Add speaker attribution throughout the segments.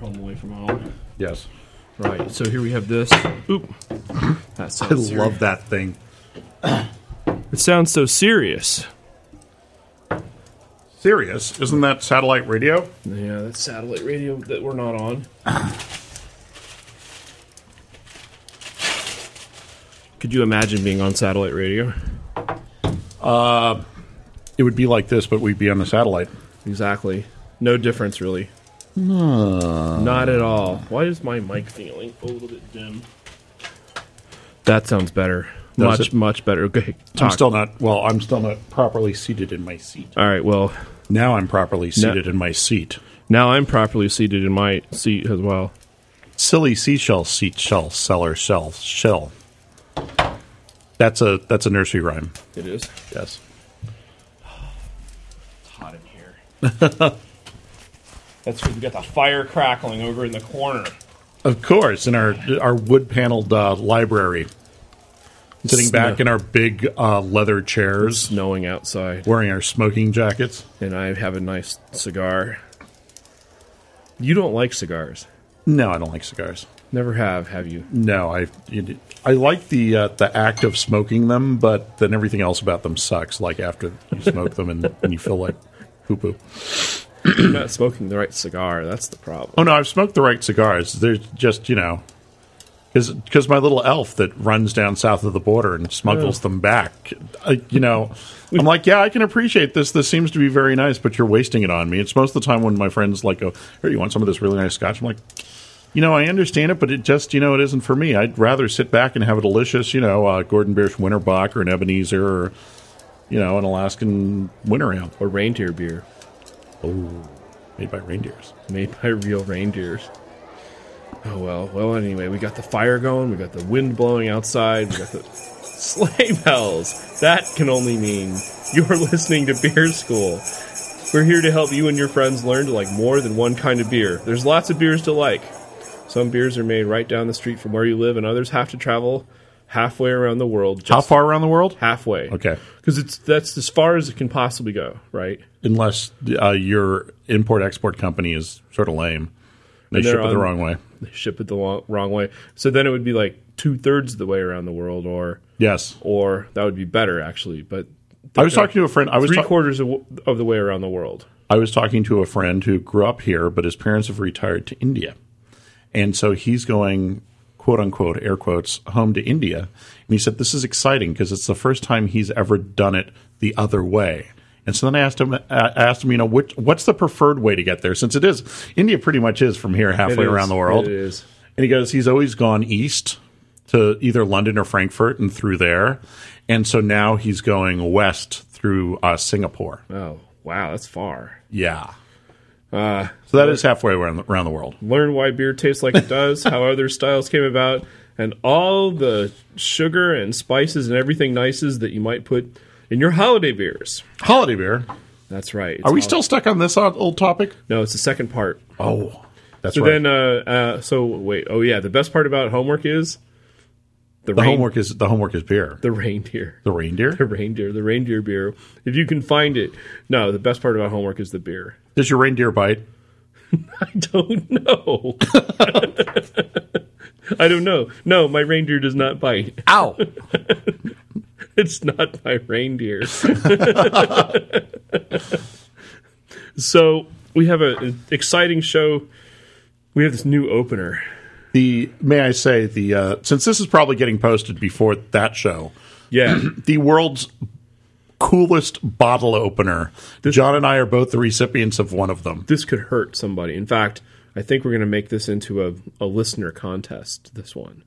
Speaker 1: home away from home.
Speaker 2: Yes.
Speaker 1: Right. So here we have this. Oop. That
Speaker 2: I
Speaker 1: sounds. serious.
Speaker 2: love that thing.
Speaker 1: It sounds so serious.
Speaker 2: Sirius, isn't that satellite radio?
Speaker 1: Yeah, that's satellite radio that we're not on. Could you imagine being on satellite radio?
Speaker 2: It would be like this, but we'd be on the satellite.
Speaker 1: Exactly. No difference, really. Not at all. Why is my mic feeling a little bit dim? That sounds better.
Speaker 2: Does
Speaker 1: much,
Speaker 2: it?
Speaker 1: much better. Okay,
Speaker 2: I'm
Speaker 1: talk.
Speaker 2: still not, well, I'm still not properly seated in my seat.
Speaker 1: all right, well,
Speaker 2: Now I'm properly seated in my seat.
Speaker 1: now I'm properly seated in my seat as well.
Speaker 2: Silly seashell, seat shell, cellar shell, shell. That's a that's a nursery rhyme.
Speaker 1: It is.
Speaker 2: Yes.
Speaker 1: It's hot in here. That's because we got the fire crackling over in the corner.
Speaker 2: Of course, in our our wood paneled uh, library, sitting back in our big uh, leather chairs,
Speaker 1: Snowing outside.
Speaker 2: wearing our smoking jackets.
Speaker 1: and I have a nice cigar. You don't like cigars.
Speaker 2: No, I don't like cigars.
Speaker 1: Never have, have you?
Speaker 2: No, I it- I like the uh, the act of smoking them, but then everything else about them sucks. Like after you smoke them and, and you feel like poo poo.
Speaker 1: You're not smoking the right cigar. That's the problem.
Speaker 2: Oh no, I've smoked the right cigars. They're just you know, because my little elf that runs down south of the border and smuggles them back. I, you know, I'm like, yeah, I can appreciate this. This seems to be very nice, but you're wasting it on me. It's most of the time when my friends like, go, here, you want some of this really nice scotch? I'm like. You know, I understand it, but it just, you know, it isn't for me. I'd rather sit back and have a delicious, you know, uh, Gordon Biersch Winterbock or an Ebenezer or, you know, an Alaskan winter ale
Speaker 1: Or reindeer beer
Speaker 2: made by reindeers.
Speaker 1: made by real reindeers. Oh well, well anyway, we got the fire going, we got the wind blowing outside, we got the sleigh bells. That can only mean you're listening to Beer School. We're here to help you and your friends learn to like more than one kind of beer. There's lots of beers to like. Some beers are made right down the street from where you live, and others have to travel halfway around the world. Just
Speaker 2: How far around the world?
Speaker 1: halfway?
Speaker 2: Okay.
Speaker 1: because it's that's as far as it can possibly go, right?
Speaker 2: unless uh, your import export company is sort of lame. They
Speaker 1: And they're
Speaker 2: ship it
Speaker 1: on-
Speaker 2: the wrong way.
Speaker 1: They ship it the long, wrong way. So then it would be like two thirds of the way around the world, or
Speaker 2: Yes,
Speaker 1: or that would be better actually. But
Speaker 2: I was talking to a friend. I was
Speaker 1: three
Speaker 2: ta-
Speaker 1: quarters of, of the way around the world.
Speaker 2: I was talking to a friend who grew up here, but his parents have retired to India, and so he's going quote unquote air quotes home to India. And he said this is exciting because it's the first time he's ever done it the other way. And so then I asked him, I asked him, you know, which, what's the preferred way to get there? Since it is India, pretty much is from here halfway
Speaker 1: It is-
Speaker 2: around the world.
Speaker 1: it is.
Speaker 2: And he goes, he's always gone east to either London or Frankfurt and through there. And so now he's going west through uh, Singapore.
Speaker 1: Oh wow, that's far.
Speaker 2: Yeah. so that is halfway around the, around the world.
Speaker 1: Learn why beer tastes like it does, how other styles came about, and all the sugar and spices and everything nices that you might put in your holiday beers.
Speaker 2: Holiday beer.
Speaker 1: That's right.
Speaker 2: Are we
Speaker 1: It's
Speaker 2: still stuck on this old old topic?
Speaker 1: all- No, it's the second part.
Speaker 2: Oh, that's
Speaker 1: So
Speaker 2: right.
Speaker 1: then, uh, uh, so wait. Oh yeah, the best part about homework is the,
Speaker 2: the
Speaker 1: rein-
Speaker 2: homework is the homework is beer.
Speaker 1: the reindeer.
Speaker 2: The reindeer.
Speaker 1: the reindeer, the reindeer beer. If you can find it. No, the best part about homework is the beer.
Speaker 2: Does your reindeer bite?
Speaker 1: I don't know. I don't know. No, my reindeer does not bite.
Speaker 2: Ow!
Speaker 1: It's not my reindeer. so we have a an exciting show. We have this new opener.
Speaker 2: the may I say the uh, since this is probably getting posted before that show,
Speaker 1: Yeah.
Speaker 2: the world's coolest bottle opener. John and I are both the recipients of one of them.
Speaker 1: this could hurt somebody. In fact, I think we're going to make this into a, a listener contest, this one.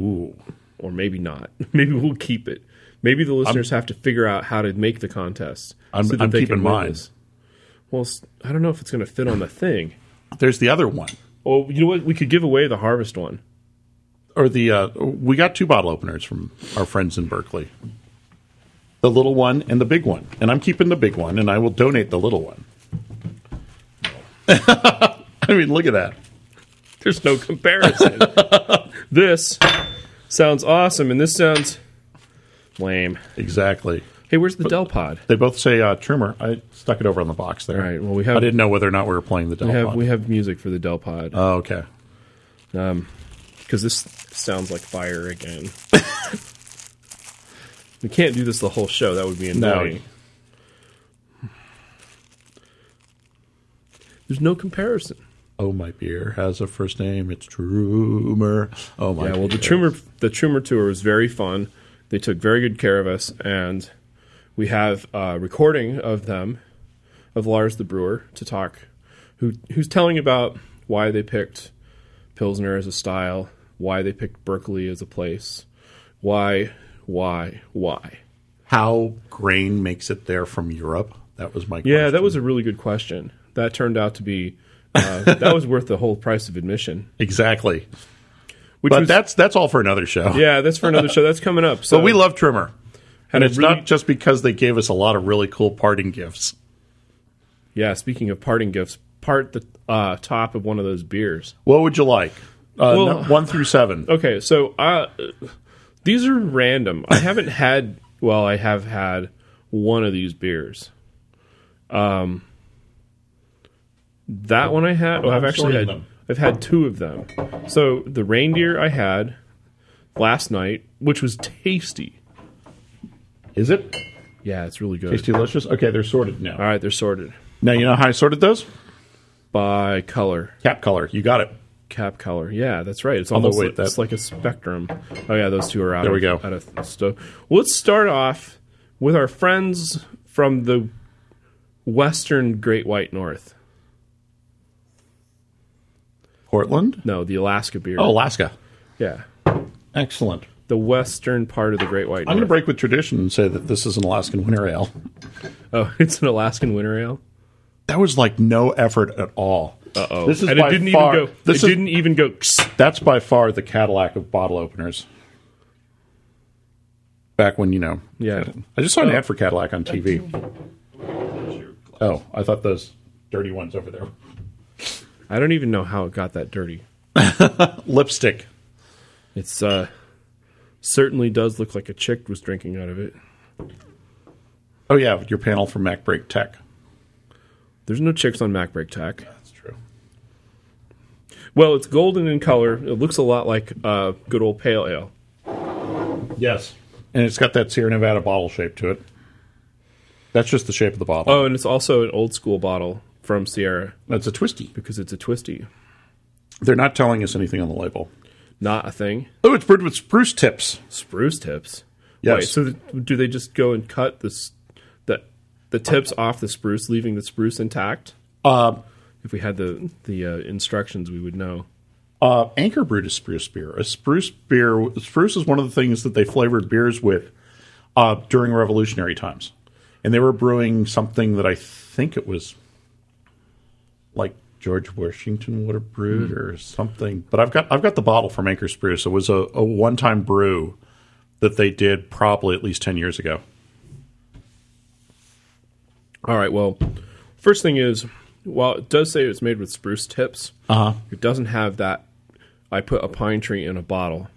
Speaker 2: Ooh.
Speaker 1: Or maybe not. Maybe we'll keep it. Maybe the listeners have to figure out how to make the contest.
Speaker 2: I'm- I'm keeping
Speaker 1: win
Speaker 2: mine.
Speaker 1: this. Well, s- I don't know if it's going to fit on the thing.
Speaker 2: There's the other one.
Speaker 1: Well, you know what? We could give away the harvest one.
Speaker 2: or the uh, we got two bottle openers from our friends in Berkeley. The little one and the big one, and I'm keeping the big one, and I will donate the little one. I mean, look at that.
Speaker 1: There's no comparison. this sounds awesome, and this sounds lame.
Speaker 2: Exactly.
Speaker 1: Hey, where's the Del Pod?
Speaker 2: They both say uh, Trumer. I stuck it over on the box there.
Speaker 1: All right, well, we have-
Speaker 2: I didn't know whether or not we were playing the Del
Speaker 1: We have
Speaker 2: Pod.
Speaker 1: we have music for the Del Pod
Speaker 2: oh, okay.
Speaker 1: because this sounds like fire again. we can't do this the whole show. That would be
Speaker 2: No.
Speaker 1: annoying. There's no comparison.
Speaker 2: Oh, my beer has a first name. It's Trumer. Oh my.
Speaker 1: Yeah, well, the
Speaker 2: beer.
Speaker 1: Trumer the Trumer tour was very fun. They took very good care of us, and we have a recording of them, of Lars the brewer, to talk, who who's telling about why they picked Pilsner as a style, why they picked Berkeley as a place, why, why, why.
Speaker 2: How grain makes it there from Europe? That was my.
Speaker 1: Yeah, that
Speaker 2: question.
Speaker 1: was a really good question. That turned out to be uh, that was worth the whole price of admission.
Speaker 2: exactly.
Speaker 1: Which
Speaker 2: But
Speaker 1: was,
Speaker 2: that's that's all for another show.
Speaker 1: yeah, that's for another show. That's coming up. So
Speaker 2: But we love Trimmer.
Speaker 1: Had
Speaker 2: And
Speaker 1: a
Speaker 2: it's
Speaker 1: really-
Speaker 2: not just because they gave us a lot of really cool parting gifts.
Speaker 1: Yeah, speaking of parting gifts, part the uh, top of one of those beers.
Speaker 2: What would you like? Uh,
Speaker 1: Well-
Speaker 2: no- one through seven.
Speaker 1: Okay, so uh, these are random. I haven't had, well, I have had one of these beers. Um, that one I had. Oh, I've
Speaker 2: I'm
Speaker 1: actually
Speaker 2: sorting
Speaker 1: had.
Speaker 2: them.
Speaker 1: I've had two of them. So the reindeer I had last night, which was tasty.
Speaker 2: Is it?
Speaker 1: Yeah, it's really good.
Speaker 2: Tasty delicious. Okay, they're sorted now.
Speaker 1: All right, they're sorted
Speaker 2: Now you know how I sorted those?
Speaker 1: by color.
Speaker 2: Cap color. You got it.
Speaker 1: cap color. Yeah, that's right. It's almost like,
Speaker 2: wait,
Speaker 1: it's
Speaker 2: that-
Speaker 1: like a spectrum. Oh yeah, those two are out.
Speaker 2: There we
Speaker 1: of-
Speaker 2: go.
Speaker 1: Out of stuff. Well, let's start off with our friends from the Western Great White North.
Speaker 2: Portland?
Speaker 1: No, the Alaska beer.
Speaker 2: Oh, Alaska.
Speaker 1: yeah,
Speaker 2: Excellent.
Speaker 1: the western part of the Great White
Speaker 2: I'm going to
Speaker 1: North.
Speaker 2: break with tradition and say that this is an Alaskan winter ale.
Speaker 1: oh, it's an Alaskan winter ale.
Speaker 2: That was like no effort at all.
Speaker 1: Oh,
Speaker 2: This is
Speaker 1: and it
Speaker 2: by
Speaker 1: didn't
Speaker 2: far-
Speaker 1: even go.
Speaker 2: this
Speaker 1: it
Speaker 2: is-
Speaker 1: didn't even go.
Speaker 2: That's by far the Cadillac of bottle openers. Back when, you know.
Speaker 1: Yeah.
Speaker 2: I just saw an ad for Cadillac on TV. Oh, I thought those dirty ones over there.
Speaker 1: I don't even know how it got that dirty.
Speaker 2: Lipstick.
Speaker 1: It's uh, certainly does look like a chick was drinking out of it.
Speaker 2: Oh, yeah, your panel for MacBreak Tech.
Speaker 1: There's no chicks on MacBreak Tech.
Speaker 2: That's true.
Speaker 1: Well, it's golden in color. It looks a lot like uh, good old pale ale.
Speaker 2: Yes. And it's got that Sierra Nevada bottle shape to it. That's just the shape of the bottle.
Speaker 1: Oh, and it's also an old school bottle from Sierra
Speaker 2: That's a twisty.
Speaker 1: because it's a twisty,
Speaker 2: They're not telling us anything on the label.
Speaker 1: not a thing.
Speaker 2: Oh, it's brewed with spruce tips.
Speaker 1: Spruce tips.
Speaker 2: Yes.
Speaker 1: Wait, so th- do they just go and cut this the the tips off the spruce, leaving the spruce intact?
Speaker 2: Uh,
Speaker 1: If we had the the uh, instructions, we would know.
Speaker 2: uh, Anchor brewed a spruce beer. A spruce beer. Spruce is one of the things that they flavored beers with uh, during revolutionary times, and they were brewing something that I think it was like George Washington would have brewed or something. But I've got I've got the bottle from Anchor Spruce. It was a, a one time brew that they did probably at least ten years ago.
Speaker 1: All right. Well, first thing is, while it does say it's made with spruce tips,
Speaker 2: Uh huh.
Speaker 1: it doesn't have that. I put a pine tree in a bottle.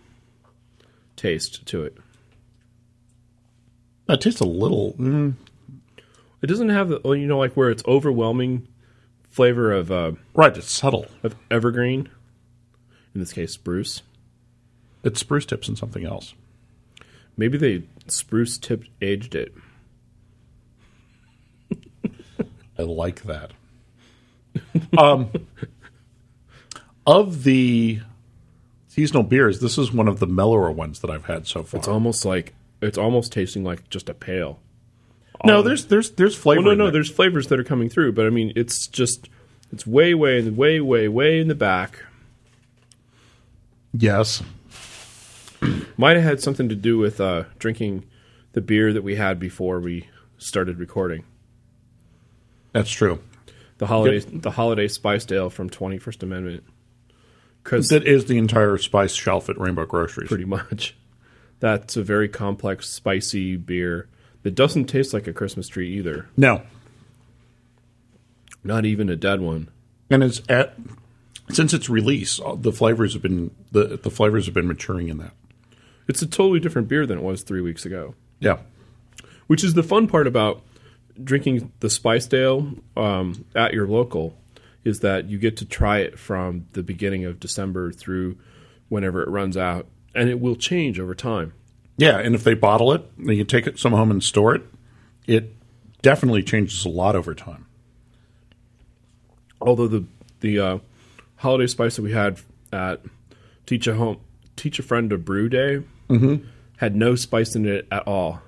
Speaker 1: Taste to it.
Speaker 2: That tastes a little. mm,
Speaker 1: It doesn't have the well, you know like where it's overwhelming flavor of uh,
Speaker 2: right. It's subtle.
Speaker 1: of evergreen. In this case, spruce.
Speaker 2: It's spruce tips and something else.
Speaker 1: Maybe they spruce tipped aged it.
Speaker 2: I like that. um, of the seasonal beers, this is one of the mellower ones that I've had so far.
Speaker 1: It's almost like it's almost tasting like just a pale.
Speaker 2: no, there's there's there's flavor.
Speaker 1: Well, Oh, no,
Speaker 2: in
Speaker 1: no,
Speaker 2: there.
Speaker 1: there's flavors that are coming through, but I mean, it's just it's way, way, in the way, way, way in the back.
Speaker 2: yes,
Speaker 1: Might have had something to do with uh, drinking the beer that we had before we started recording.
Speaker 2: that's true.
Speaker 1: The holiday, the holiday spiced ale from Twenty First Amendment. Because
Speaker 2: That is the entire spice shelf at Rainbow Groceries.
Speaker 1: pretty much. That's a very complex, spicy beer that doesn't taste like a Christmas tree either.
Speaker 2: No,
Speaker 1: Not even a dead one.
Speaker 2: and it's at since its release, all the flavors have been the the flavors have been maturing in that.
Speaker 1: It's a totally different beer than it was three weeks ago,
Speaker 2: Yeah,
Speaker 1: which is the fun part about drinking the spiced ale um, at your local is that you get to try it from the beginning of December through whenever it runs out, and it will change over time.
Speaker 2: Yeah, and if they bottle it, they can take it some home and store it. It definitely changes a lot over time.
Speaker 1: Although the the uh, holiday spice that we had at teach a home teach a friend to brew day had no spice in it at all.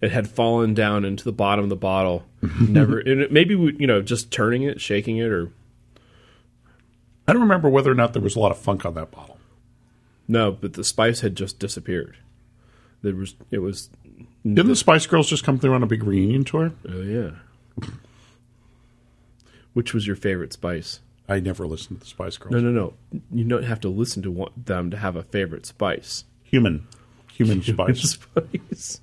Speaker 1: It had fallen down into the bottom of the bottle. Never, and it, maybe we, you know, just turning it, shaking it, or
Speaker 2: I don't remember whether or not there was a lot of funk on that bottle.
Speaker 1: no, but the spice had just disappeared. There was, it was,
Speaker 2: Didn't the Spice Girls just come through on a big reunion tour?
Speaker 1: oh yeah. Which was your favorite spice?
Speaker 2: I never listened to the Spice Girls.
Speaker 1: No, no, no. You don't have to listen to one, them to have a favorite spice.
Speaker 2: Human. Human Spice.
Speaker 1: Spice.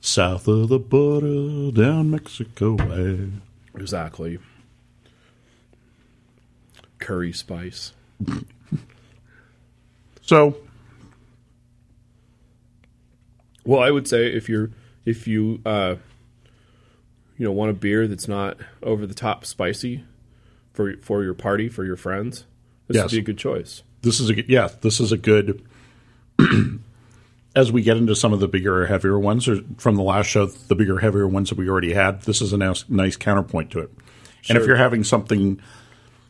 Speaker 2: South of the border, down Mexico way.
Speaker 1: Exactly. Curry spice.
Speaker 2: So,
Speaker 1: Well, I would say if you're if you uh, you know want a beer that's not over the top spicy for for your party for your friends, this
Speaker 2: Yes.
Speaker 1: would be a good choice.
Speaker 2: this is a good, yeah, this is a good. as we get into some of the bigger, heavier ones, or from the last show, the bigger, heavier ones that we already had, this is a nice, nice counterpoint to it. And if
Speaker 1: Sure.
Speaker 2: you're having something,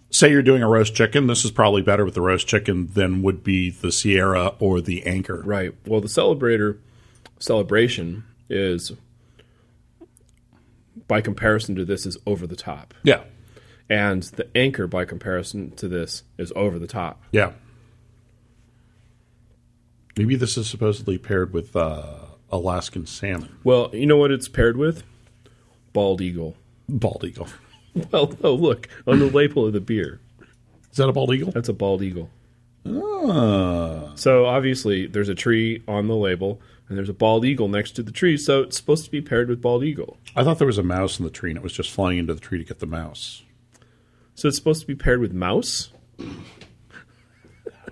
Speaker 2: say you're doing a roast chicken, this is probably better with the roast chicken than would be the Sierra or the Anchor.
Speaker 1: Right. Well, the celebrator celebration is by comparison to this is over the top,
Speaker 2: Yeah,
Speaker 1: and the anchor by comparison to this is over the top.
Speaker 2: yeah. Maybe this is supposedly paired with uh, Alaskan salmon,
Speaker 1: Well, you know what it's paired with? Bald eagle.
Speaker 2: bald eagle.
Speaker 1: Well, oh look on the label of the beer.
Speaker 2: Is that a bald eagle?
Speaker 1: That's a bald eagle.
Speaker 2: Ah.
Speaker 1: So obviously, there's a tree on the label, and there's a bald eagle next to the tree. So it's supposed to be paired with bald eagle.
Speaker 2: I thought there was a mouse in the tree, and it was just flying into the tree to get the mouse.
Speaker 1: So it's supposed to be paired with mouse.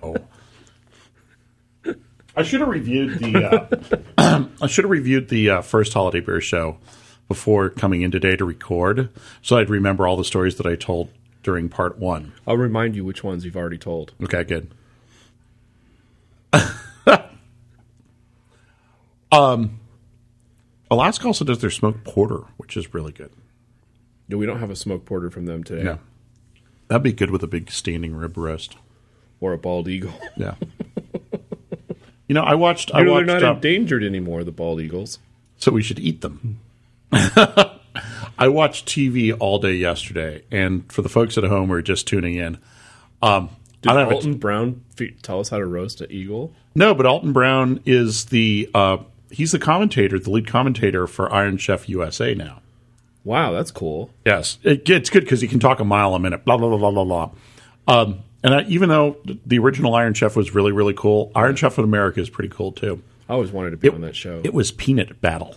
Speaker 2: Oh. I should have reviewed the. Uh, I should have reviewed the uh, first holiday beer show before coming in today to record, so I'd remember all the stories that I told during part one.
Speaker 1: I'll remind you which ones you've already told.
Speaker 2: Okay, good. um, Um, Alaska also does their smoked porter, which is really good.
Speaker 1: No, we don't have a smoke porter from them today,
Speaker 2: Yeah, that'd be good with a big standing rib roast.
Speaker 1: or a bald eagle.
Speaker 2: Yeah. you know, I watched. I
Speaker 1: You know,
Speaker 2: watched.
Speaker 1: they're not
Speaker 2: uh,
Speaker 1: endangered anymore. The bald eagles.
Speaker 2: so we should eat them. I watched TV all day yesterday, and for the folks at home who are just tuning in, um, I don't have a t-
Speaker 1: Alton Brown fe- tell us how to roast an eagle.
Speaker 2: no, but Alton Brown is the uh, he's the commentator, the lead commentator for Iron Chef USA now.
Speaker 1: Wow, that's cool.
Speaker 2: Yes, it, it's good because he can talk a mile a minute. Blah blah blah blah blah blah. Um, and I, even though th- the original Iron Chef was really really cool, Iron Chef in America is pretty cool too.
Speaker 1: I always wanted to be on that show.
Speaker 2: It was Peanut Battle.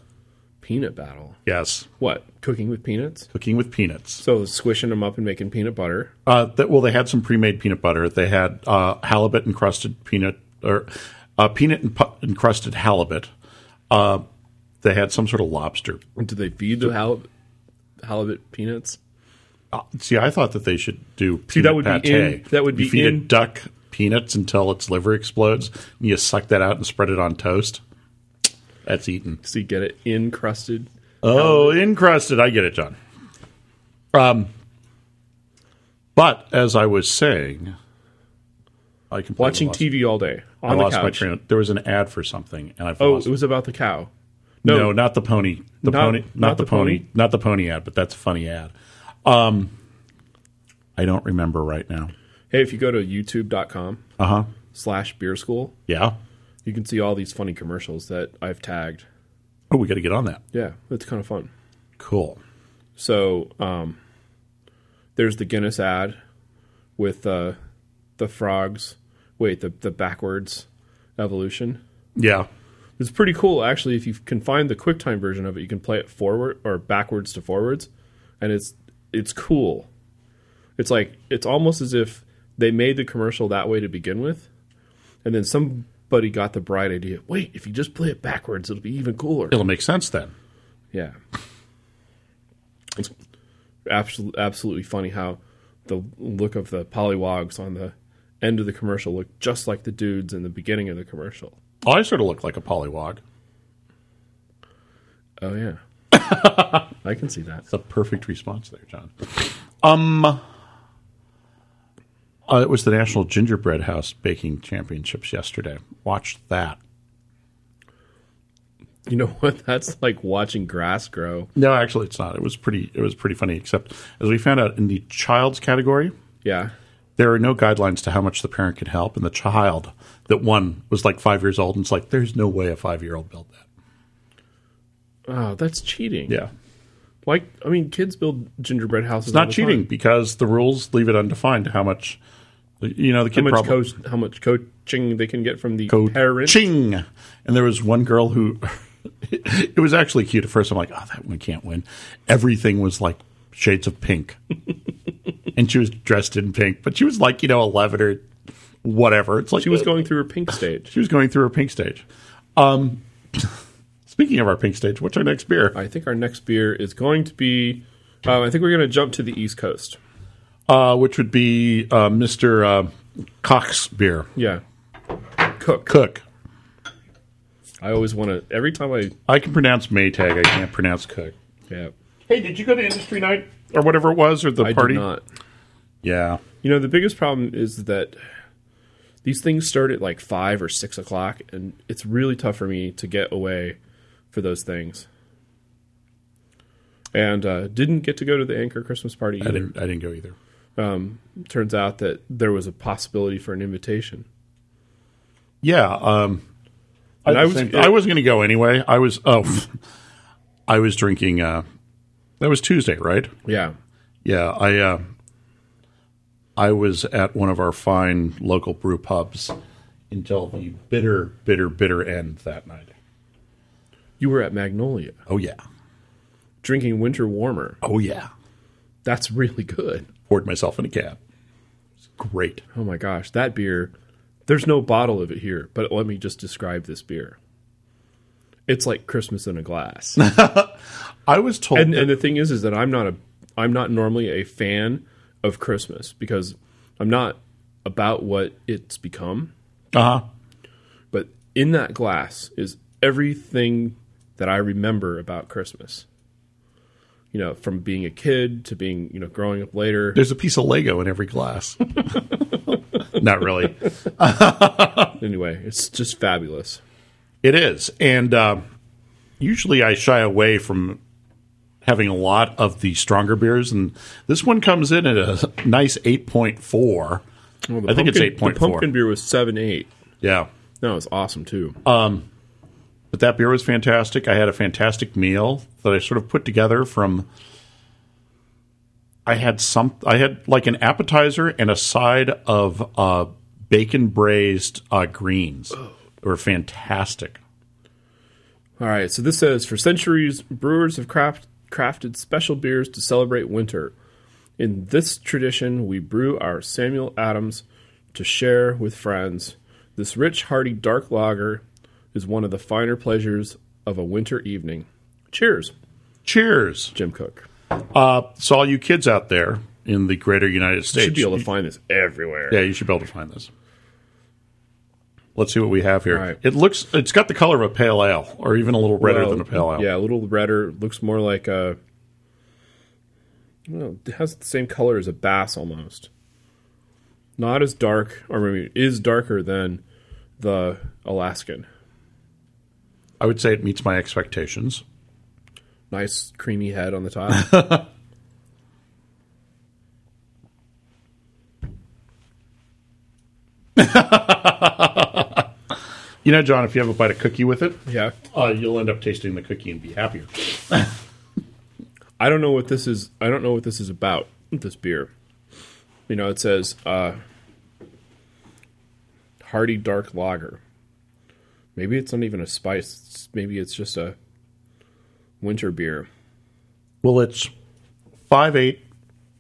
Speaker 1: Peanut battle.
Speaker 2: Yes,
Speaker 1: What? Cooking with peanuts?
Speaker 2: cooking with peanuts.
Speaker 1: So squishing them up and making peanut butter.
Speaker 2: Uh, that, well, they had some pre-made peanut butter. They had uh, halibut encrusted peanut or uh, peanut and pu- encrusted halibut. Uh, they had some sort of lobster.
Speaker 1: Do they feed the halib- halibut peanuts?
Speaker 2: Uh, see, I thought that they should do peanut
Speaker 1: that would be
Speaker 2: pate.
Speaker 1: in- that would
Speaker 2: you
Speaker 1: be
Speaker 2: feed a
Speaker 1: in-
Speaker 2: duck peanuts until its liver explodes, and you suck that out and spread it on toast. That's eaten.
Speaker 1: So you get it encrusted.
Speaker 2: Oh, encrusted. I get it, John. Um, but as I was saying, I completely
Speaker 1: Watching
Speaker 2: lost
Speaker 1: TV all day on
Speaker 2: I
Speaker 1: the
Speaker 2: lost my
Speaker 1: couch.
Speaker 2: train. of- There was an ad for something, and I
Speaker 1: oh,
Speaker 2: lost.
Speaker 1: it was about the cow.
Speaker 2: no, not the pony. The
Speaker 1: Not-
Speaker 2: pony. Not,
Speaker 1: not
Speaker 2: the,
Speaker 1: the
Speaker 2: pony.
Speaker 1: pony?
Speaker 2: Not the pony ad, but that's a funny ad. Um, I don't remember right now.
Speaker 1: Hey, if you go to youtube.com
Speaker 2: Uh huh.
Speaker 1: slash beer school,
Speaker 2: Yeah.
Speaker 1: you can see all these funny commercials that I've tagged.
Speaker 2: Oh, we got to get on that.
Speaker 1: Yeah, it's kind of fun.
Speaker 2: Cool.
Speaker 1: So um, there's the Guinness ad with uh, the frogs. Wait, the, the backwards evolution.
Speaker 2: Yeah.
Speaker 1: It's pretty cool, actually. If you can find the QuickTime version of it, you can play it forward or backwards to forwards, and it's it's cool. It's like it's almost as if they made the commercial that way to begin with, and then some but he got the bright idea. Wait, if you just play it backwards, it'll be even cooler.
Speaker 2: It'll make sense then.
Speaker 1: Yeah. It's absolutely absolutely funny how the look of the polywogs on the end of the commercial look just like the dudes in the beginning of the commercial.
Speaker 2: Oh, I sort of look like a polywog.
Speaker 1: Oh yeah. I can see that.
Speaker 2: It's a perfect response there, John. Um, uh, it was the National Gingerbread House Baking Championships yesterday. Watched that.
Speaker 1: You know what? That's like watching grass grow.
Speaker 2: No, actually, it's not. It was pretty. It was pretty funny. Except as we found out in the child's category,
Speaker 1: Yeah.
Speaker 2: there are no guidelines to how much the parent can help, and the child that won was like five years old, and it's like there's no way a five year old built that.
Speaker 1: Oh, that's cheating.
Speaker 2: Yeah,
Speaker 1: Like I mean, kids build gingerbread houses.
Speaker 2: it's not cheating because the rules leave it undefined how much. You know the
Speaker 1: How
Speaker 2: kid
Speaker 1: much
Speaker 2: probably
Speaker 1: coach, how much coaching they can get from the
Speaker 2: go
Speaker 1: parents.
Speaker 2: ching. And there was one girl who it was actually cute at first. I'm like, oh, that one can't win. Everything was like shades of pink, and she was dressed in pink, but she was like, you know, eleven or whatever. It's like
Speaker 1: She was going through her pink stage.
Speaker 2: she was going through her pink stage. Um, speaking of our pink stage, what's our next beer?
Speaker 1: I think our next beer is going to be. Um, I think we're going to jump to the East Coast.
Speaker 2: Uh, which would be uh, Mister uh, Cox beer.
Speaker 1: Yeah, Cook.
Speaker 2: Cook.
Speaker 1: I always want to. Every time I.
Speaker 2: I can pronounce Maytag. I can't pronounce Cook.
Speaker 1: Yeah,
Speaker 2: Hey, did you go to industry night or whatever it was, or the
Speaker 1: I
Speaker 2: party?
Speaker 1: do not.
Speaker 2: Yeah.
Speaker 1: You know, the biggest problem is that these things start at like five or six o'clock, and it's really tough for me to get away for those things. And uh, didn't get to go to the Anchor Christmas party
Speaker 2: I
Speaker 1: either.
Speaker 2: didn't. I didn't go either.
Speaker 1: Turns out that there was a possibility for an invitation.
Speaker 2: Yeah. Um,
Speaker 1: And
Speaker 2: I was. I was going to go anyway. I was. Oh, I was drinking. Uh, that was Tuesday, right?
Speaker 1: yeah,
Speaker 2: Yeah. I. Uh, I was at one of our fine local brew pubs until the bitter, bitter, bitter end that night.
Speaker 1: you were at Magnolia
Speaker 2: Oh yeah.
Speaker 1: drinking Winter Warmer.
Speaker 2: Oh yeah.
Speaker 1: That's really good.
Speaker 2: Poured myself in a cab. It's great.
Speaker 1: Oh my gosh, that beer. There's no bottle of it here, but let me just describe this beer. It's like Christmas in a glass.
Speaker 2: I was told.
Speaker 1: and
Speaker 2: that-
Speaker 1: and the thing is is that I'm not a I'm not normally a fan of Christmas because I'm not about what it's become.
Speaker 2: uh-huh.
Speaker 1: But in that glass is everything that I remember about Christmas. You know, from being a kid to being, you know, growing up later.
Speaker 2: There's a piece of Lego in every glass. Not really.
Speaker 1: Anyway, it's just fabulous.
Speaker 2: It is, and um, usually I shy away from having a lot of the stronger beers, and this one comes in at a nice eight point four.
Speaker 1: Well, the
Speaker 2: I think it's
Speaker 1: pumpkin- the
Speaker 2: 8.4.
Speaker 1: Pumpkin beer was seven eight.
Speaker 2: Yeah,
Speaker 1: No, it's awesome too. Uh,
Speaker 2: but that beer was fantastic. I had a fantastic meal that I sort of put together from. I had some. I had like an appetizer and a side of uh, bacon braised uh, greens.
Speaker 1: Oh.
Speaker 2: They were fantastic.
Speaker 1: All right, so this says for centuries, brewers have craft, crafted special beers to celebrate winter. In this tradition, we brew our Samuel Adams to share with friends. This rich, hearty dark lager is one of the finer pleasures of a winter evening. Cheers,
Speaker 2: Cheers!
Speaker 1: Jim Cook.
Speaker 2: Uh, so all you kids out there in the greater United States,
Speaker 1: Should be able to find this everywhere.
Speaker 2: Yeah, you should be able to find this. Let's see what we have here.
Speaker 1: All right.
Speaker 2: It looks it's got the color of a pale ale, or even a little redder
Speaker 1: Well,
Speaker 2: than a pale ale.
Speaker 1: Oh, Yeah, a little redder. Looks more like a. Well, it has the same color as a bass almost. Not as dark, or maybe it is darker than the Alaskan.
Speaker 2: I would say it meets my expectations.
Speaker 1: Nice creamy head on the top.
Speaker 2: You know, John, if you have a bite of cookie with it,
Speaker 1: yeah.
Speaker 2: uh, you'll end up tasting the cookie and be happier.
Speaker 1: I don't know what this is. I don't know what this is about. This beer. You know, it says uh, hearty dark lager. Maybe it's not even a spice. Maybe it's just a winter beer.
Speaker 2: Well, it's five eight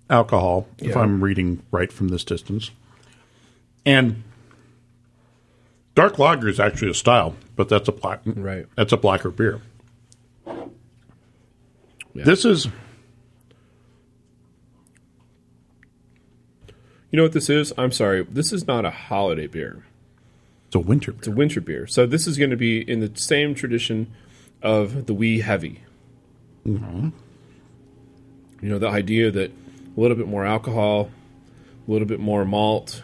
Speaker 2: alcohol, if
Speaker 1: Yeah.
Speaker 2: I'm reading right from this distance, and Dark lager is actually a style, but that's a black.
Speaker 1: Right.
Speaker 2: That's a blacker beer.
Speaker 1: Yeah.
Speaker 2: This is
Speaker 1: You know what this is? I'm sorry. This is not a holiday beer.
Speaker 2: it's a winter
Speaker 1: It's
Speaker 2: beer.
Speaker 1: a winter beer. So this is going to be in the same tradition of the wee heavy. Mm-hmm. You know, the idea that a little bit more alcohol, a little bit more malt,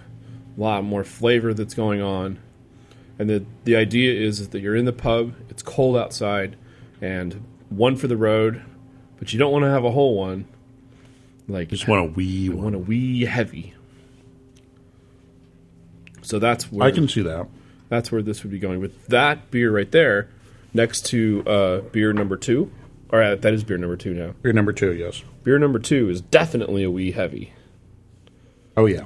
Speaker 1: a lot more flavor that's going on. And the, the idea is that you're in the pub, it's cold outside, and one for the road, but you don't want to have a whole one. Like
Speaker 2: Just want a wee
Speaker 1: I
Speaker 2: one.
Speaker 1: want a wee heavy. So that's where
Speaker 2: I can see that.
Speaker 1: that's where this would be going with that beer right there, next to uh, beer number two. Or uh, that is beer number two now.
Speaker 2: Beer number two, yes.
Speaker 1: Beer number two is definitely a wee heavy.
Speaker 2: Oh yeah. I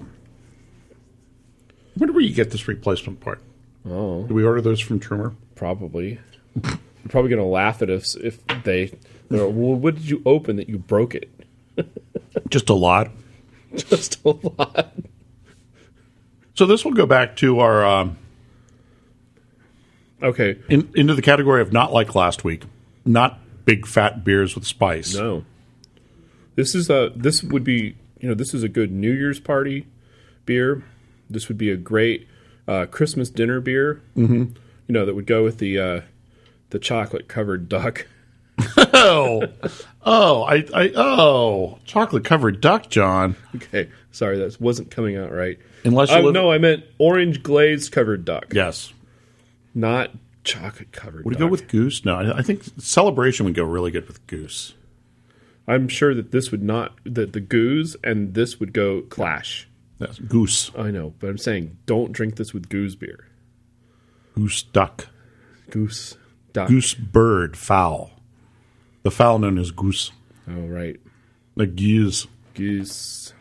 Speaker 2: wonder where you get this replacement part.
Speaker 1: Oh,
Speaker 2: Do we order those from Trumer?
Speaker 1: probably. You're probably gonna laugh at us if they. they're, well, what did you open that you broke it?
Speaker 2: Just a lot.
Speaker 1: Just a lot.
Speaker 2: So this will go back to our um,
Speaker 1: Okay.
Speaker 2: in, into the category of not like last week, not big fat beers with spice.
Speaker 1: No. This is a this would be you know this is a good New Year's party beer. This would be a great uh, Christmas dinner beer. Mm-hmm. You know that would go with the uh, the chocolate covered duck.
Speaker 2: Oh, oh, I, I, oh, chocolate covered duck, John.
Speaker 1: Okay, sorry that wasn't coming out right.
Speaker 2: Unless you
Speaker 1: I,
Speaker 2: live-
Speaker 1: no, I meant orange glazed covered duck,
Speaker 2: Yes.
Speaker 1: not chocolate covered.
Speaker 2: Would
Speaker 1: duck.
Speaker 2: it go with goose? No, I, I think celebration would go really good with goose.
Speaker 1: I'm sure that this would not that the goose and this would go clash.
Speaker 2: Yes, goose,
Speaker 1: I know, but I'm saying don't drink this with goose beer.
Speaker 2: goose, duck,
Speaker 1: Goose duck.
Speaker 2: goose, bird, fowl. The fowl known as goose,
Speaker 1: Oh right.
Speaker 2: the goose.
Speaker 1: Goose.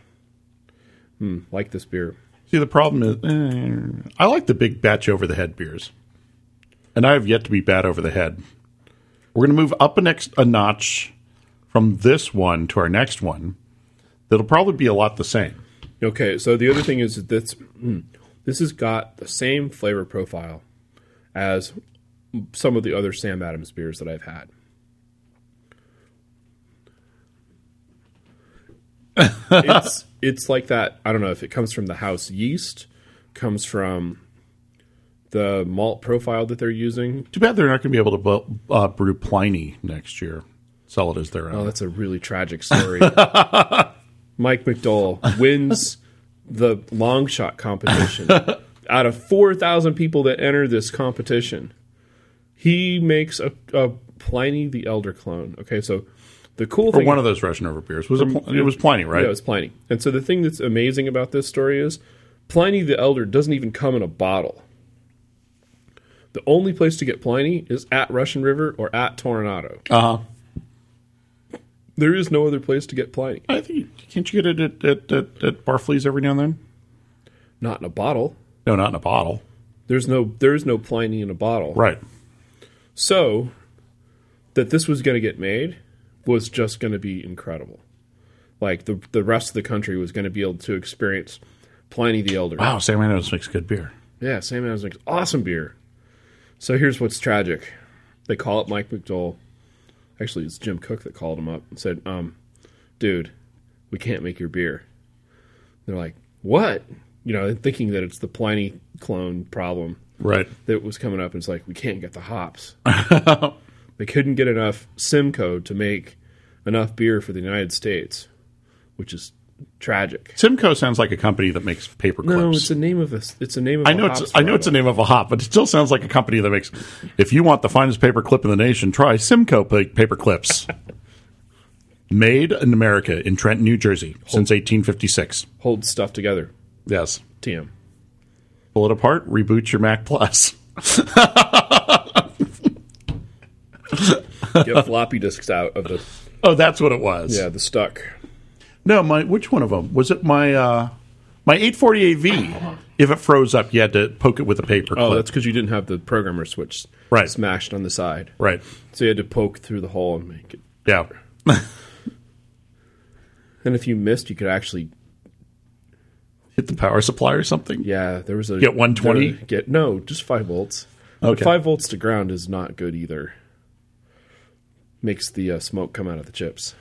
Speaker 1: Hmm, like this beer.
Speaker 2: See, the problem is, eh, I like the big batch over the head beers, and I have yet to be bad over the head. We're going to move up a next a notch from this one to our next one. That'll probably be a lot the same.
Speaker 1: Okay, so the other thing is that this, mm, this has got the same flavor profile as some of the other Sam Adams beers that I've had. it's it's like that. I don't know if it comes from the house yeast, comes from the malt profile that they're using.
Speaker 2: Too bad they're not going to be able to bu- uh, brew Pliny next year. Sell it as their
Speaker 1: Oh,
Speaker 2: own.
Speaker 1: that's a really tragic story. Mike McDowell wins the long shot competition. Out of 4,000 people that enter this competition, he makes a, a Pliny the Elder clone. Okay, so the cool
Speaker 2: Or
Speaker 1: thing
Speaker 2: one of those Russian River beers was a, Pl- it was Pliny, right?
Speaker 1: yeah, it was Pliny. And so the thing that's amazing about this story is Pliny the Elder doesn't even come in a bottle. The only place to get Pliny is at Russian River or at Toronado.
Speaker 2: Uh huh.
Speaker 1: There is no other place to get Pliny.
Speaker 2: I think can't you get it at at, at, at Barflees every now and then?
Speaker 1: Not in a bottle.
Speaker 2: No, not in a bottle.
Speaker 1: There's no there's no Pliny in a bottle.
Speaker 2: Right.
Speaker 1: So that this was going to get made was just going to be incredible. Like the the rest of the country was going to be able to experience Pliny the Elder.
Speaker 2: Wow, Sam Adams makes good beer.
Speaker 1: Yeah, Sam Adams makes awesome beer. So here's what's tragic. They call up Mike McDowell. Actually, it's Jim Cook that called him up and said, um, dude, we can't make your beer. They're like, what? You know, thinking that it's the Pliny clone problem.
Speaker 2: Right.
Speaker 1: that was coming up and it's like we can't get the hops they couldn't get enough simcoe to make enough beer for the united states which is tragic
Speaker 2: Simcoe sounds like a company that makes paper clips.
Speaker 1: no it's the name of a it's the name of
Speaker 2: I know it's I know it's the name of a hop, but it still sounds like a company that makes. If you want the finest paper clip in the nation, try Simcoe pa- paper clips. Made in America in Trenton, New Jersey, since 1856.
Speaker 1: hold stuff together
Speaker 2: Yes,
Speaker 1: tm
Speaker 2: pull it apart, reboot your Mac Plus.
Speaker 1: get floppy disks out of the
Speaker 2: Oh, that's what it was.
Speaker 1: yeah the stuck
Speaker 2: No, my which one of them was it? My uh, my 848V. If it froze up, you had to poke it with a paper clip.
Speaker 1: oh that's because you didn't have the programmer switch
Speaker 2: Right.
Speaker 1: smashed on the side
Speaker 2: right.
Speaker 1: so you had to poke through the hole and make it
Speaker 2: Yeah.
Speaker 1: and if you missed you could actually
Speaker 2: hit the power supply or something?
Speaker 1: Yeah, there was a
Speaker 2: Get 120?
Speaker 1: there- Get no, just five volts. But
Speaker 2: Okay.
Speaker 1: five volts to ground is not good either. Makes the uh, smoke come out of the chips.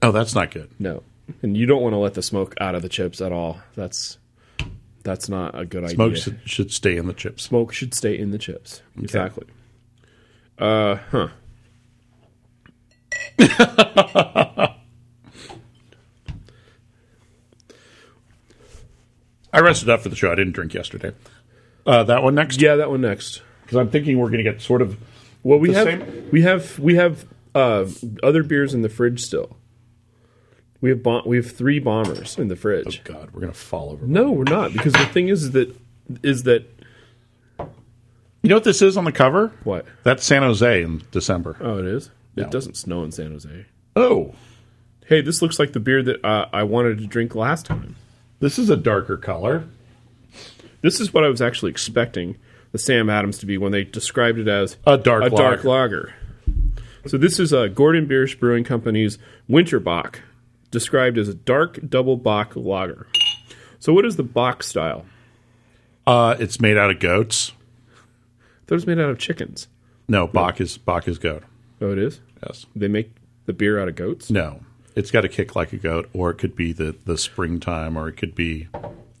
Speaker 2: Oh, that's not good.
Speaker 1: No, and you don't want to let the smoke out of the chips at all. That's that's not a good
Speaker 2: Smoke
Speaker 1: idea.
Speaker 2: should, should stay in the chips.
Speaker 1: Smoke should stay in the chips. Exactly. Uh huh.
Speaker 2: I rested up for the show. I didn't drink yesterday. Uh, that one next,
Speaker 1: Yeah, that one next.
Speaker 2: because I'm thinking we're going to get sort of.
Speaker 1: Well, we
Speaker 2: The
Speaker 1: have
Speaker 2: same-
Speaker 1: we have we have uh, other beers in the fridge still. We have bom- we have three bombers in the fridge.
Speaker 2: God, we're going to fall over.
Speaker 1: No, we're not because the thing is that is that
Speaker 2: You know what this is on the cover?
Speaker 1: what?
Speaker 2: That's San Jose in December.
Speaker 1: Oh, it is.
Speaker 2: Yeah.
Speaker 1: It doesn't snow in San Jose.
Speaker 2: Oh,
Speaker 1: Hey, this looks like the beer that uh, I wanted to drink last time.
Speaker 2: this is a darker color.
Speaker 1: This is what I was actually expecting the Sam Adams to be when they described it as
Speaker 2: A dark
Speaker 1: a dark
Speaker 2: lager.
Speaker 1: lager. So this is uh, Gordon Biersch Brewing Company's Winterbach, described as a dark double Bach lager. So what is the Bach style?
Speaker 2: Uh, it's made out of goats.
Speaker 1: That is made out of chickens.
Speaker 2: No, Bach is Bach is goat.
Speaker 1: Oh, it is.
Speaker 2: Yes.
Speaker 1: They make the beer out of goats.
Speaker 2: No, it's got to kick like a goat, or it could be the the springtime, or it could be,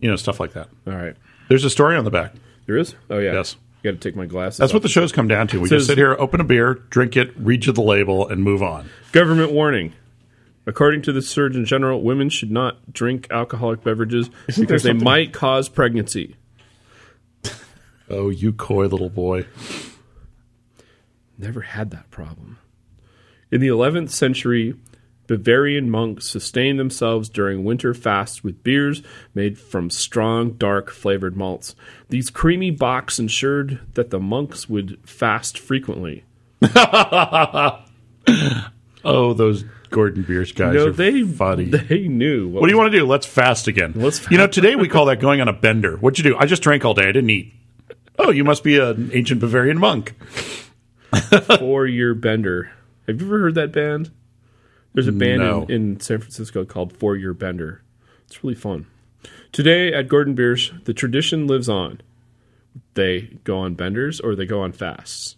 Speaker 2: you know, stuff like that.
Speaker 1: All right,
Speaker 2: There's a story on the back.
Speaker 1: there is. Oh yeah.
Speaker 2: Yes.
Speaker 1: You got to take my glasses.
Speaker 2: That's what the shows come down to. We
Speaker 1: Says-
Speaker 2: just sit here, open a beer, drink it, read you the label, and move on.
Speaker 1: Government warning. According to the Surgeon General, women should not drink alcoholic beverages
Speaker 2: Isn't there
Speaker 1: because they
Speaker 2: something-
Speaker 1: might cause pregnancy.
Speaker 2: Oh, you coy little boy.
Speaker 1: Never had that problem. In the 11th century, Bavarian monks sustained themselves during winter fasts with beers made from strong, dark flavored malts. These creamy bocks ensured that the monks would fast frequently.
Speaker 2: Oh, those Gordon Biersch guys
Speaker 1: No,
Speaker 2: are
Speaker 1: they
Speaker 2: funny.
Speaker 1: they knew
Speaker 2: what do you want to do? Let's fast again.
Speaker 1: Let's
Speaker 2: You know, today we call that going on a bender. What'd you do? I just drank all day. I didn't eat. Oh, you must be an ancient Bavarian monk.
Speaker 1: four year bender. Have you ever heard that band? There's a band
Speaker 2: No.
Speaker 1: in, in San Francisco called Four Year Bender. It's really fun. Today at Gordon Biersch, the tradition lives on. They go on benders or they go on fasts.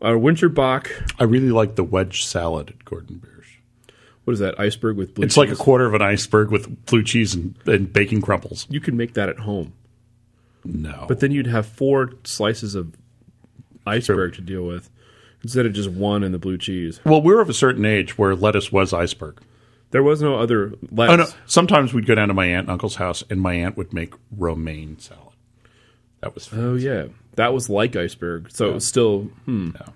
Speaker 1: Our Winterbach,
Speaker 2: I really like the wedge salad at Gordon Biersch.
Speaker 1: what is that? Iceberg with blue
Speaker 2: It's like a
Speaker 1: cheese.
Speaker 2: quarter of an iceberg with blue cheese and, and bacon crumbles.
Speaker 1: you can make that at home,
Speaker 2: No.
Speaker 1: but then you'd have four slices of iceberg to deal with instead of just one and the blue cheese.
Speaker 2: well, we're of a certain age where lettuce was iceberg.
Speaker 1: There was no other lettuce.
Speaker 2: Oh, no. Sometimes we'd go down to my aunt and uncle's house, and my aunt would make romaine salad. That was
Speaker 1: Oh yeah, that was like iceberg. So it was still hmm.
Speaker 2: No.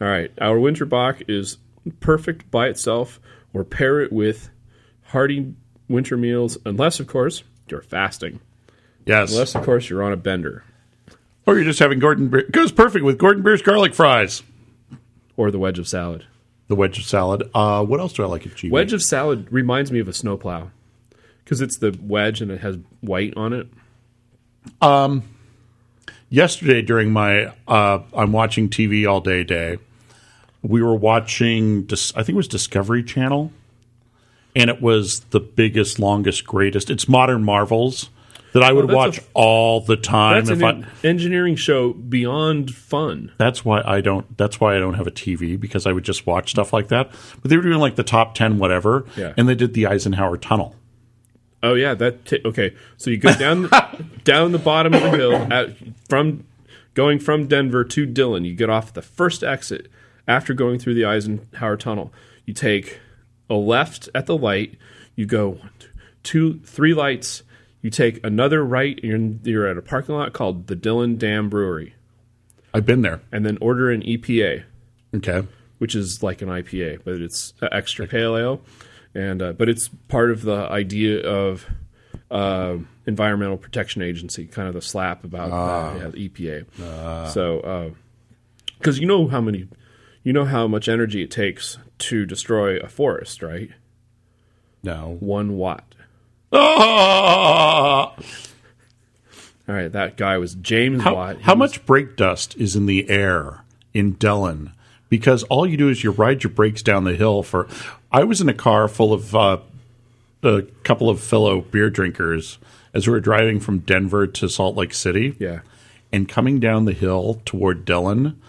Speaker 1: All right, our Winterbach is perfect by itself, or pair it with hearty winter meals, unless of course you're fasting,
Speaker 2: yes.
Speaker 1: unless of course you're on a bender
Speaker 2: Or you're just having Gordon Beer. Goes perfect with Gordon Beer's garlic fries.
Speaker 1: or the wedge of salad.
Speaker 2: The wedge of salad. Uh, what else do I like at G?
Speaker 1: Wedge of salad reminds me of a snowplow because it's the wedge and it has white on it.
Speaker 2: Yesterday during my uh, I'm watching TV all day day, we were watching. Dis- I think it was Discovery Channel, and it was the biggest, longest, greatest. It's modern marvels that I would
Speaker 1: Oh, that's a-
Speaker 2: watch all the time.
Speaker 1: That's an
Speaker 2: if I,
Speaker 1: en- engineering show beyond fun.
Speaker 2: That's why I don't. That's why I don't have a TV because I would just watch stuff like that. But they were doing like the top ten, whatever,
Speaker 1: Yeah.
Speaker 2: and they did the Eisenhower Tunnel.
Speaker 1: Oh yeah, that t- okay. So you go down down the bottom of the hill at, from going from Denver to Dillon. You get off at the first exit after going through the Eisenhower Tunnel. You take a left at the light. You go one, two, two, three lights. You take another right, and you're, you're at a parking lot called the Dillon Dam Brewery,
Speaker 2: I've been there.
Speaker 1: and then order an E EPA
Speaker 2: Okay,
Speaker 1: which is like an IPA, but it's a extra pale ale, and uh, but it's part of the idea of uh, Environmental Protection Agency, kind of the slap about
Speaker 2: Ah.
Speaker 1: that, yeah, the EPA. so, because you know how many, you know how much energy it takes to destroy a forest, right?
Speaker 2: no.
Speaker 1: One watt.
Speaker 2: Ah!
Speaker 1: All right, that guy was James Watt. He
Speaker 2: How
Speaker 1: was-
Speaker 2: much brake dust is in the air in Dillon? Because all you do is you ride your brakes down the hill for. I was in a car full of uh, a couple of fellow beer drinkers as we were driving from Denver to Salt Lake City.
Speaker 1: Yeah.
Speaker 2: And coming down the hill toward Dillon,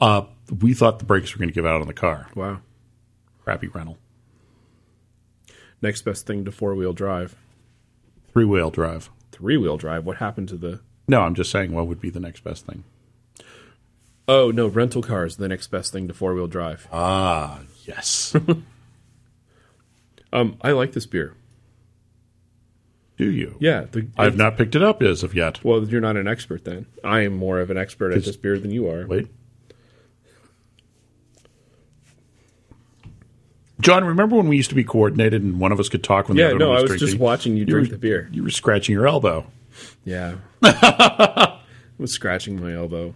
Speaker 2: uh, we thought the brakes were going to give out on the car.
Speaker 1: Wow.
Speaker 2: Crappy rental,
Speaker 1: Next best thing to four wheel drive.
Speaker 2: three wheel drive.
Speaker 1: Three wheel drive. What happened to the.
Speaker 2: No, I'm just saying what would be the next best thing.
Speaker 1: Oh, no, rental cars, the next best thing to four wheel drive.
Speaker 2: Ah, yes.
Speaker 1: Um, I like this beer.
Speaker 2: Do you?
Speaker 1: Yeah. The,
Speaker 2: I've not picked it up as of yet.
Speaker 1: Well, you're not an expert then. I am more of an expert at
Speaker 2: It's-
Speaker 1: this beer than you are.
Speaker 2: Wait. John, remember when we used to be coordinated and one of us could talk when the
Speaker 1: Yeah,
Speaker 2: other
Speaker 1: no,
Speaker 2: one
Speaker 1: I
Speaker 2: was
Speaker 1: was
Speaker 2: drinking?
Speaker 1: just watching you
Speaker 2: You
Speaker 1: drink
Speaker 2: were-
Speaker 1: the beer.
Speaker 2: You were scratching your elbow.
Speaker 1: Yeah. I was scratching my elbow.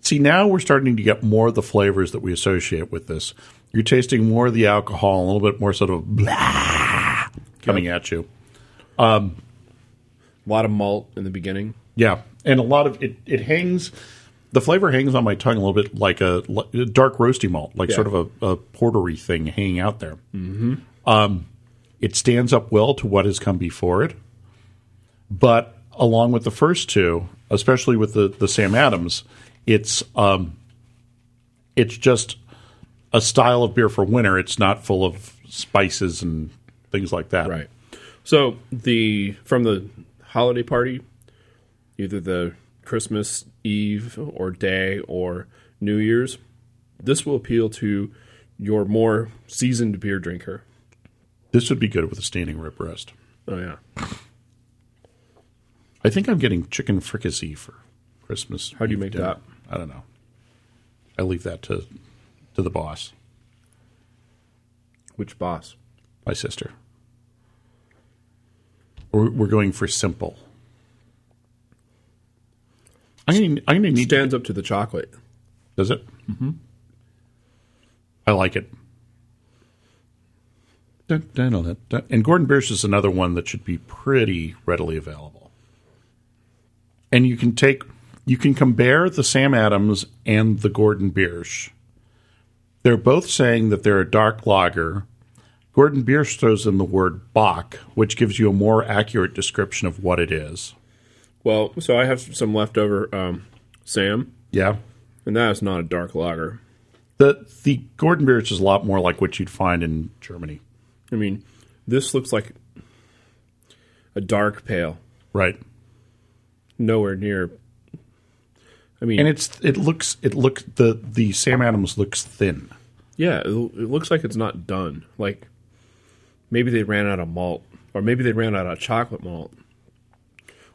Speaker 2: See, now we're starting to get more of the flavors that we associate with this. You're tasting more of the alcohol, a little bit more sort of blah coming at you.
Speaker 1: A lot of malt in the beginning.
Speaker 2: Yeah, and a lot of it. It hangs. The flavor hangs on my tongue a little bit like a, like a dark roasty malt, like
Speaker 1: Yeah.
Speaker 2: sort of a, a portery thing hanging out there. Mm-hmm. Um, it stands up well to what has come before it, but along with the first two, especially with the the Sam Adams, it's um, it's just a style of beer for winter. It's not full of spices and things like that.
Speaker 1: Right. So the from the holiday party, either the Christmas Eve or day or New Year's, this will appeal to your more seasoned beer drinker.
Speaker 2: This would be good with a standing rib roast.
Speaker 1: Oh yeah.
Speaker 2: I think I'm getting chicken fricassee for Christmas.
Speaker 1: How do you
Speaker 2: Eve
Speaker 1: make
Speaker 2: dinner.
Speaker 1: that?
Speaker 2: I don't know. I leave that to to the boss,
Speaker 1: Which boss?
Speaker 2: my sister. We're, we're going for simple. I'm gonna, I'm gonna need.
Speaker 1: Stands up to the chocolate.
Speaker 2: does it? Mm-hmm. I like it. Dun, dun, dun, dun, dun. And Gordon Biersch is another one that should be pretty readily available. and you can take you can compare the Sam Adams and the Gordon Biersch. They're both saying that they're a dark lager. Gordon Biersch throws in the word Bach, which gives you a more accurate description of what it is.
Speaker 1: Well, so I have some leftover um, Sam,
Speaker 2: Yeah.
Speaker 1: and that is not a dark lager.
Speaker 2: The the Gordon Biersch is a lot more like what you'd find in Germany.
Speaker 1: I mean, this looks like a dark pale,
Speaker 2: Right.
Speaker 1: nowhere near. I mean,
Speaker 2: And it's it looks it looks the the Sam Adams looks thin.
Speaker 1: Yeah, it, it looks like it's not done. Like maybe they ran out of malt, or maybe they ran out of chocolate malt,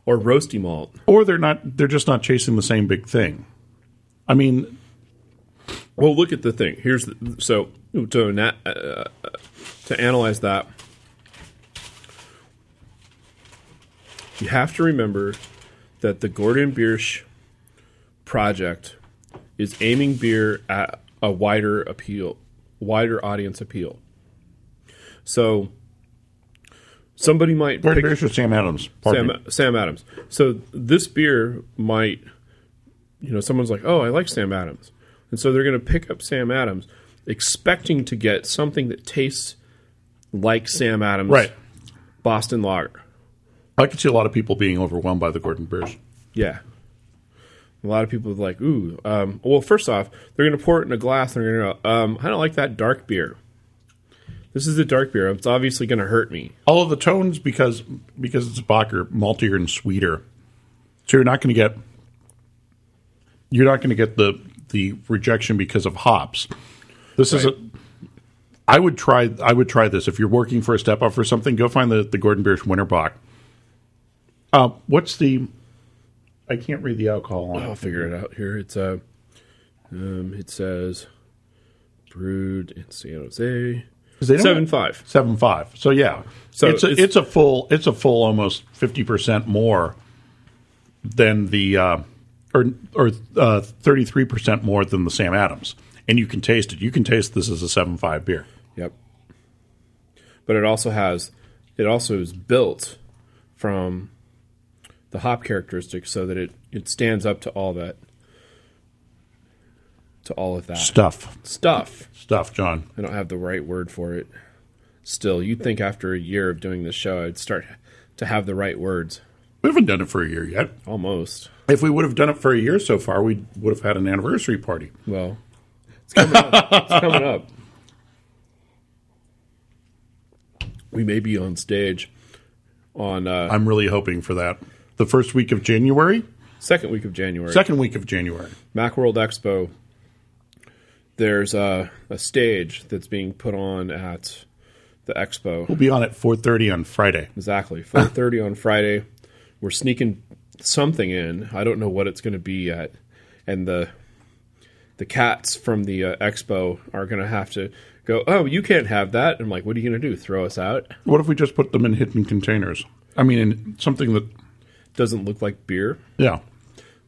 Speaker 1: or roasty malt.
Speaker 2: Or they're not they're just not chasing the same big thing. I mean,
Speaker 1: Well, look at the thing. Here's the, so to na- uh, to analyze that. You have to remember that the Gordon Biersch project is aiming beer at a wider appeal, wider audience appeal. So somebody might
Speaker 2: Gordon
Speaker 1: pick
Speaker 2: Biersch or Sam Adams. Pardon me.
Speaker 1: Sam, Sam Adams. So this beer might, you know, someone's like, oh, I like Sam Adams. And so they're going to pick up Sam Adams expecting to get something that tastes like Sam Adams.
Speaker 2: Right.
Speaker 1: Boston Lager.
Speaker 2: I could see a lot of people being overwhelmed by the Gordon Biersch.
Speaker 1: Yeah. A lot of people are like, ooh, um, well, first off, they're going to pour it in a glass and they're going to go, um, I don't like that dark beer. This is a dark beer. It's obviously going to hurt me.
Speaker 2: Although the tones, because because it's Bacher, maltier and sweeter, so you're not going to get you're not going to get the the rejection because of hops. This is a. I would try. I would try this if you're working for a step up or something. Go find the the Gordon Biersch Winterbach. Uh, what's the? I can't read the alcohol on
Speaker 1: I'll
Speaker 2: it.
Speaker 1: figure it out here. It's uh, um, it says brewed in San Jose.
Speaker 2: 'Cause they don't-
Speaker 1: Seven five.
Speaker 2: Seven five. So yeah,
Speaker 1: So
Speaker 2: it's a, it's,
Speaker 1: it's-
Speaker 2: a full it's a full almost fifty percent more than the uh, or or thirty three percent more than the Sam Adams, and you can taste it. You can taste this as a seven five beer.
Speaker 1: Yep. But it also has, it also is built from the hop characteristics so that it it stands up to all that, to all of that
Speaker 2: Stuff,
Speaker 1: stuff.
Speaker 2: stuff, John.
Speaker 1: I don't have the right word for it. still. You'd think after a year of doing this show, I'd start to have the right words.
Speaker 2: We haven't done it for a year yet.
Speaker 1: Almost.
Speaker 2: If we would have done it for a year so far, we would have had an anniversary party.
Speaker 1: Well, it's coming up. It's coming up. We may be on stage on uh,
Speaker 2: I'm really hoping for that. The first week of January,
Speaker 1: second week of January.
Speaker 2: second week of January.
Speaker 1: MacWorld Expo, there's a, a stage that's being put on at the expo.
Speaker 2: We'll be on at 4:30 on Friday.
Speaker 1: Exactly, 4:30 on Friday. We're sneaking something in. I don't know what it's going to be yet, and the the cats from the uh, expo are going to have to go. Oh, you can't have that. I'm like, what are you going to do? Throw us out?
Speaker 2: What if we just put them in hidden containers? I mean, in something that
Speaker 1: Doesn't look like beer.
Speaker 2: yeah,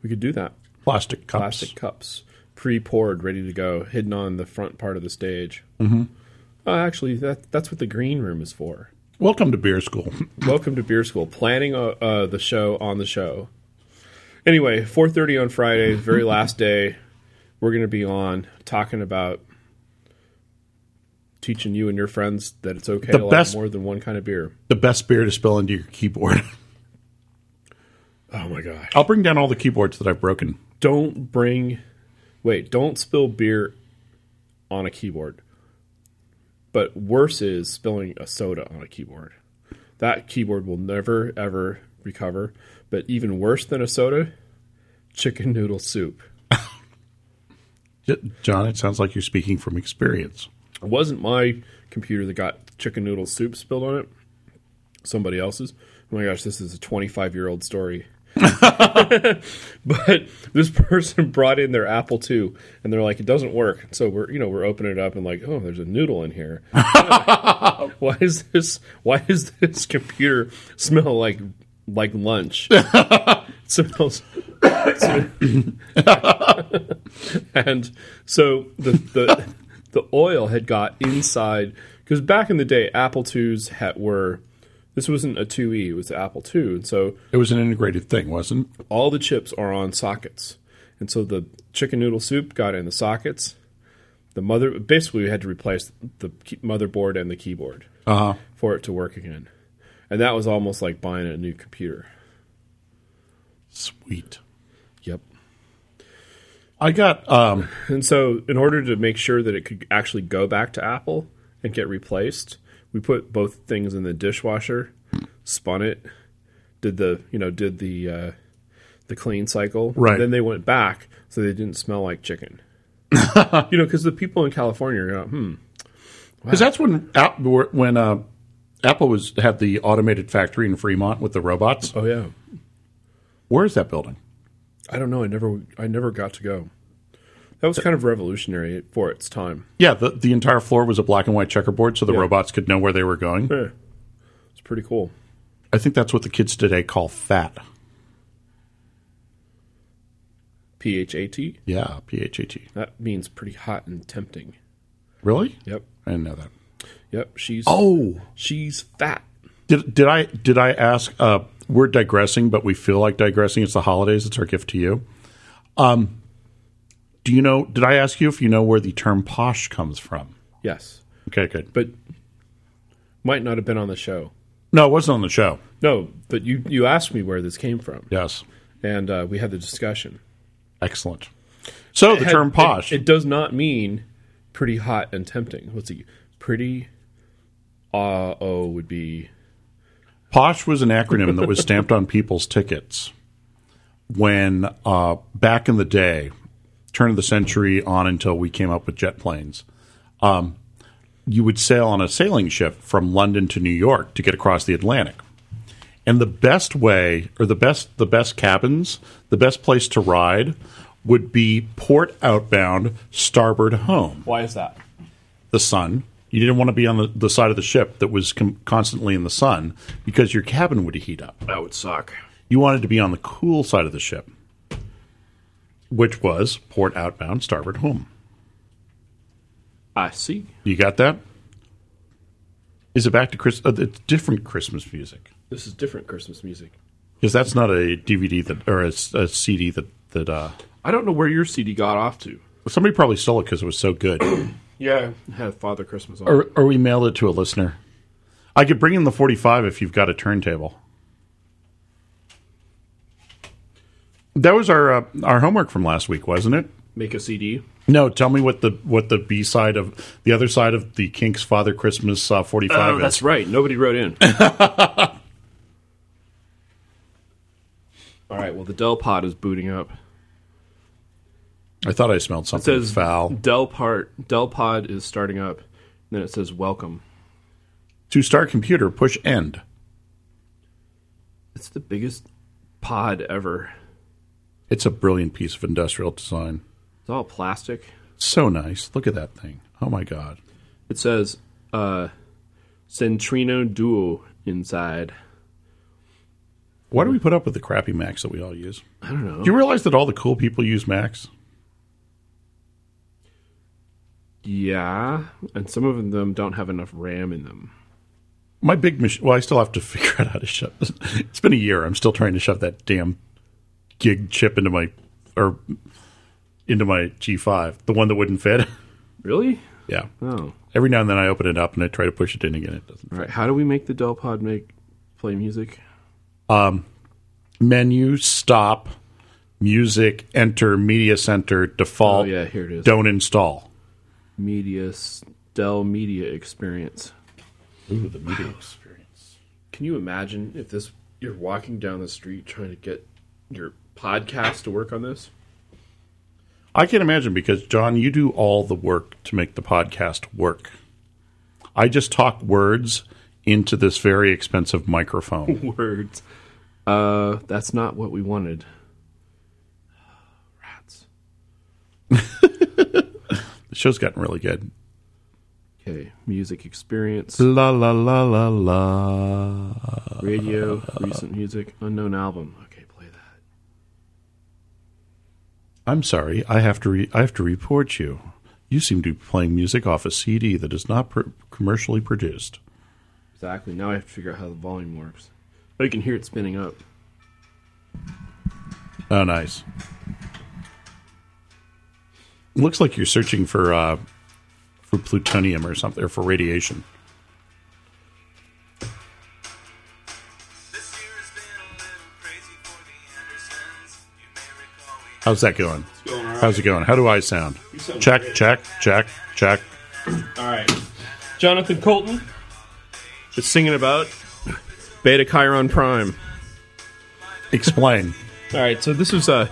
Speaker 1: We could do that.
Speaker 2: plastic cups.
Speaker 1: Plastic cups, pre-poured, ready to go, hidden on the front part of the stage. Mm-hmm. Uh, actually, that that's what the green room is for.
Speaker 2: Welcome to beer school.
Speaker 1: Welcome to Beer School. Planning uh, uh, the show on the show. Anyway, 4:30 on Friday, very last day. We're going to be on talking about teaching you and your friends that it's okay to like
Speaker 2: best-
Speaker 1: more than one kind of beer.
Speaker 2: the best beer to spill into your keyboard.
Speaker 1: Oh my gosh!
Speaker 2: I'll bring down all the keyboards that I've broken.
Speaker 1: Don't bring, wait, don't spill beer on a keyboard. But worse is spilling a soda on a keyboard. That keyboard will never ever recover. But even worse than a soda, chicken noodle soup.
Speaker 2: J- John, it sounds like you're speaking from experience.
Speaker 1: It wasn't my computer that got chicken noodle soup spilled on it. Somebody else's. Oh my gosh, this is a 25 year old story. but this person brought in their Apple II, and they're like, it doesn't work. So we're you know we're opening it up and like, oh, there's a noodle in here. why is this? Why does this computer smell like like lunch? it smells and so the the the oil had got inside because back in the day Apple IIs had, were this wasn't a 2e it was the Apple II and so
Speaker 2: It was an integrated thing, wasn't it?
Speaker 1: all the chips are on sockets and so the chicken noodle soup got in the sockets the mother basically we had to replace the key- motherboard and the keyboard
Speaker 2: Uh,
Speaker 1: for it to work again and that was almost like buying a new computer
Speaker 2: sweet.
Speaker 1: yep
Speaker 2: I got um,
Speaker 1: And so, in order to make sure that it could actually go back to Apple and get replaced, we put both things in the dishwasher, spun it, did the you know did the uh, the clean cycle.
Speaker 2: Right.
Speaker 1: Then they went back, so they didn't smell like chicken. you know, because the people in California are going, hmm.
Speaker 2: because that's when App, when uh, Apple was had the automated factory in Fremont with the robots.
Speaker 1: Oh yeah.
Speaker 2: Where is that building?
Speaker 1: I don't know. I never I never got to go. That was kind of revolutionary for its time.
Speaker 2: Yeah, the, the entire floor was a black and white checkerboard, so the robots could know where they were going.
Speaker 1: Yeah. It's pretty cool.
Speaker 2: I think that's what the kids today call fat.
Speaker 1: P H A T.
Speaker 2: Yeah, P H A T.
Speaker 1: That means pretty hot and tempting.
Speaker 2: Really?
Speaker 1: Yep.
Speaker 2: I didn't know that.
Speaker 1: Yep, she's
Speaker 2: Oh,
Speaker 1: she's fat.
Speaker 2: did did I did I ask? Uh, we're digressing, but we feel like digressing. It's the holidays. It's our gift to you. Um, do you know? Did I ask you if you know where the term posh comes from?
Speaker 1: Yes,
Speaker 2: Okay, good.
Speaker 1: but might not have been on the show.
Speaker 2: No, it wasn't on the show.
Speaker 1: No, but you you asked me where this came from,
Speaker 2: Yes,
Speaker 1: and uh, we had the discussion.
Speaker 2: excellent. So the
Speaker 1: Had-
Speaker 2: term posh.
Speaker 1: It, it does not mean pretty hot and tempting. Let's see, pretty. Uh, oh, would be
Speaker 2: Posh was an acronym that was stamped on people's tickets when uh, back in the day, turn of the century on until we came up with jet planes. Um, you would sail on a sailing ship from London to New York to get across the Atlantic. And the best way or the best the best cabins, the best place to ride would be port outbound, starboard home
Speaker 1: why is that?
Speaker 2: the sun. You didn't want to be on the, the side of the ship that was com- constantly in the sun because your cabin would heat up.
Speaker 1: That would suck.
Speaker 2: You wanted to be on the cool side of the ship, which was port outbound, starboard home.
Speaker 1: I see.
Speaker 2: You got that? Is it back to Chris? Uh, it's different Christmas music
Speaker 1: This is different Christmas music.
Speaker 2: because that's not a DVD that or a, s- a CD that that uh,
Speaker 1: I don't know where your CD got off to.
Speaker 2: somebody probably stole it because it was so good,
Speaker 1: Yeah, had Father Christmas on.
Speaker 2: or or we mailed it to a listener. I could bring in the 45 if you've got a turntable. That was our uh, our homework from last week, wasn't it?
Speaker 1: Make a CD.
Speaker 2: No, tell me what the what the B side of the other side of the Kinks Father Christmas uh, 45
Speaker 1: Oh,
Speaker 2: is.
Speaker 1: that's right. Nobody wrote in. All right. Well, the Dell Pod is booting up.
Speaker 2: I thought I smelled
Speaker 1: It
Speaker 2: something
Speaker 1: says
Speaker 2: foul.
Speaker 1: Dell Part Dell Pod is starting up. And then it says welcome.
Speaker 2: To start computer, push end.
Speaker 1: It's the biggest pod ever.
Speaker 2: It's a brilliant piece of industrial design.
Speaker 1: It's all plastic.
Speaker 2: So nice. Look at that thing. Oh my god.
Speaker 1: It says uh, Centrino Duo inside.
Speaker 2: Why do we put up with the crappy Macs that we all use?
Speaker 1: I don't know.
Speaker 2: Do you realize that all the cool people use Macs?
Speaker 1: Yeah, and some of them don't have enough RAM in them.
Speaker 2: My big machine. Well, I still have to figure out how to shove. This. It's been a year. I'm still trying to shove that damn gig chip into my or into my G5, the one that wouldn't fit.
Speaker 1: Really?
Speaker 2: yeah.
Speaker 1: Oh.
Speaker 2: Every now and then I open it up and I try to push it in again. It doesn't.
Speaker 1: All right. How do we make the Dell Pod make play music?
Speaker 2: Menu stop, music enter, media center default.
Speaker 1: Oh, yeah, here it is.
Speaker 2: Don't install.
Speaker 1: Media s- Dell Media Experience.
Speaker 2: Ooh, the media experience.
Speaker 1: Can you imagine if this you're walking down the street trying to get your podcast to work on this?
Speaker 2: I can imagine because John, you do all the work to make the podcast work. I just talk words into this very expensive microphone.
Speaker 1: Words. Uh, that's not what we wanted. Rats.
Speaker 2: the show's gotten really good.
Speaker 1: Okay, music experience,
Speaker 2: La la la la la.
Speaker 1: radio, recent music, unknown album. Okay, play that.
Speaker 2: I'm sorry, I have to re- I have to report you. You seem to be playing music off a CD that is not pr- commercially produced.
Speaker 1: Exactly. Now I have to figure out how the volume works. Oh, you can hear it spinning up.
Speaker 2: Oh, nice. Looks like you're searching for uh, for plutonium or something, or for radiation.
Speaker 3: This year has been a little crazy for the Andersons. You may recall we
Speaker 2: How's that going? How's it going? How do I sound? Check, check, check, check.
Speaker 1: All right. Jonathan Colton is singing about Beta Chiron Prime.
Speaker 2: Explain.
Speaker 1: All right, so this is a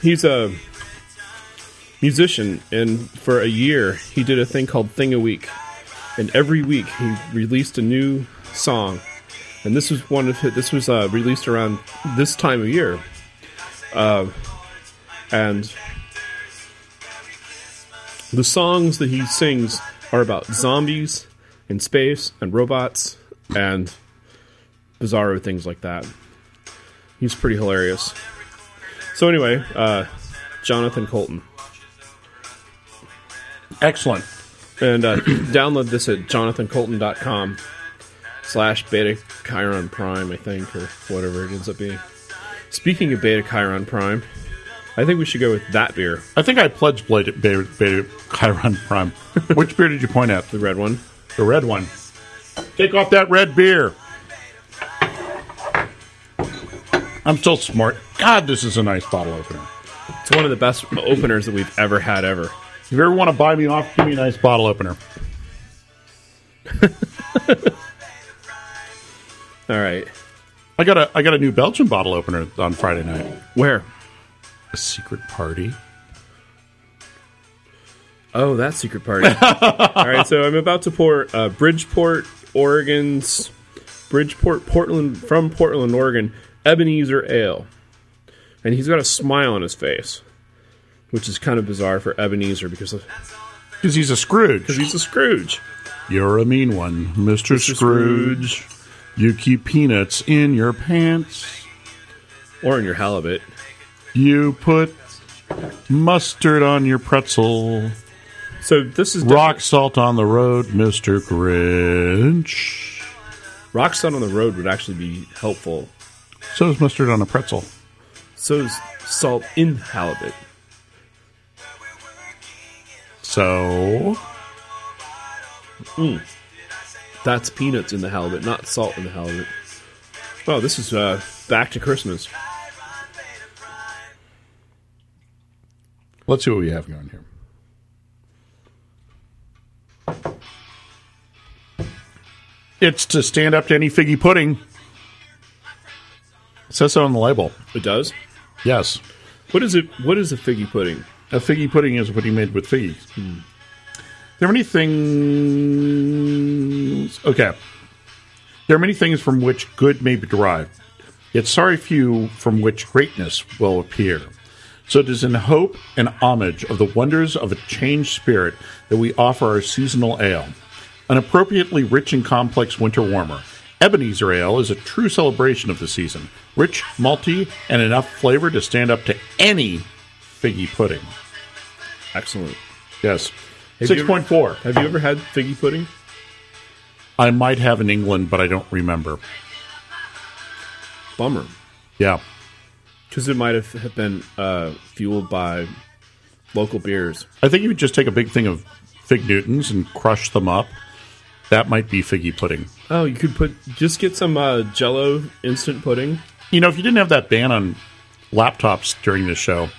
Speaker 1: he's a musician and for a year he did a thing called Thing a Week. And every week he released a new song. And this was one of his, this was uh, released around this time of year. Uh, and the songs that he sings are about zombies and space and robots and bizarro things like that. He's pretty hilarious. So anyway, uh, Jonathan Colton,
Speaker 2: Excellent.
Speaker 1: and uh, download this at jonathancolton.com slash Beta Chiron Prime, I think, or whatever it ends up being. Speaking of Beta Chiron Prime, I think we should go with that beer,
Speaker 2: I think I pledged Blade Beta, Beta Chiron Prime. Which beer did you point at?
Speaker 1: the red one.
Speaker 2: The red one. Take off that red beer. I'm still smart. God, this is a nice bottle opener.
Speaker 1: It's one of the best openers that we've ever had ever.
Speaker 2: If you ever want to buy me off, give me a nice bottle opener.
Speaker 1: All right,
Speaker 2: I got a I got a new Belgian bottle opener on Friday night.
Speaker 1: where?
Speaker 2: A secret party.
Speaker 1: Oh, that secret party. All right, so I'm about to pour uh, Bridgeport, Oregon's Bridgeport, Portland from Portland, Oregon, Ebenezer Ale, and he's got a smile on his face, which is kind of bizarre for Ebenezer because of-
Speaker 2: Because he's a Scrooge.
Speaker 1: he's a Scrooge.
Speaker 2: You're a mean one, Mr. Scrooge. You keep peanuts in your pants.
Speaker 1: Or in your halibut,
Speaker 2: You put mustard on your pretzel.
Speaker 1: so this is
Speaker 2: Rock salt on the road, Mr. Grinch.
Speaker 1: rock sun on the road would actually be helpful.
Speaker 2: So is mustard on a pretzel.
Speaker 1: So is salt in halibut.
Speaker 2: So
Speaker 1: That's peanuts in the halibut, not salt in the halibut. Oh, this is uh, back to Christmas.
Speaker 2: Let's see what we have going here. It's to stand up to any figgy pudding. It says so on the label.
Speaker 1: It does.
Speaker 2: Yes.
Speaker 1: What is it? What is a figgy pudding?
Speaker 2: A figgy pudding is what he made with figgies. There are many things. Okay. There are many things from which good may be derived, yet sorry few from which greatness will appear. So it is in hope and homage of the wonders of a changed spirit that we offer our seasonal ale, an appropriately rich and complex winter warmer. Ebenezer Ale is a true celebration of the season, rich, malty, and enough flavor to stand up to any figgy pudding.
Speaker 1: Excellent.
Speaker 2: Yes.
Speaker 1: Have you-
Speaker 2: 6.4.
Speaker 1: Have you ever had figgy pudding?
Speaker 2: I might have in England, but I don't remember.
Speaker 1: Bummer,
Speaker 2: Yeah.
Speaker 1: because it might have have been uh, fueled by local beers.
Speaker 2: I think you would just take a big thing of fig Newtons and crush them up. That might be figgy pudding.
Speaker 1: Oh, you could put just get some uh, Jello instant pudding.
Speaker 2: You know, if you didn't have that ban on laptops during this show,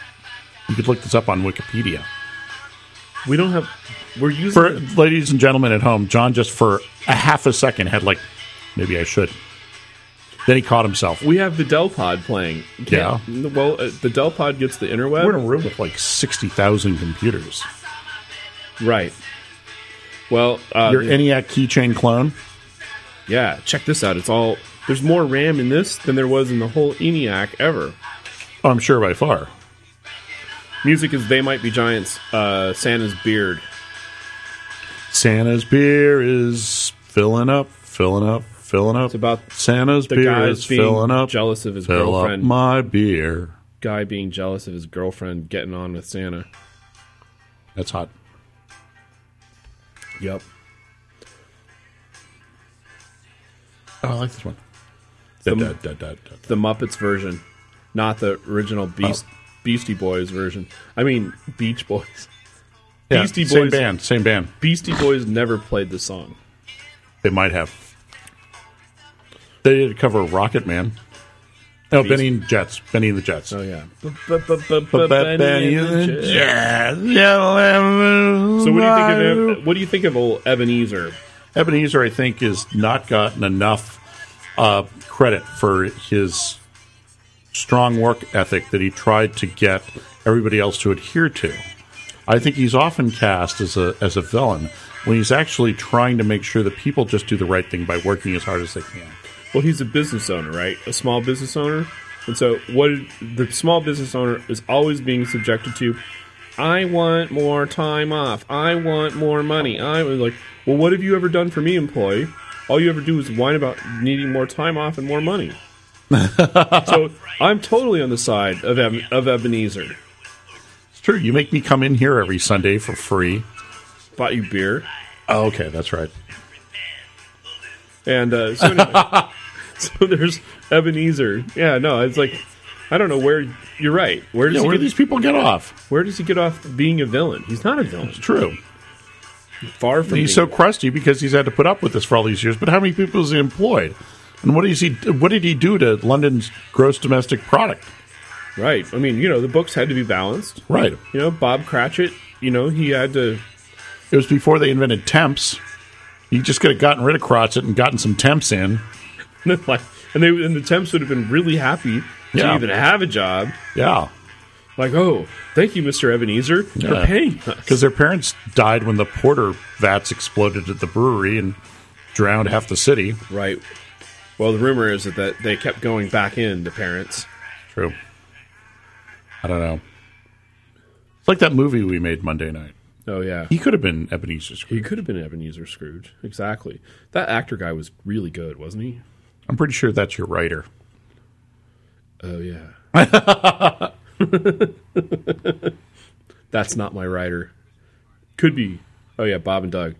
Speaker 2: you could look this up on Wikipedia.
Speaker 1: We don't have. We're using.
Speaker 2: For ladies and gentlemen at home, John just for a half a second had like, maybe I should. Then he caught himself.
Speaker 1: we have the Del Pod playing.
Speaker 2: Yeah.
Speaker 1: Well, uh, the Del Pod gets the interweb.
Speaker 2: We're in a room with like 60,000 computers.
Speaker 1: Right. Well, uh,
Speaker 2: Your ENIAC keychain clone?
Speaker 1: yeah. Check this out. It's all there's more RAM in this than there was in the whole ENIAC ever.
Speaker 2: Oh, I'm sure by far.
Speaker 1: Music is "They Might Be Giants." Uh, Santa's beard.
Speaker 2: Santa's beer is filling up, filling up, filling up. It's
Speaker 1: about
Speaker 2: Santa's
Speaker 1: The
Speaker 2: beer
Speaker 1: guy's
Speaker 2: is
Speaker 1: being
Speaker 2: filling up.
Speaker 1: jealous of his
Speaker 2: fill
Speaker 1: girlfriend.
Speaker 2: up my beer.
Speaker 1: Guy being jealous of his girlfriend getting on with Santa.
Speaker 2: That's hot.
Speaker 1: Yep.
Speaker 2: Oh, I like this one.
Speaker 1: The-
Speaker 2: Da, da, da, da, da.
Speaker 1: The Muppets version, not the original Beast Beastie Boys version. I mean Beach Boys.
Speaker 2: Yeah,
Speaker 1: Beastie
Speaker 2: Same
Speaker 1: Boys-
Speaker 2: band. Same band.
Speaker 1: Beastie Boys never played the song.
Speaker 2: They might have. They did a cover of Rocket Man. Oh, Benny and Jets. Benny and the Jets.
Speaker 1: Oh yeah.
Speaker 2: But that Benny and the Jets. Yeah.
Speaker 1: So what do you think of Eb- what do you think of old Ebenezer?
Speaker 2: Ebenezer, I think, has not gotten enough uh, credit for his strong work ethic that he tried to get everybody else to adhere to. I think he's often cast as a as a villain when he's actually trying to make sure that people just do the right thing by working as hard as they can.
Speaker 1: Well, he's a business owner, right? A small business owner. And so what the small business owner is always being subjected to I want more time off. I want more money. I was like, "Well, what have you ever done for me, employee? All you ever do is whine about needing more time off and more money." so, I'm totally on the side of Eb- of Ebenezer.
Speaker 2: It's true. You make me come in here every Sunday for free.
Speaker 1: Bought you beer.
Speaker 2: Oh, okay, that's right.
Speaker 1: And uh, so, anyway, so there's Ebenezer. Yeah, no, it's like I don't know where you're right. Where does
Speaker 2: Yeah,
Speaker 1: he
Speaker 2: where do
Speaker 1: get,
Speaker 2: these people get off?
Speaker 1: where does he get off being a villain? He's not a villain.
Speaker 2: It's true.
Speaker 1: Far from
Speaker 2: He's so
Speaker 1: being-
Speaker 2: crusty because he's had to put up with this for all these years. But how many people is he employed? And what is he? What did he do to London's gross domestic product?
Speaker 1: right. I mean, you know, the books had to be balanced.
Speaker 2: Right.
Speaker 1: You know, Bob Cratchit. You know, he had to.
Speaker 2: It was before they invented temps. He just could have gotten rid of Crotchet and gotten some temps in.
Speaker 1: like, and they and the temps would have been really happy to
Speaker 2: Yeah.
Speaker 1: even have a job.
Speaker 2: Yeah,
Speaker 1: Like, oh, thank you, Mister Ebenezer, for
Speaker 2: Yeah.
Speaker 1: paying us.
Speaker 2: because their parents died when the porter vats exploded at the brewery and drowned half the city.
Speaker 1: Right. Well, the rumor is that, that they kept going back in the parents.
Speaker 2: True. I don't know. It's like that movie we made Monday night.
Speaker 1: Oh yeah.
Speaker 2: He could have been Ebenezer Scrooge.
Speaker 1: He could have been Ebenezer Scrooge. Exactly. That actor guy was really good, wasn't he?
Speaker 2: I'm pretty sure that's your writer.
Speaker 1: Oh yeah. That's not my writer. Could be. Oh yeah, Bob and Doug.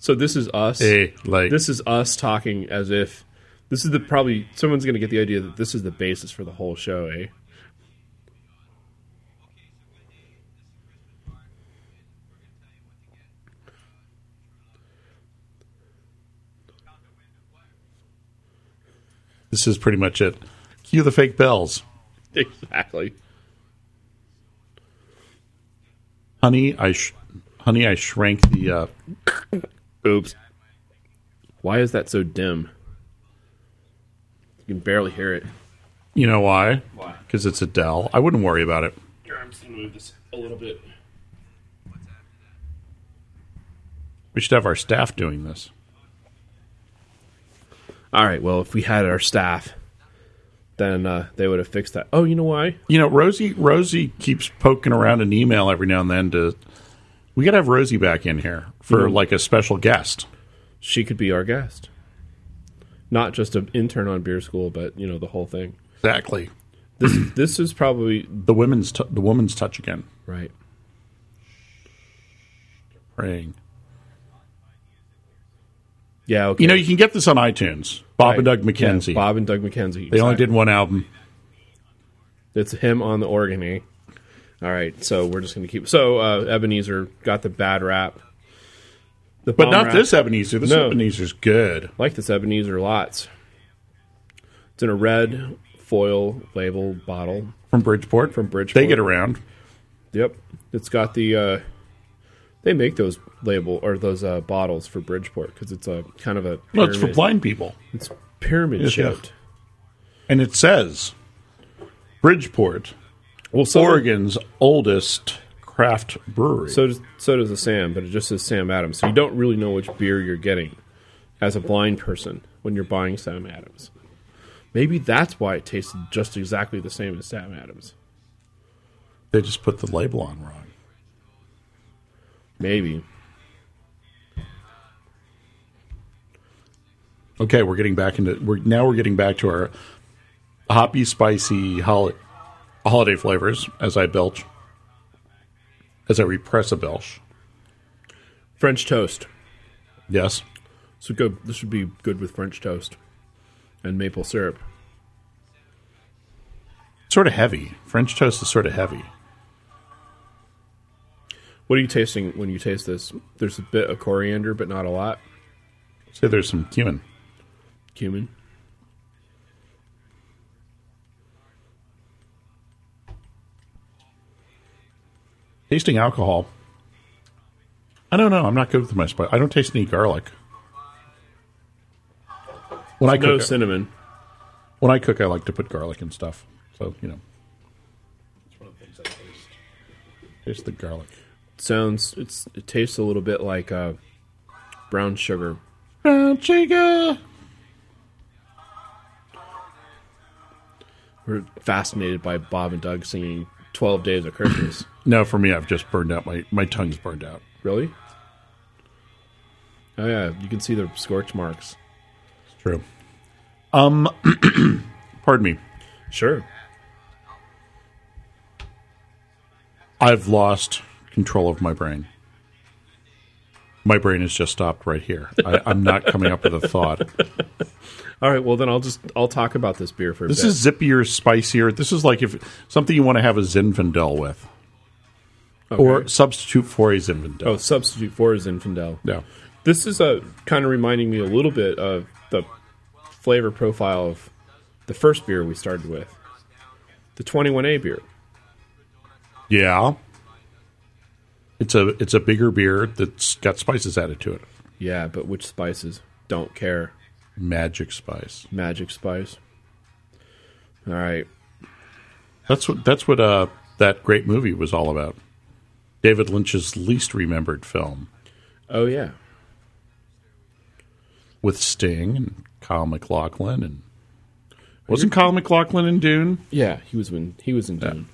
Speaker 1: So this is us.
Speaker 2: Hey, Eh, like
Speaker 1: This is us talking as if this is the probably someone's going to get the idea that this is the basis for the whole show, eh?
Speaker 2: This is pretty much it. Cue the fake bells.
Speaker 1: Exactly.
Speaker 2: Honey, I sh- honey, I shrank the uh,
Speaker 1: Oops. Why is that so dim? You can barely hear it.
Speaker 2: you know why?
Speaker 1: Why?
Speaker 2: Because it's Adele. I wouldn't worry about it.
Speaker 1: Here, I'm just gonna move this a little bit.
Speaker 2: We should have our staff doing this.
Speaker 1: All right. Well, if we had our staff, then uh, they would have fixed that. Oh, you know why?
Speaker 2: You know, Rosie Rosie keeps poking around an email every now and then to we gotta have Rosie back in here for
Speaker 1: Mhm.
Speaker 2: like a special guest.
Speaker 1: She could be our guest. Not just an intern on beer school, but you know the whole thing.
Speaker 2: Exactly.
Speaker 1: This this is probably
Speaker 2: The women's t- the woman's touch again.
Speaker 1: right.
Speaker 2: Praying.
Speaker 1: Yeah. Okay.
Speaker 2: You know, you can get this on iTunes. Bob and Doug
Speaker 1: Right.
Speaker 2: McKenzie.
Speaker 1: Yeah, Bob and Doug McKenzie.
Speaker 2: They only did one album.
Speaker 1: It's him on the organ. Eh? All right, so we're just going to keep. So uh, Ebenezer got the bad rap. The
Speaker 2: But
Speaker 1: bomb
Speaker 2: not
Speaker 1: rap.
Speaker 2: this Ebenezer. This
Speaker 1: No.
Speaker 2: Ebenezer's good.
Speaker 1: I like this Ebenezer lots. It's in a red foil label bottle.
Speaker 2: From Bridgeport.
Speaker 1: From
Speaker 2: They
Speaker 1: Bridgeport.
Speaker 2: get around.
Speaker 1: Yep, it's got the. Uh, they make those label or those uh, bottles for Bridgeport because it's a kind of a. Pyramid,
Speaker 2: No, it's for blind people.
Speaker 1: It's pyramid
Speaker 2: Yes, yeah.
Speaker 1: shaped.
Speaker 2: And it says Bridgeport,
Speaker 1: Well, so
Speaker 2: Oregon's oldest craft brewery.
Speaker 1: So does, so does the Sam, but it just says Sam Adams. So you don't really know which beer you're getting as a blind person when you're buying Sam Adams. Maybe that's why it tasted just exactly the same as Sam Adams.
Speaker 2: they just put the label on wrong.
Speaker 1: Maybe.
Speaker 2: Okay, we're getting back into we're now we're getting back to our hoppy, spicy hol- holiday flavors as I belch, as I repress a belch.
Speaker 1: French toast.
Speaker 2: Yes,
Speaker 1: This would go. This would be good with French toast and maple syrup.
Speaker 2: sort of heavy. French toast is sort of heavy.
Speaker 1: What are you tasting when you taste this? There's a bit of coriander, but not a lot.
Speaker 2: Say there's some cumin.
Speaker 1: Cumin.
Speaker 2: Tasting alcohol. I don't know. I'm not good with my spice. I don't taste any garlic. When I
Speaker 1: No
Speaker 2: cook,
Speaker 1: cinnamon.
Speaker 2: when I cook, I like to put garlic and stuff. So you know, it's one of the things I taste. Taste the garlic.
Speaker 1: sounds. It's. It tastes a little bit like uh, brown sugar.
Speaker 2: Brown sugar.
Speaker 1: We're fascinated by Bob and Doug singing 12 Days of Christmas.
Speaker 2: No, for me, I've just burned out. My my tongue's burned out.
Speaker 1: really? Oh, yeah. You can see the scorch marks.
Speaker 2: It's true. Um, pardon me.
Speaker 1: Sure.
Speaker 2: I've lost control of my brain. My brain has just stopped right here. I, I'm not coming up with a thought.
Speaker 1: All right. Well, then I'll just I'll talk about this beer for a
Speaker 2: This
Speaker 1: bit.
Speaker 2: is zippier, spicier. This is like if something you want to have a Zinfandel with, or substitute for a Zinfandel.
Speaker 1: oh, substitute for is Infidel.
Speaker 2: no.
Speaker 1: This is a kind of reminding me a little bit of the flavor profile of the first beer we started with, the 21A beer.
Speaker 2: Yeah. It's a it's a bigger beer that's got spices added to it.
Speaker 1: Yeah, but which spices? Don't care.
Speaker 2: Magic spice.
Speaker 1: Magic spice. All right.
Speaker 2: That's what that's what uh, that great movie was all about. David Lynch's least remembered film
Speaker 1: Oh yeah.
Speaker 2: with Sting and Kyle MacLachlan and wasn't Kyle MacLachlan in Dune?
Speaker 1: Yeah, he was when he was in Dune.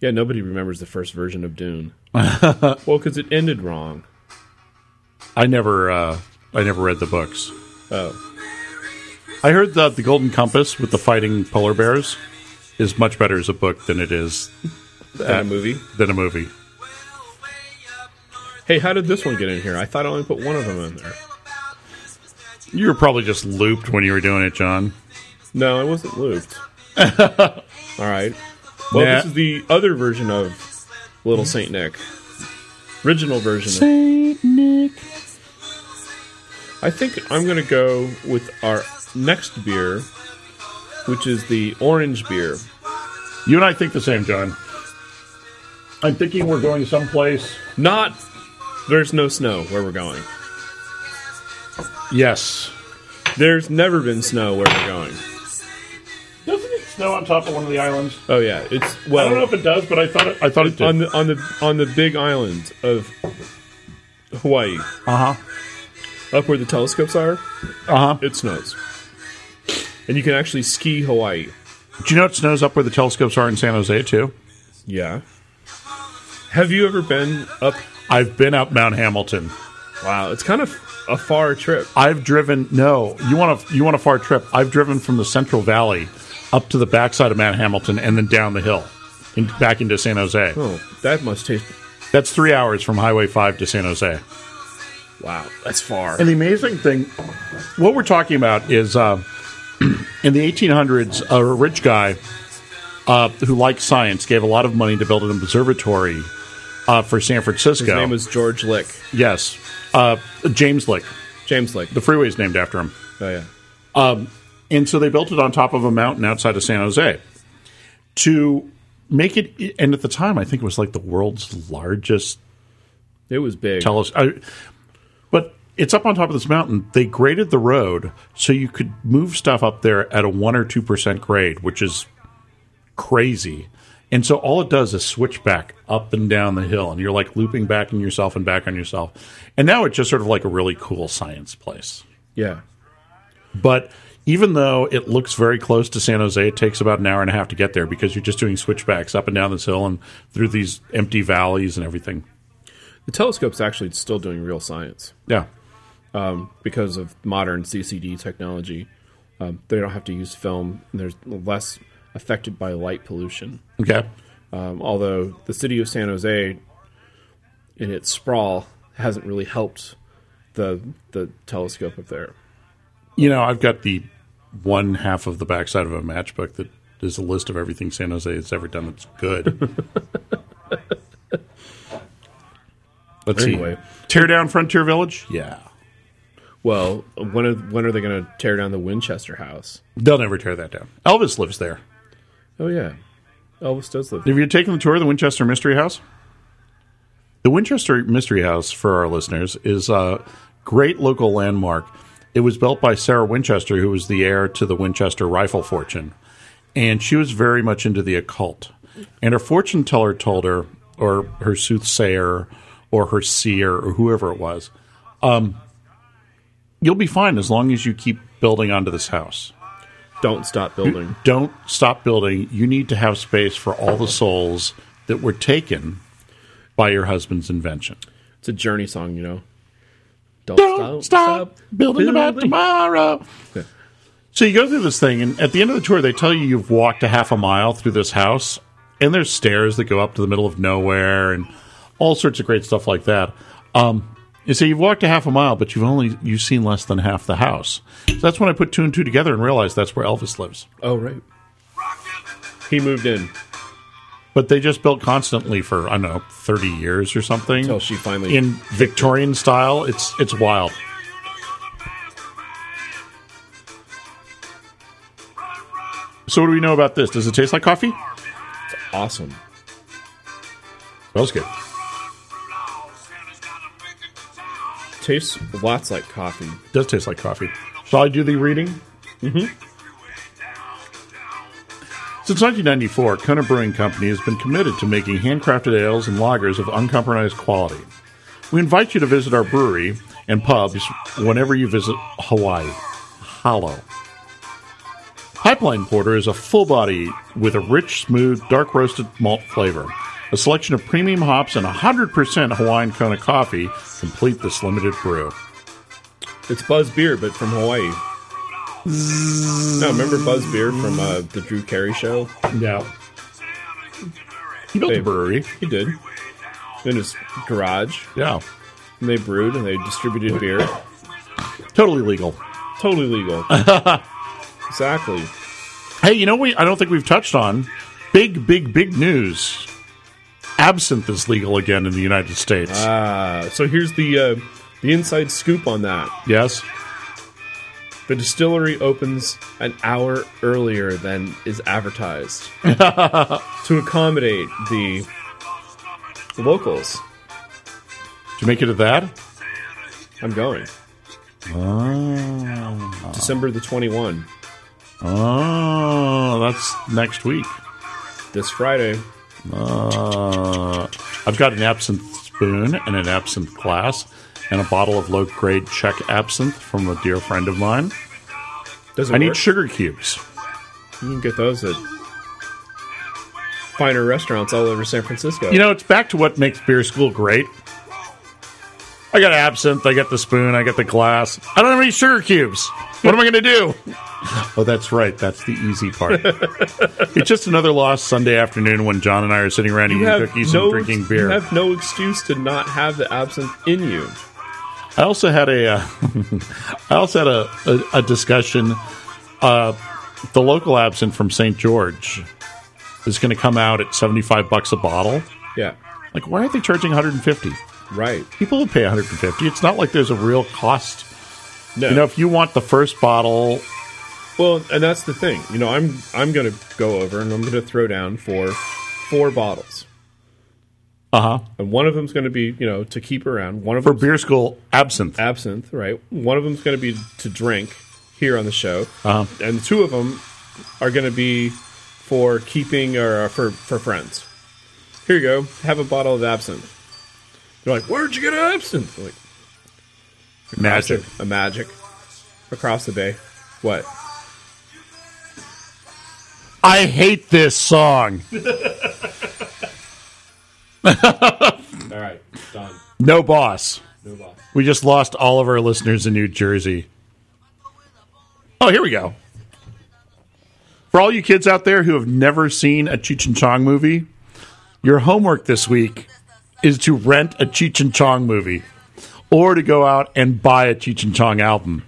Speaker 1: Yeah, nobody remembers the first version of Dune. well, because it ended wrong.
Speaker 2: I never uh, I never read the books.
Speaker 1: Oh,
Speaker 2: I heard that the Golden Compass with the fighting polar bears is much better as a book than it is
Speaker 1: that a movie.
Speaker 2: than a movie.
Speaker 3: Well, way up north,
Speaker 1: Hey, how did this one get in here? I thought I only put one of them in there.
Speaker 3: tell about Christmas that you
Speaker 2: You were probably just looped when you were doing it, John.
Speaker 1: No, I wasn't looped. All right. Well,
Speaker 2: Nah.
Speaker 1: this is the other version of Little Saint Nick. Original version. of- I think I'm gonna go with our next beer, which is the orange beer.
Speaker 2: You and I think the same, John. I'm thinking we're going someplace.
Speaker 1: Not there's no snow where we're going.
Speaker 2: Yes.
Speaker 1: There's never been snow where we're going.
Speaker 2: Doesn't it snow on top of one of the islands?
Speaker 1: Oh yeah, it's
Speaker 2: I don't know
Speaker 1: well
Speaker 2: if it does, but I thought it, I thought it did.
Speaker 1: on the on the on the big island of Hawaii, Uh-huh.
Speaker 2: uh huh.
Speaker 1: up where the telescopes are.
Speaker 2: Uh huh.
Speaker 1: It snows, and you can actually ski Hawaii.
Speaker 2: Do you know it snows up where the telescopes are in San Jose too?
Speaker 1: Yeah. Have you ever been up?
Speaker 2: I've been up Mount Hamilton.
Speaker 1: Wow, it's kind of a far trip.
Speaker 2: I've driven. No, you want a you want a far trip? I've driven from the Central Valley up to the backside of Mount Hamilton and then down the hill, and back into San Jose.
Speaker 1: Oh, that must taste.
Speaker 2: That's three hours from Highway Five to San Jose.
Speaker 1: Wow, that's far.
Speaker 2: And the amazing thing, what we're talking about is uh, in the 1800s, a rich guy uh, who liked science gave a lot of money to build an observatory uh, for San Francisco.
Speaker 1: His name was George Lick,
Speaker 2: yes, uh, James Lick.
Speaker 1: James Lick.
Speaker 2: The freeway's named after him.
Speaker 1: Oh yeah.
Speaker 2: And so they built it on top of a mountain outside of San Jose to make it. And at the time, I think it was like the world's largest
Speaker 1: It was big.
Speaker 2: tell us. I, but it's up on top of this mountain. They graded the road so you could move stuff up there at a one or two percent grade, which is crazy. And so all it does is switch back up and down the hill, and you're like looping back on yourself and back on yourself. And now it's just sort of like a really cool science place.
Speaker 1: yeah.
Speaker 2: But even though it looks very close to San Jose, it takes about an hour and a half to get there because you're just doing switchbacks up and down this hill and through these empty valleys and everything.
Speaker 1: The telescope's actually still doing real science
Speaker 2: Yeah.
Speaker 1: because of modern CCD technology. Um, they don't have to use film. And they're less affected by light pollution.
Speaker 2: Okay.
Speaker 1: Um, although the city of San Jose, in its sprawl, hasn't really helped the the telescope up there.
Speaker 2: You know, I've got the one half of the backside of a matchbook that is a list of everything San Jose has ever done that's good. Let's
Speaker 1: Anyway.
Speaker 2: see. Tear down Frontier Village? Yeah.
Speaker 1: Well, when are, when are they going to tear down the Winchester House?
Speaker 2: They'll never tear that down. Elvis lives there.
Speaker 1: Oh yeah, Elvis does live.
Speaker 2: Have you taken the tour of the Winchester Mystery House? The Winchester Mystery House, for our listeners, is a great local landmark. It was built by Sarah Winchester, who was the heir to the Winchester rifle fortune. And she was very much into the occult. And her fortune teller told her, or her soothsayer, or her seer, or whoever it was, um, you'll be fine as long as you keep building onto this house
Speaker 1: Don't stop building.
Speaker 2: don't stop building. You need to have space for all the souls that were taken by your husband's invention.
Speaker 1: It's a journey song, you know. Don't,
Speaker 2: Don't stop, building about tomorrow. So you go through this thing, and at the end of the tour, they tell you you've walked a half a mile through this house, and there's stairs that go up to the middle of nowhere, and all sorts of great stuff like that. Um, you say you've walked a half a mile, but you've only you've seen less than half the house. So that's when I put two and two together and realized that's where Elvis lives.
Speaker 1: Oh right. He moved in
Speaker 2: But they just built constantly for I don't know thirty years or something.
Speaker 1: until she finally.
Speaker 2: in Victorian style, it's it's wild. So what do we know about this? Does it taste like coffee?
Speaker 1: awesome.
Speaker 2: Smells good.
Speaker 1: Tastes lots like coffee.
Speaker 2: does taste like coffee. Shall I do the reading?
Speaker 1: Mm-hmm.
Speaker 2: Since 1994, Kona Brewing Company has been committed to making handcrafted ales and lagers of uncompromised quality. We invite you to visit our brewery and pubs whenever you visit Hawaii. Hollow. Pipeline Porter is a full body with a rich, smooth, dark roasted malt flavor. A selection of premium hops and 100% Hawaiian Kona coffee complete this limited brew.
Speaker 1: It's Buzz Beer, but from Hawaii. No, remember Buzz Beer from uh, the Drew Carey show?
Speaker 2: Yeah. He built
Speaker 1: Hey.
Speaker 2: a brewery.
Speaker 1: He did in his garage,
Speaker 2: Yeah.
Speaker 1: and they brewed and they distributed beer.
Speaker 2: Totally legal.
Speaker 1: Totally legal. exactly.
Speaker 2: Hey, you know we I don't think we've touched on big, big, big news. Absinthe is legal again in the United States.
Speaker 1: Uh, so here's the uh, the inside scoop on that.
Speaker 2: yes.
Speaker 1: The distillery opens an hour earlier than is advertised to accommodate the locals.
Speaker 2: Did you make it to that?
Speaker 1: I'm going. December the 21,
Speaker 2: Oh, that's next week.
Speaker 1: this Friday.
Speaker 2: Uh, I've got an absinthe spoon and an absinthe glass and a bottle of low grade Czech absinthe from a dear friend of mine.
Speaker 1: Does it
Speaker 2: I need
Speaker 1: work?
Speaker 2: sugar cubes.
Speaker 1: You can get those at finer restaurants all over San Francisco.
Speaker 2: You know, it's back to what makes beer school great. I got absinthe, I got the spoon, I got the glass. I don't have any sugar cubes. What am I going to do? Oh, that's right. That's the easy part. it's just another lost Sunday afternoon when John and I are sitting around
Speaker 1: You
Speaker 2: eating
Speaker 1: have
Speaker 2: cookies
Speaker 1: no-
Speaker 2: and drinking beer.
Speaker 1: You have no excuse to not have the absinthe in you.
Speaker 2: I also had a, uh, I also had a, a, a discussion. Uh, the local absinthe from St. George is going to come out at seventy five bucks a bottle.
Speaker 1: Yeah,
Speaker 2: Like, why aren't they charging one hundred and fifty?
Speaker 1: right.
Speaker 2: People will pay one hundred and fifty. It's not like there's a real cost.
Speaker 1: No,
Speaker 2: You know, if you want the first bottle,
Speaker 1: well, and that's the thing. You know, I'm I'm gonna go over and I'm gonna throw down for four bottles,
Speaker 2: uh huh,
Speaker 1: and one of them's gonna be you know to keep around. One of
Speaker 2: for
Speaker 1: them
Speaker 2: beer school absinthe,
Speaker 1: absinthe, right? One of them's going to be to drink here on the show,
Speaker 2: Uh-huh.
Speaker 1: and two of them are going to be for keeping or uh, for for friends. Here you go. Have a bottle of absinthe. You're like, where'd you get absinthe? I'm like,
Speaker 2: magic.
Speaker 1: a magic across the bay. What?
Speaker 2: I hate this song.
Speaker 1: All right, done.
Speaker 2: No boss.
Speaker 1: No boss.
Speaker 2: We just lost all of our listeners in New Jersey. Oh, here we go. For all you kids out there who have never seen a Cheech and Chong movie, your homework this week is to rent a Cheech and Chong movie or to go out and buy a Cheech and Chong album.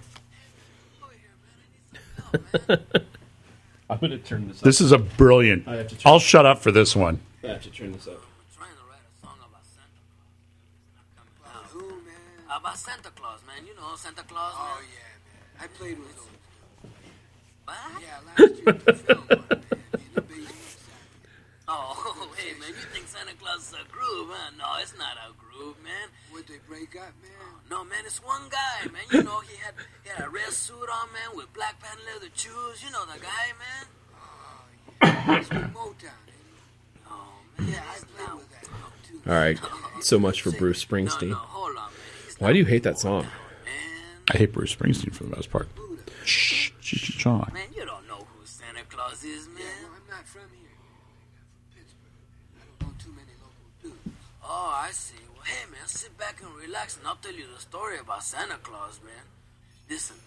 Speaker 1: I'm going to turn this.
Speaker 2: This is a brilliant.
Speaker 1: have to check.
Speaker 2: I'll shut up for this one.
Speaker 1: I have to turn this up.
Speaker 4: trying to write a song about Santa Claus. Who, man? About Santa Claus, man. You know Santa Claus. Oh yeah, man. I played with him. What? Yeah, last year. Oh, hey, man, you think Santa Claus is a groove, huh? No, it's not a groove, man. Would they break up, man? No, man, it's one guy, man. You know, he had, he had a red suit on, man, with black patent leather shoes. You know the guy, man. Oh, yeah. It's with Motown. Oh, man. Yeah, I played with that. too.
Speaker 1: All right. So much for Bruce Springsteen.
Speaker 4: No, no, hold on, man. He's
Speaker 1: Why do you hate that song?
Speaker 4: Man,
Speaker 2: I hate Bruce Springsteen for the most part. Shh, Cheech and Chong.
Speaker 4: man, you don't know who Santa Claus is, man.
Speaker 5: I'm not from here. I'm from Pittsburgh. I don't know too many local dudes.
Speaker 4: Oh, I see. Well, hey, man, sit back and relax, and I'll tell you the story about Santa Claus, man. Listen,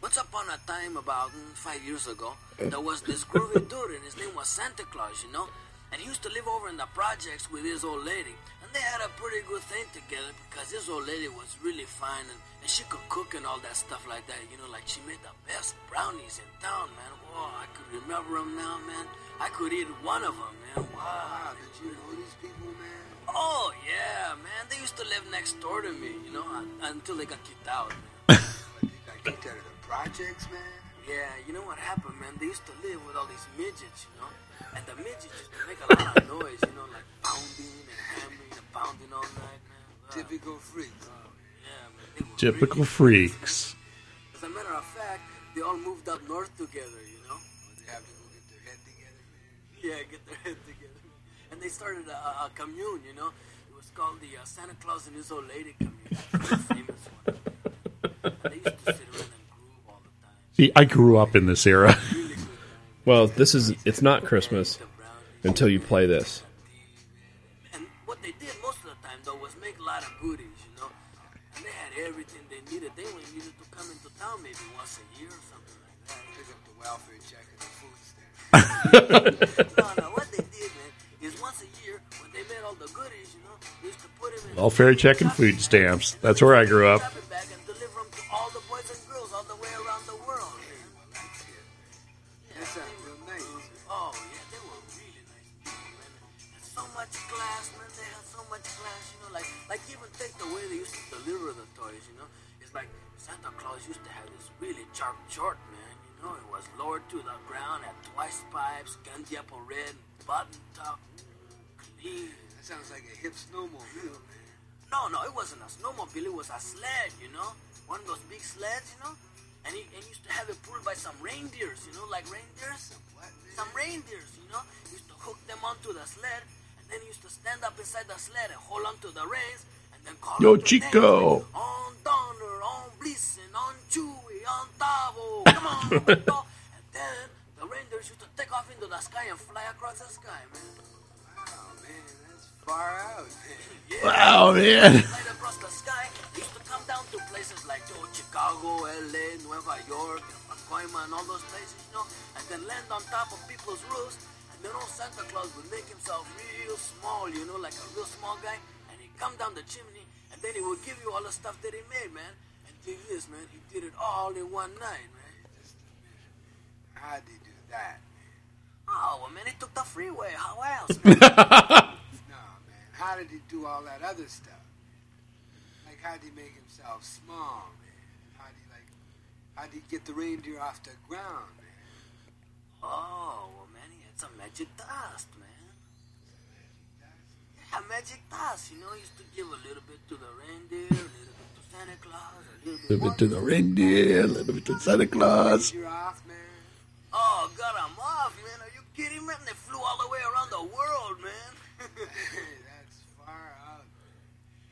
Speaker 4: once upon a time, about mm, five years ago, there was this groovy dude, and his name was Santa Claus, you know? And he used to live over in the projects with his old lady. And they had a pretty good thing together because his old lady was really fine, and, and she could cook and all that stuff like that, you know? Like, she made the best brownies in town, man. Whoa, I could remember them now, man. I could eat one of them, man. Wow.
Speaker 5: Ah, did you know these people, man?
Speaker 4: Oh yeah, man. They used to live next door to me, you know, un- until they got kicked out. Man.
Speaker 5: I kicked out of the projects, man.
Speaker 4: Yeah, you know what happened, man? They used to live with all these midgets, you know? And the midgets used to make a lot of noise, you know, like pounding and hammering and pounding all night, man. Wow.
Speaker 5: Typical freaks.
Speaker 4: Yeah, man. They were
Speaker 2: Typical
Speaker 4: really-
Speaker 2: freaks.
Speaker 4: As a matter of fact, they all moved up north together, you know?
Speaker 5: They have to go get their head together, man.
Speaker 4: Yeah, get their head together. And they started a, a commune, you know? It was called the uh, Santa Claus and His Old Lady Commune. the famous one. And they used to sit around and groove all the time.
Speaker 2: See, I grew up in this era.
Speaker 1: Well, this is it's not Christmas
Speaker 4: The brownies.
Speaker 1: until you play this.
Speaker 4: And what they did most of the time, though, was make a lot of goodies, you know? And they had everything they needed. They only needed to come into town maybe once a year or something like that.
Speaker 5: Pick up the welfare check and the food stamps.
Speaker 4: No, no, what they did, man, is once a year, when they made all the goodies, you know, they used to put them in...
Speaker 2: Welfare check and food stamps. That's where I grew up.
Speaker 4: shopping bag and deliver 'em to all the boys and girls all the way around the world. man.
Speaker 5: Well, that's it. That sounds real nice, man.
Speaker 4: Oh, yeah, they were really nice people, man. And so much class, man. They had so much class, you know, like, like even take the way they used to deliver the toys, you know. It's It's like Santa Claus used to have this really sharp short, man. You know, it was lowered to the ground at twice pipes, gunsy apple red, button top, clean.
Speaker 5: That sounds like a hip snowmobile, man.
Speaker 4: No, no, it wasn't a snowmobile. It was a sled, you know, one of those big sleds, you know. And he, and he used to have it pulled by some reindeers, you know, like reindeers.
Speaker 5: What, man?
Speaker 4: Some reindeers, you know. He used to hook them onto the sled, and then he used to stand up inside the sled and hold onto the reins, and then call.
Speaker 2: Yo,
Speaker 4: out their
Speaker 2: Chico.
Speaker 4: names, like, On Donner, on Blitzen, on Chewy, on Tavo. Come on, Roberto." and then the reindeers used to take off into the sky and fly across the sky, man.
Speaker 5: Wow, man, that's far out, man.
Speaker 4: Yeah.
Speaker 2: Wow, Oh, man.
Speaker 4: right across the sky used to come down to places like oh, Chicago, LA, Nueva York, Pacoima, and all those places, you know, and then land on top of people's roofs. And then old Santa Claus would make himself real small, you know, like a real small guy, and he'd come down the chimney, and then he would give you all the stuff that he made, man. And do this, man, he did it all in one night, man.
Speaker 5: How'd he do that?
Speaker 4: Oh, well, man, he took the freeway. How else, man?
Speaker 5: No, man. How did he do all that other stuff? Like, how'd he make himself small, man? How'd he, like, how'd he get the reindeer off the ground, man?
Speaker 4: Oh, well, man, he had some magic dust, man. Yeah, magic dust. You know, he used to give a little bit to the reindeer, a little bit to Santa Claus, a little bit, more
Speaker 2: to the reindeer, a little bit to Santa Claus.
Speaker 5: Reindeer off, man?
Speaker 4: Oh, got him off, man. Are you kidding, man? They flew all the way around the world, man.
Speaker 5: Hey, that's far out, man.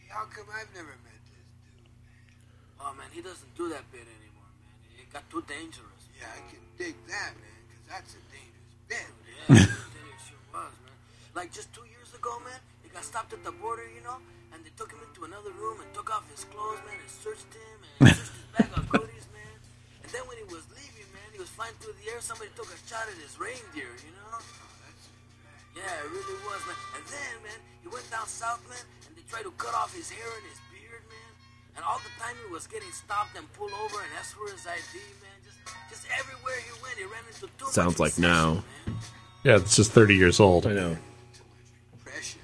Speaker 5: Hey, how come I've never met this dude?
Speaker 4: oh, man, he doesn't do that bit anymore, man. It got too dangerous.
Speaker 5: Yeah, I can dig that, man, because that's a dangerous bit.
Speaker 4: Yeah, it sure was, man. Like just two years ago, man, he got stopped at the border, you know, and they took him into another room and took off his clothes, man, and searched him and searched his bag of goodies, man. And then when he was leaving, man, he was flying through the air. Somebody took a shot at his reindeer, you know. Yeah, it really was, man. And then, man, he went down south, man, and they tried to cut off his hair and his beard, man. And all the time he was getting stopped and pulled over and asked for his ID, man. Just, just everywhere he went, he ran into too much
Speaker 1: Sounds like
Speaker 4: recession,
Speaker 1: now.
Speaker 4: man.
Speaker 2: Yeah, this is 30 years old.
Speaker 1: I know.
Speaker 5: Depression.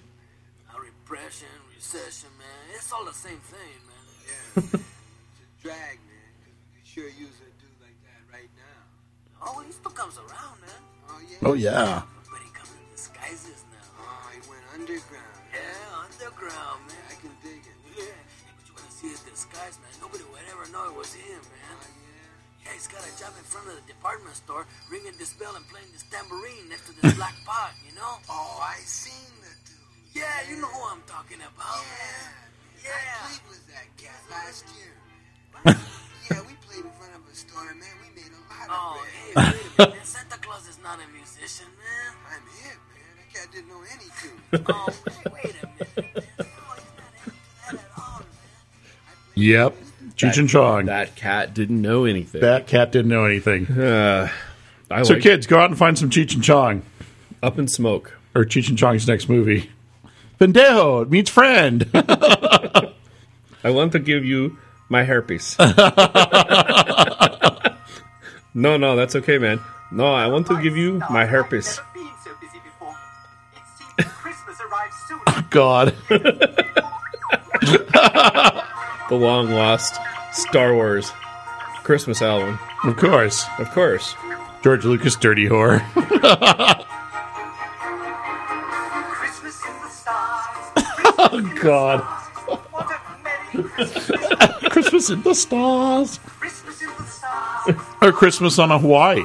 Speaker 4: Now, repression, recession, man, it's all the same thing, man.
Speaker 5: Yeah, man. it's a drag, man, 'cause we could sure use a dude like that right now.
Speaker 4: Oh, he still comes around, man.
Speaker 5: Oh, yeah?
Speaker 2: Oh, yeah.
Speaker 4: But he comes in disguises now.
Speaker 5: Oh, he went underground.
Speaker 4: Yeah, underground, man.
Speaker 5: I can dig it.
Speaker 4: Yeah, but you want to see his disguise, man. Nobody would ever know it was him, man.
Speaker 5: Oh, yeah?
Speaker 4: Yeah, he's got a job in front of the department store, ringing this bell and playing this tambourine next to this black pot, you know?
Speaker 5: Oh, I seen the dude.
Speaker 4: Yeah, you know who I'm talking about, man. Yeah.
Speaker 5: Yeah. I played with that cat last year. man. yeah, we played in front of a store, man. We made a lot of
Speaker 4: Oh,
Speaker 5: bread.
Speaker 4: hey, wait a minute. man. Santa Claus is not a musician, man.
Speaker 5: I'm hip, man. That cat didn't know any tune.
Speaker 4: Oh, wait, wait a minute. man. Oh, he's not into that at all, man.
Speaker 2: Yep. Cheech and Chong. That,
Speaker 1: That cat didn't know anything.
Speaker 2: cat didn't know anything.
Speaker 1: I
Speaker 2: So,
Speaker 1: like
Speaker 2: kids, go out and find some Cheech and Chong,
Speaker 1: Up in Smoke.
Speaker 2: or Cheech and Chong's next movie. Pendejo it meets friend.
Speaker 1: I want to give you my herpes. no, no, that's okay, man. No, I want to give you my herpes.
Speaker 6: I've never been so busy before. It seems Christmas arrived soon.
Speaker 2: God.
Speaker 1: The long lost Star Wars Christmas album.
Speaker 2: Of course.
Speaker 1: Of course.
Speaker 2: George Lucas, dirty whore.
Speaker 6: Oh, Christmas in the stars.
Speaker 2: Oh, God.
Speaker 6: What a merry Christmas.
Speaker 2: Christmas in the stars.
Speaker 6: Christmas in the stars.
Speaker 2: Or Christmas on a Hawaii.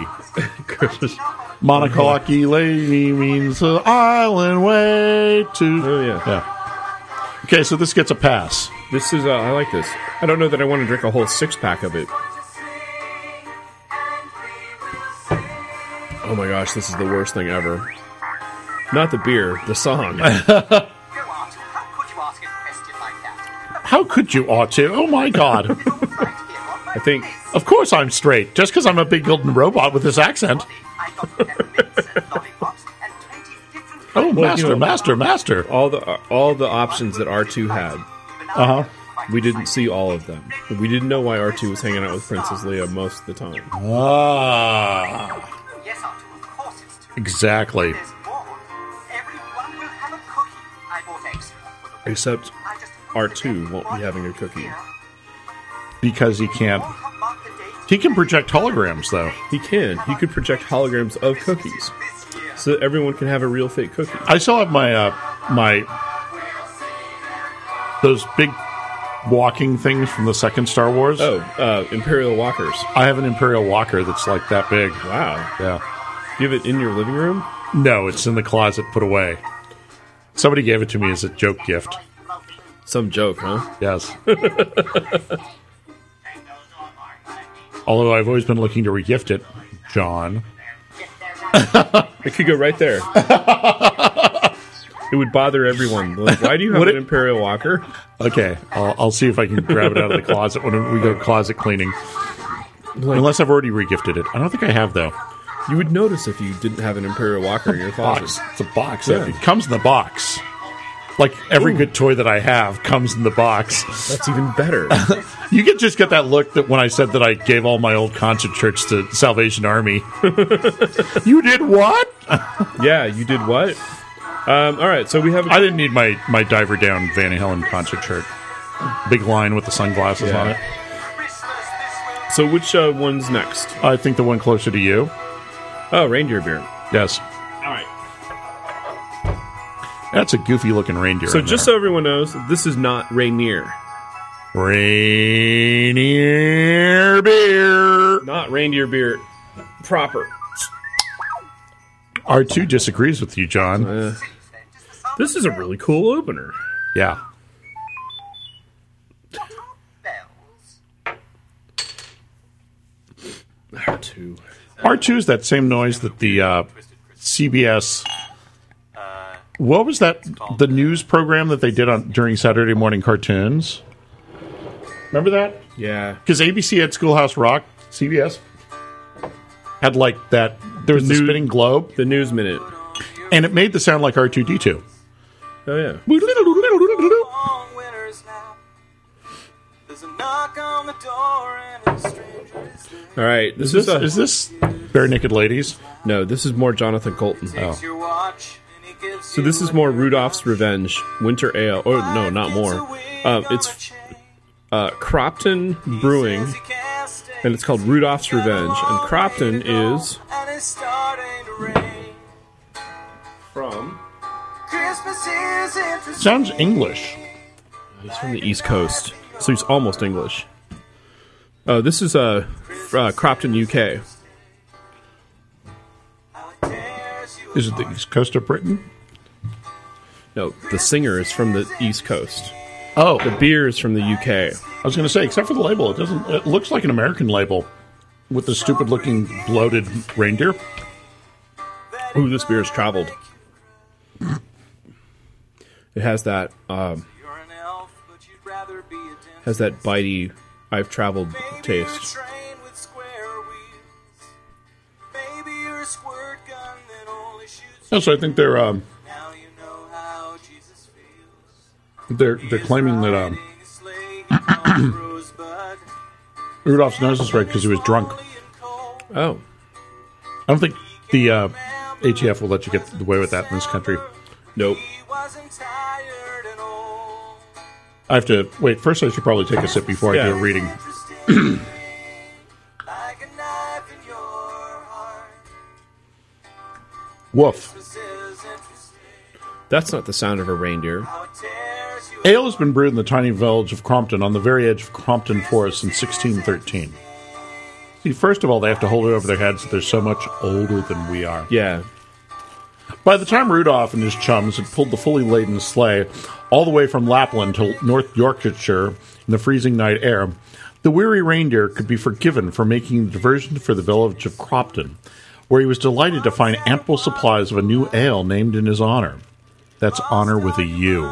Speaker 1: Christmas.
Speaker 2: Monocoque lady means the island way to.
Speaker 1: Oh, yeah.
Speaker 2: Yeah. Okay, so this gets a pass.
Speaker 1: This is, uh, I like this. I don't know that I want to drink a whole six pack of it. Oh my gosh, this is the worst thing ever. Not the beer, the song.
Speaker 6: Go Art, how could you ask a question like that?
Speaker 2: How could you ought to? Oh my god.
Speaker 6: It's all right here on my
Speaker 1: I think-
Speaker 6: face.
Speaker 2: of course I'm straight, just because I'm a big golden robot with this accent.
Speaker 6: I got mints and lollipops and 20 different
Speaker 2: Oh,
Speaker 1: Well,
Speaker 2: master,
Speaker 1: you know-
Speaker 2: master, master.
Speaker 1: all the all the options that R2 had,
Speaker 2: Uh-huh.
Speaker 1: we didn't see all of them. We didn't know why R2 was hanging out with Princess Leia most of the time.
Speaker 2: Ah.
Speaker 6: Yes, Arthur, of course it's true.
Speaker 2: Exactly.
Speaker 6: There's more. Everyone will have a cookie. I bought extra. for the-
Speaker 1: Except
Speaker 6: I just-
Speaker 1: R2 won't be having a cookie.
Speaker 2: because he can't. He can project holograms, though.
Speaker 1: He can. He could project holograms of cookies, so that everyone can have a real fake cookie.
Speaker 2: I still have my uh, my those big walking things from the second Star Wars.
Speaker 1: Oh, uh, Imperial Walkers!
Speaker 2: I have an Imperial Walker that's like that big.
Speaker 1: Wow,
Speaker 2: Yeah.
Speaker 1: you have it in your living room.
Speaker 2: No, it's in the closet, put away. Somebody gave it to me as a joke gift.
Speaker 1: Some joke, huh?
Speaker 2: Yes. Although I've always been looking to regift it, John.
Speaker 1: It could go right there. it would bother everyone. Like, Why do you have
Speaker 2: Would
Speaker 1: an
Speaker 2: it-
Speaker 1: Imperial Walker?
Speaker 2: Okay, I'll, I'll see if I can grab it out of the closet when we go closet cleaning. Unless I've already regifted it. I don't think I have though.
Speaker 1: You would notice if you didn't have an Imperial Walker in your
Speaker 2: Box.
Speaker 1: closet.
Speaker 2: It's a box.
Speaker 1: Yeah.
Speaker 2: It comes in the box. Like every good toy that I have comes in the box.
Speaker 1: That's even better.
Speaker 2: You could just get that look that when I said that I gave all my old concert shirts to Salvation Army. you did what?
Speaker 1: yeah, you did what? Um, all right, so we have.
Speaker 2: I didn't need my my diver down Van Halen concert shirt. Big line with the sunglasses
Speaker 1: Yeah.
Speaker 2: on it.
Speaker 1: So which uh, one's next?
Speaker 2: I think the one closer to you.
Speaker 1: Oh, reindeer beer.
Speaker 2: Yes.
Speaker 1: All right.
Speaker 2: That's a goofy looking reindeer.
Speaker 1: So
Speaker 2: in
Speaker 1: just so
Speaker 2: there.
Speaker 1: everyone knows, this is not Rainier.
Speaker 2: reindeer beer.
Speaker 1: Not reindeer beer proper.
Speaker 2: R two disagrees with you, John.
Speaker 1: Uh, this is a really cool opener.
Speaker 2: Yeah.
Speaker 1: R2.
Speaker 2: R two is that same noise that the uh, CBS. uh, What was that? The news program that they did on during Saturday morning cartoons. Remember that?
Speaker 1: Yeah.
Speaker 2: because ABC had Schoolhouse Rock, CBS had like that. There was the
Speaker 1: New-
Speaker 2: spinning globe,
Speaker 1: The news minute.
Speaker 2: and it made the sound like R two D two.
Speaker 1: Oh yeah.
Speaker 3: Long winter's now. There's a knock on the door and a stranger is there.
Speaker 1: All right. This
Speaker 2: Is
Speaker 1: is,
Speaker 2: this
Speaker 1: a,
Speaker 2: is this bare naked ladies?
Speaker 1: no. This is more Jonathan Colton.
Speaker 2: Oh.
Speaker 3: Your watch and he gives
Speaker 1: So this is more Rudolph's Revenge, Winter Ale. Oh no, not more. Um, it's uh, Cropton Brewing, and it's called Rudolph's Revenge. And Cropton is
Speaker 3: And it's starting to rain.
Speaker 1: from
Speaker 3: Christmas is interesting.
Speaker 2: Sounds English.
Speaker 1: he's from the East Coast, so he's almost English. Oh, this is uh, uh Cropton, UK.
Speaker 3: How it tears you
Speaker 2: Is it the East Coast of Britain?
Speaker 1: No, the singer is from the East Coast.
Speaker 2: Oh,
Speaker 1: The beer is from the UK.
Speaker 2: I was going to say, except for the label, it doesn't. It looks like an American label with the stupid looking bloated reindeer.
Speaker 1: Ooh, this beer has traveled. It has that um,
Speaker 3: You're an elf, but you'd rather be a dentist.
Speaker 1: has that bitey. I've traveled
Speaker 3: Maybe you're a
Speaker 1: taste.
Speaker 3: train with square wheels. Maybe you're a squirt gun that only shoots.
Speaker 2: Yeah, so I think they're um,
Speaker 3: Now you know how Jesus feels.
Speaker 2: they're they're claiming that um,
Speaker 3: Riding a sleigh, he calls Rosebud.
Speaker 2: Rudolph's nose is red because he was drunk.
Speaker 3: Lonely and cold.
Speaker 1: Oh,
Speaker 2: I don't think the uh, ATF will let you get away with that in this country.
Speaker 1: nope.
Speaker 3: He wasn't tired and old.
Speaker 2: I have to wait. First, I should probably take a sip before I
Speaker 1: Yeah.
Speaker 2: do a reading.
Speaker 3: Interesting like a knife in your heart.
Speaker 2: Woof.
Speaker 3: This is interesting.
Speaker 1: That's not the sound of a reindeer.
Speaker 3: How it tears you
Speaker 2: Ale has been brewed in the tiny village of Crompton on the very edge of Crompton Forest since 1613. See, first of all, they have to hold it over their heads that they're so much older than we are.
Speaker 1: Yeah,
Speaker 2: By the time Rudolph and his chums had pulled the fully laden sleigh all the way from Lapland to North Yorkshire in the freezing night air, the weary reindeer could be forgiven for making the diversion for the village of Cropton, where he was delighted to find ample supplies of a new ale named in his honor. That's honor with a U.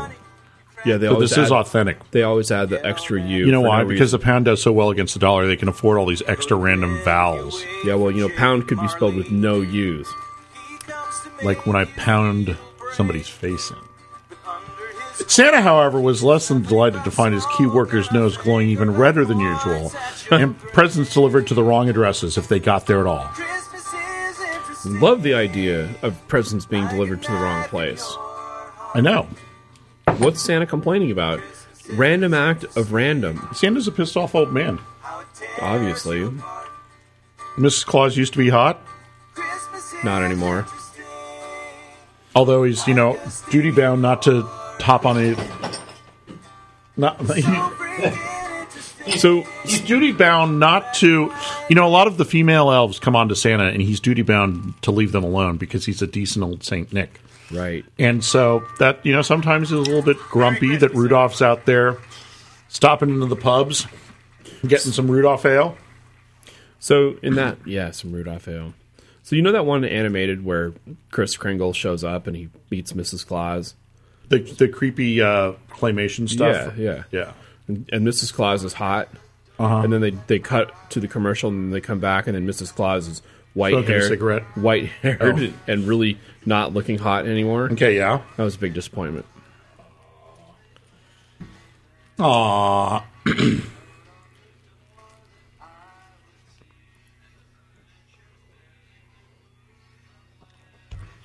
Speaker 1: yeah. They
Speaker 2: So
Speaker 1: always
Speaker 2: this is
Speaker 1: add-
Speaker 2: authentic.
Speaker 1: They always add the extra U.
Speaker 2: You know
Speaker 1: for
Speaker 2: why?
Speaker 1: no
Speaker 2: because
Speaker 1: reason.
Speaker 2: the pound does so well against the dollar, they can afford all these extra random vowels.
Speaker 1: yeah, well, you know, pound could be spelled with no U's.
Speaker 2: Like when I pound somebody's face in.
Speaker 3: under his
Speaker 2: Santa, however, was less than delighted to find his key worker's nose glowing even redder than usual, and presents delivered to the wrong addresses if they got there at all.
Speaker 3: Christmas is interesting.
Speaker 1: Love the idea of presents being delivered to the wrong place.
Speaker 2: I know.
Speaker 1: What's Santa complaining about? Random act of random.
Speaker 2: Santa's a pissed off old man.
Speaker 1: Obviously.
Speaker 2: Mrs. Claus used to be hot,
Speaker 1: Not anymore.
Speaker 2: although he's you know duty bound not to hop on any. Not so he's duty bound not to. You know, a lot of the female elves come on to Santa, and he's duty bound to leave them alone because he's a decent old Saint Nick.
Speaker 1: Right.
Speaker 2: And so that you know sometimes it's a little bit grumpy that Rudolph's out there stopping into the pubs, getting some Rudolph ale.
Speaker 1: So in that, yeah, some Rudolph ale. So you know that one animated where Chris Kringle shows up and he beats Mrs. Claus,
Speaker 2: The the creepy uh, claymation stuff.
Speaker 1: Yeah, yeah.
Speaker 2: yeah.
Speaker 1: and, and Mrs. Claus is hot,
Speaker 2: Uh-huh.
Speaker 1: and then they they cut to the commercial and they come back and then Mrs. Claus is white
Speaker 2: Smoking a
Speaker 1: haired,
Speaker 2: cigarette.
Speaker 1: white haired,
Speaker 2: Oh.
Speaker 1: and really not looking hot anymore.
Speaker 2: Okay, yeah.
Speaker 1: That was a big disappointment.
Speaker 2: Aww.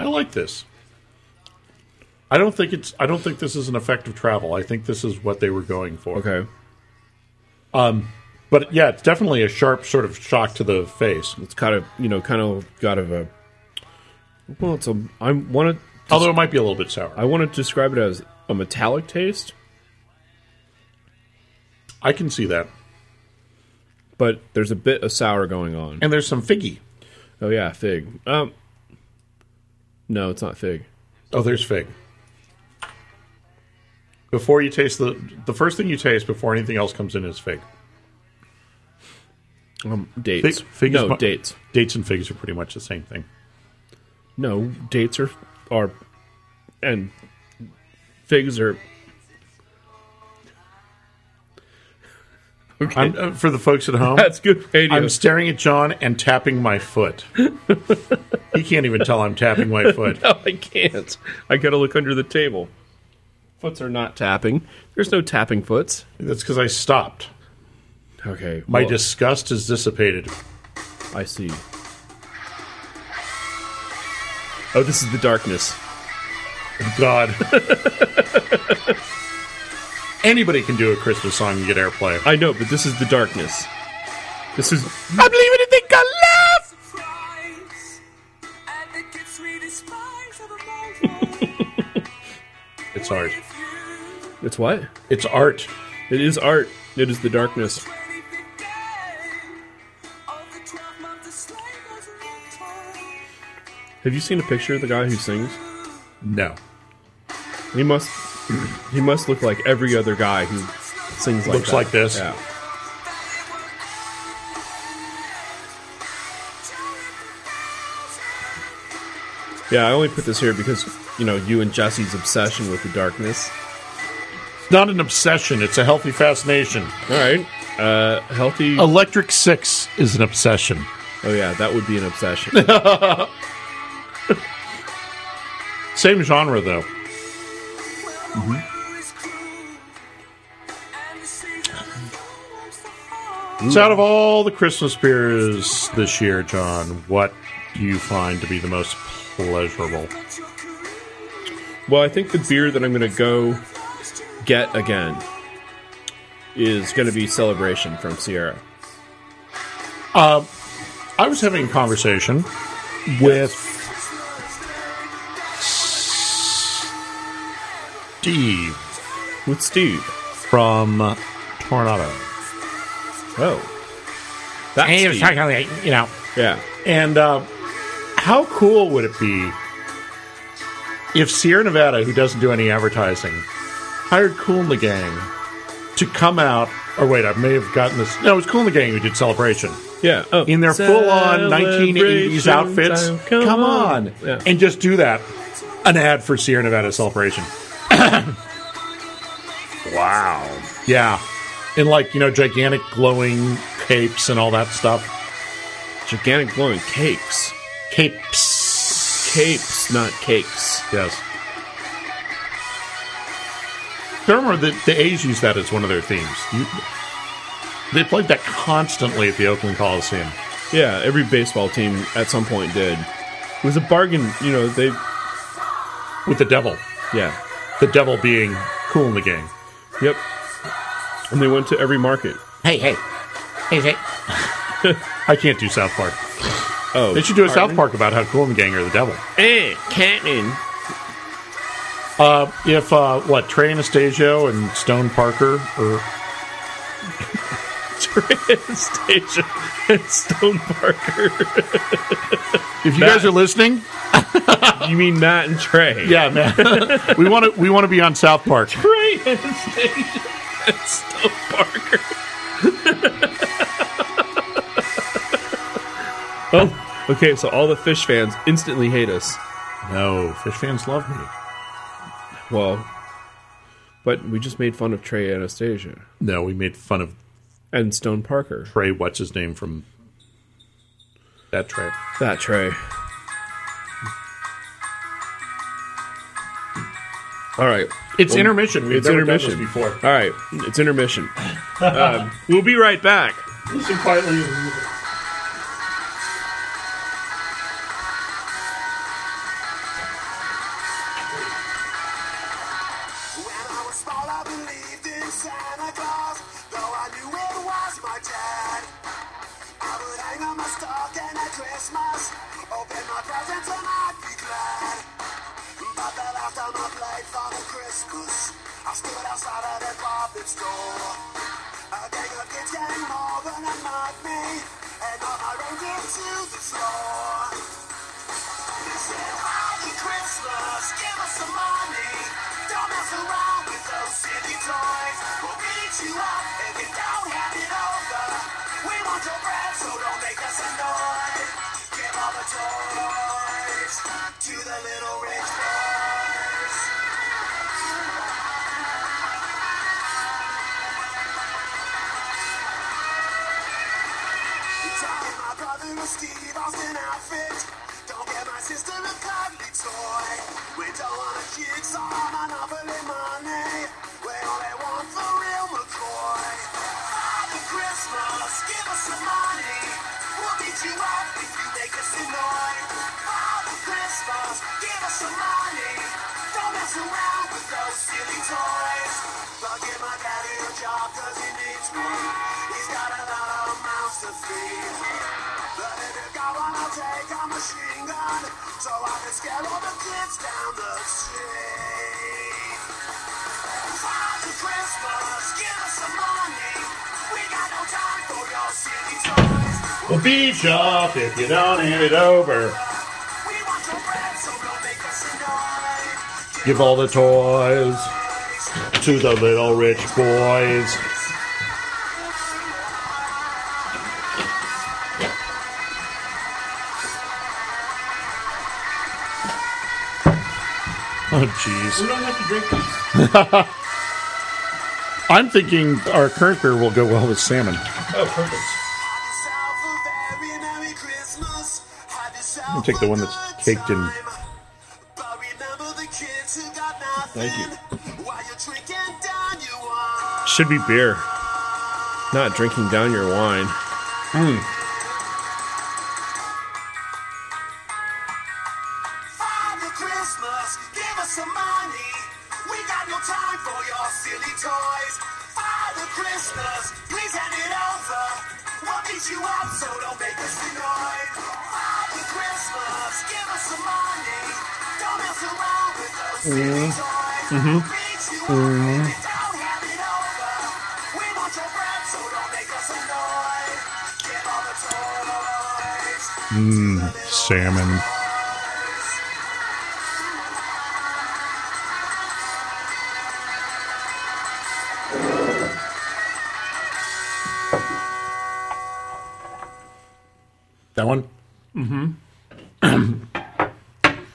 Speaker 2: I like this. I don't think it's. I don't think this is an effect of travel. I think this is what they were going for.
Speaker 1: Okay,
Speaker 2: But yeah, it's definitely a sharp sort of shock to the face.
Speaker 1: it's kind of you know kind of got of a well, it's a I want to
Speaker 2: Although it might be a little bit sour.
Speaker 1: I want to describe it as a metallic taste,
Speaker 2: I can see that.
Speaker 1: but there's a bit of sour going on.
Speaker 2: And there's some figgy.
Speaker 1: Oh yeah, fig. Um, no, it's not fig.
Speaker 2: Oh, there's fig. Before you taste the the first thing you taste before anything else comes in is fig.
Speaker 1: Um, dates.
Speaker 2: Fig, fig
Speaker 1: no
Speaker 2: is mu-
Speaker 1: dates.
Speaker 2: Dates and figs are pretty much the same thing.
Speaker 1: No dates are are, and figs are. Okay,
Speaker 2: I'm, uh, for the folks at home,
Speaker 1: that's good radio.
Speaker 2: I'm staring at John and tapping my foot. he can't even tell I'm tapping my foot.
Speaker 1: no, I can't. I gotta look under the table. Foots are not tapping. There's no tapping foots.
Speaker 2: That's because I stopped.
Speaker 1: Okay,
Speaker 2: My
Speaker 1: well,
Speaker 2: disgust is dissipated.
Speaker 1: I see. Oh, this is the darkness.
Speaker 2: God. Anybody can do a Christmas song and get airplay.
Speaker 1: I know, but this is the darkness. This is
Speaker 2: I believe in a thing called love. It's art.
Speaker 1: it's what?
Speaker 2: It's art.
Speaker 1: It is art. It is the darkness. Have you seen a picture of the guy who sings?
Speaker 2: No.
Speaker 1: He must. He must look like every other guy who sings like
Speaker 2: Looks
Speaker 1: that.
Speaker 2: like this.
Speaker 1: Yeah. Yeah, I only put this here because you know you and Jesse's obsession with the darkness.
Speaker 2: It's not an obsession. It's a healthy fascination.
Speaker 1: All right, uh, healthy. Oh.
Speaker 2: Electric Six is an obsession.
Speaker 1: yeah, that would be an obsession.
Speaker 2: Same genre though. So, out of all the Christmas beers this year, John, what do you find to be the most pleasurable?
Speaker 1: well, I think the beer that I'm going to go get again is going to be Celebration from Sierra.
Speaker 2: Uh, I was having a conversation with Steve
Speaker 1: With Steve.
Speaker 2: from Tornado.
Speaker 1: Oh, that's Steve.
Speaker 2: like, you know,
Speaker 1: yeah.
Speaker 2: And uh, how cool would it be if Sierra Nevada, who doesn't do any advertising, hired Cool in the Gang to come out? Or wait, I may have gotten this. No, it was Cool in the Gang who did Celebration
Speaker 1: Yeah. Oh.
Speaker 2: in their full-on 1980s
Speaker 1: Celebration
Speaker 2: outfits.
Speaker 1: time,
Speaker 2: Come, on,
Speaker 1: Yeah.
Speaker 2: and just do that. An ad for Sierra Nevada Celebration. wow. Yeah, in like you know gigantic glowing capes and all that stuff.
Speaker 1: Gigantic glowing cakes.
Speaker 2: Capes.
Speaker 1: Capes, not cakes.
Speaker 2: Yes. Remember, the, the A's used that as one of their themes. You, they played that constantly at the Oakland Coliseum.
Speaker 1: Yeah, every baseball team at some point did. It was a bargain, you know, they
Speaker 2: With the devil.
Speaker 1: yeah.
Speaker 2: The devil being cool in the game.
Speaker 1: Yep. and they went to every market.
Speaker 7: Hey, hey. Hey, hey.
Speaker 2: I can't do South Park.
Speaker 1: Oh,
Speaker 2: They should do a South Park about how cool and the gang are the devil.
Speaker 1: Eh, Catman.
Speaker 2: Uh, if uh, what Trey Anastasio and Stone Parker or
Speaker 1: Anastasia and Stone Parker.
Speaker 2: if you guys are listening,
Speaker 1: You mean Matt and Trey?
Speaker 2: yeah, man, we want to we want to be on South Park.
Speaker 1: Trey Anastasia and Stone Parker. oh, okay. So all the fish fans instantly hate us.
Speaker 2: No, fish fans love me.
Speaker 1: Well, but we just made fun of Trey Anastasia
Speaker 2: No, we made fun of
Speaker 1: and Stone Parker.
Speaker 2: Trey. What's his name from that Trey?
Speaker 1: That Trey. All right.
Speaker 2: It's
Speaker 1: Well,
Speaker 2: intermission. We've
Speaker 1: it's
Speaker 2: never done this
Speaker 1: intermission.
Speaker 2: before.
Speaker 1: All right. It's intermission. um, we'll be right back.
Speaker 2: Listen quietly.
Speaker 4: When I was small, I believed in Santa Claus, though I knew it was my dad. I would hang on my stocking at Christmas, open my presents and I'd be glad. But the last time I played Father Christmas, I stood outside of the puppet store. A gang of kids came over and mocked me, and all my reindeer to the floor. To the little rich boys. Tie my brother a Steve Austin outfit. Don't get my sister a cuddly toy. We don't want a jigsaw monopoly money. We only want the real McCoy. Father Christmas, give us some money. We'll beat you up if you make us annoyed. Father Christmas, give us some money. Don't mess around with those silly toys. But give my daddy a job cause he needs me. He's got a lot of mouths to feed. But if you got one, I'll take a machine gun. So I can scare all the kids down the street. Father Christmas, give us some money. We got no time for your silly toys.
Speaker 2: Well, beat you up if you don't hand it over.
Speaker 4: We want your bread, so don't make us annoyed.
Speaker 2: Give all the toys to the little rich boys. Oh, jeez. We don't have to drink these. I'm thinking our current beer will go well with salmon.
Speaker 4: I'm
Speaker 2: take the one that's caked in-
Speaker 1: Thank you.
Speaker 4: While you're drinking down your wine,
Speaker 1: Should be beer. Not drinking down your wine.
Speaker 2: Hmm.
Speaker 4: Father Christmas, give us some money. We got no time for your silly toys. Father Christmas, please hand it over. We'll beat you up, so don't make us annoyed. Father Christmas, give us some money. Don't mess around with those silly toys. Beat you up if you don't have it over. We want your bread, so don't make us annoyed. Give all the toys.
Speaker 2: Salmon. That one? Mm hmm.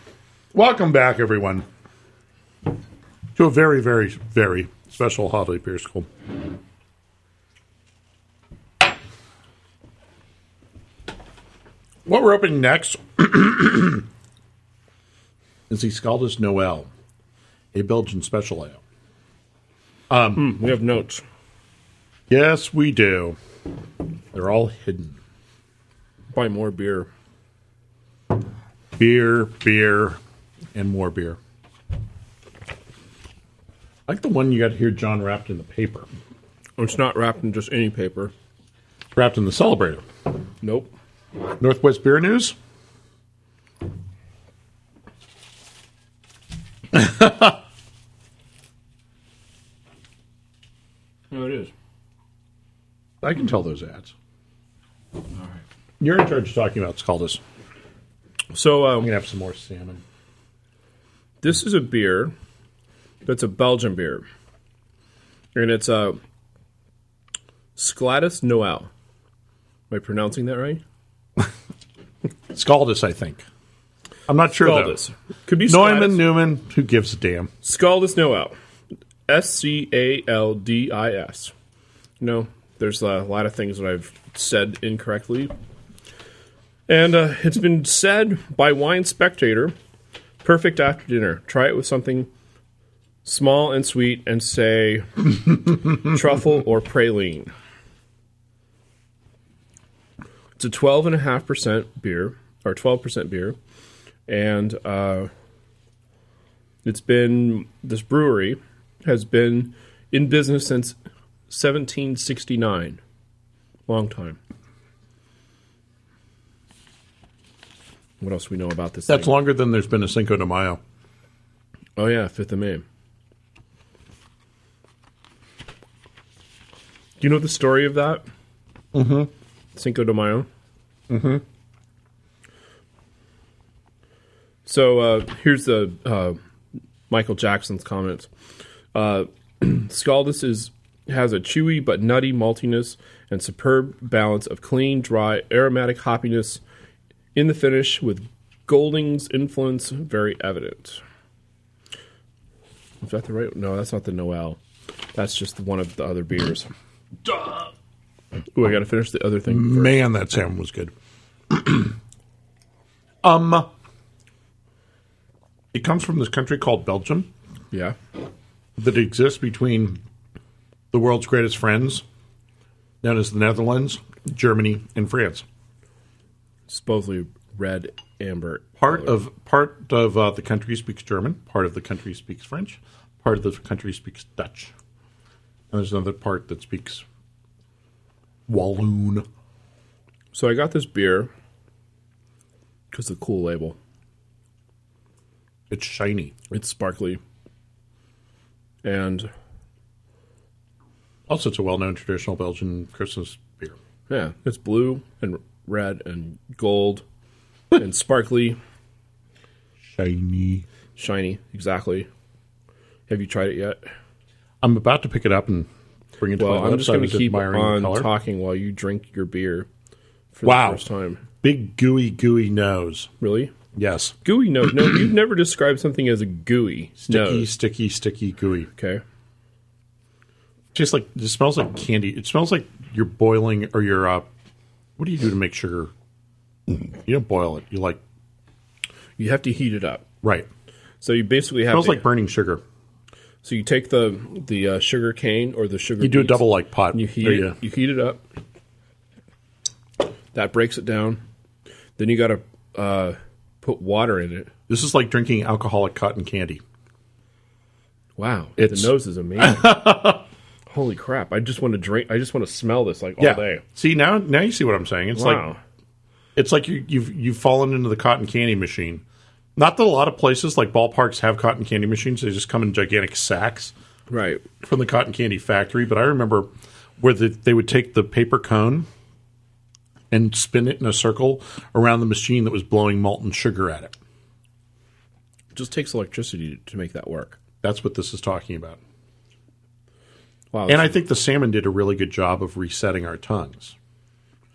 Speaker 2: Welcome back, everyone, to a very, very, very special holiday beer school. What we're opening next is the Scaldus Noel, a Belgian special ale.
Speaker 1: We have notes.
Speaker 2: Yes, we do. They're all hidden.
Speaker 1: Buy more beer.
Speaker 2: beer, beer, and more beer. I like the one you got here, John wrapped in the paper.
Speaker 1: Oh, It's not wrapped in just any paper.
Speaker 2: Wrapped in the celebrator.
Speaker 1: Nope.
Speaker 2: Northwest Beer News.
Speaker 1: No, it is.
Speaker 2: I can tell those ads. You're in charge of talking about Scaldus.
Speaker 1: So um,
Speaker 2: I'm gonna have some more salmon.
Speaker 1: this is a beer that's a Belgian beer, and it's a Sclatus Noel. Am I pronouncing that right?
Speaker 2: Scaldus, I think. I'm not sure
Speaker 1: Scaldus could be
Speaker 2: though. Neumann
Speaker 1: Sclatus.
Speaker 2: Newman. Who gives a damn?
Speaker 1: Scaldus Noel. S C A L D I S. You know, there's a lot of things that I've said incorrectly. And uh, it's been said by Wine Spectator perfect after dinner. Try it with something small and sweet and say truffle or praline. It's a 12.5% beer, or 12% beer. And uh, it's been this brewery has been in business since 1769. Long time. What else we know about this?
Speaker 2: That's
Speaker 1: thing?
Speaker 2: longer than there's been a Cinco de Mayo.
Speaker 1: Oh yeah, Fifth of May. Do you know the story of that? Mm-hmm. Cinco de Mayo. Mm-hmm. So uh, here's the uh, Michael Jackson's comments. Uh, Scaldus is has a chewy but nutty maltiness and superb balance of clean, dry, aromatic hoppiness in the finish, with Golding's influence very evident. Is that the right? No, that's not the Noel. That's just one of the other beers. Ooh, I gotta finish the other thing. first.
Speaker 2: Man, that salmon was good. um, it comes from this country called Belgium
Speaker 1: Yeah.
Speaker 2: that exists between the world's greatest friends, known as the Netherlands, Germany, and France.
Speaker 1: Supposedly red amber.
Speaker 2: Part of part of uh, the country speaks German. Part of the country speaks French. Part of the country speaks Dutch. And there's another part that speaks Walloon.
Speaker 1: So I got this beer because of the cool label.
Speaker 2: It's shiny.
Speaker 1: It's sparkly. And
Speaker 2: Also, it's a well-known traditional Belgian Christmas beer.
Speaker 1: yeah, it's blue and red and gold and sparkly,
Speaker 2: Shiny.
Speaker 1: shiny. Exactly. Have you tried it yet?
Speaker 2: I'm about to pick it up and bring it to
Speaker 1: Well,
Speaker 2: my
Speaker 1: I'm just
Speaker 2: lips. I
Speaker 1: going
Speaker 2: was
Speaker 1: to keep
Speaker 2: admiring the
Speaker 1: on
Speaker 2: color.
Speaker 1: talking while you drink your beer for
Speaker 2: Wow.
Speaker 1: the first time.
Speaker 2: Big gooey gooey nose.
Speaker 1: Really?
Speaker 2: Yes.
Speaker 1: Gooey nose. No, you've never described something as a gooey
Speaker 2: Sticky,
Speaker 1: nose.
Speaker 2: sticky, sticky, gooey.
Speaker 1: Okay.
Speaker 2: Tastes like it smells like candy. It smells like you're boiling or you're uh, what do you do to make sugar? You don't boil it. You like
Speaker 1: You have to heat it up.
Speaker 2: right.
Speaker 1: So you basically have
Speaker 2: smells
Speaker 1: to,
Speaker 2: like burning sugar.
Speaker 1: so you take the the uh, sugar cane or the sugar
Speaker 2: You do a
Speaker 1: beets,
Speaker 2: double like pot.
Speaker 1: and you heat
Speaker 2: There
Speaker 1: it,
Speaker 2: you go.
Speaker 1: you heat it up. That breaks it down. Then you got to uh, put water in it.
Speaker 2: This is like drinking alcoholic cotton candy.
Speaker 1: Wow,
Speaker 2: It's-
Speaker 1: the nose is amazing. Holy crap! I just want to drink. I just want to smell this like all day.
Speaker 2: See now, now you see what I'm saying. It's
Speaker 1: Wow.
Speaker 2: like it's like you, you've you've fallen into the cotton candy machine. Not that a lot of places like ballparks have cotton candy machines. They just come in gigantic sacks
Speaker 1: right.
Speaker 2: from the cotton candy factory. But I remember where the, they would take the paper cone and spin it in a circle around the machine that was blowing molten sugar at it.
Speaker 1: just takes electricity to make that work.
Speaker 2: That's what this is talking about.
Speaker 1: Wow.
Speaker 2: And I think the salmon did a really good job of resetting our tongues.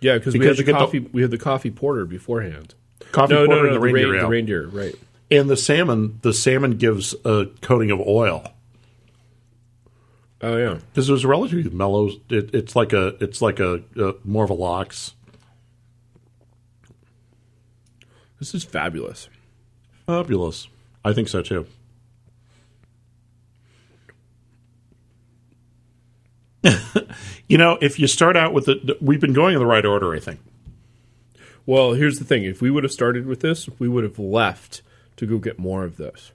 Speaker 1: yeah, because we
Speaker 2: because
Speaker 1: had
Speaker 2: you
Speaker 1: the
Speaker 2: get the-
Speaker 1: coffee. we had the coffee porter beforehand.
Speaker 2: Coffee
Speaker 1: no,
Speaker 2: porter
Speaker 1: no, no,
Speaker 2: and the, reindeer
Speaker 1: rain-
Speaker 2: ale.
Speaker 1: the reindeer, right?
Speaker 2: and the salmon, the salmon gives a coating of oil
Speaker 1: Oh yeah,
Speaker 2: because it was relatively mellow. It, it's like a, it's like a, a more of a lox.
Speaker 1: this is fabulous.
Speaker 2: Fabulous. I think so too. you know, if you start out with the, we've been going in the right order, I think.
Speaker 1: Well, here's the thing: if we would have started with this, we would have left to go get more of this.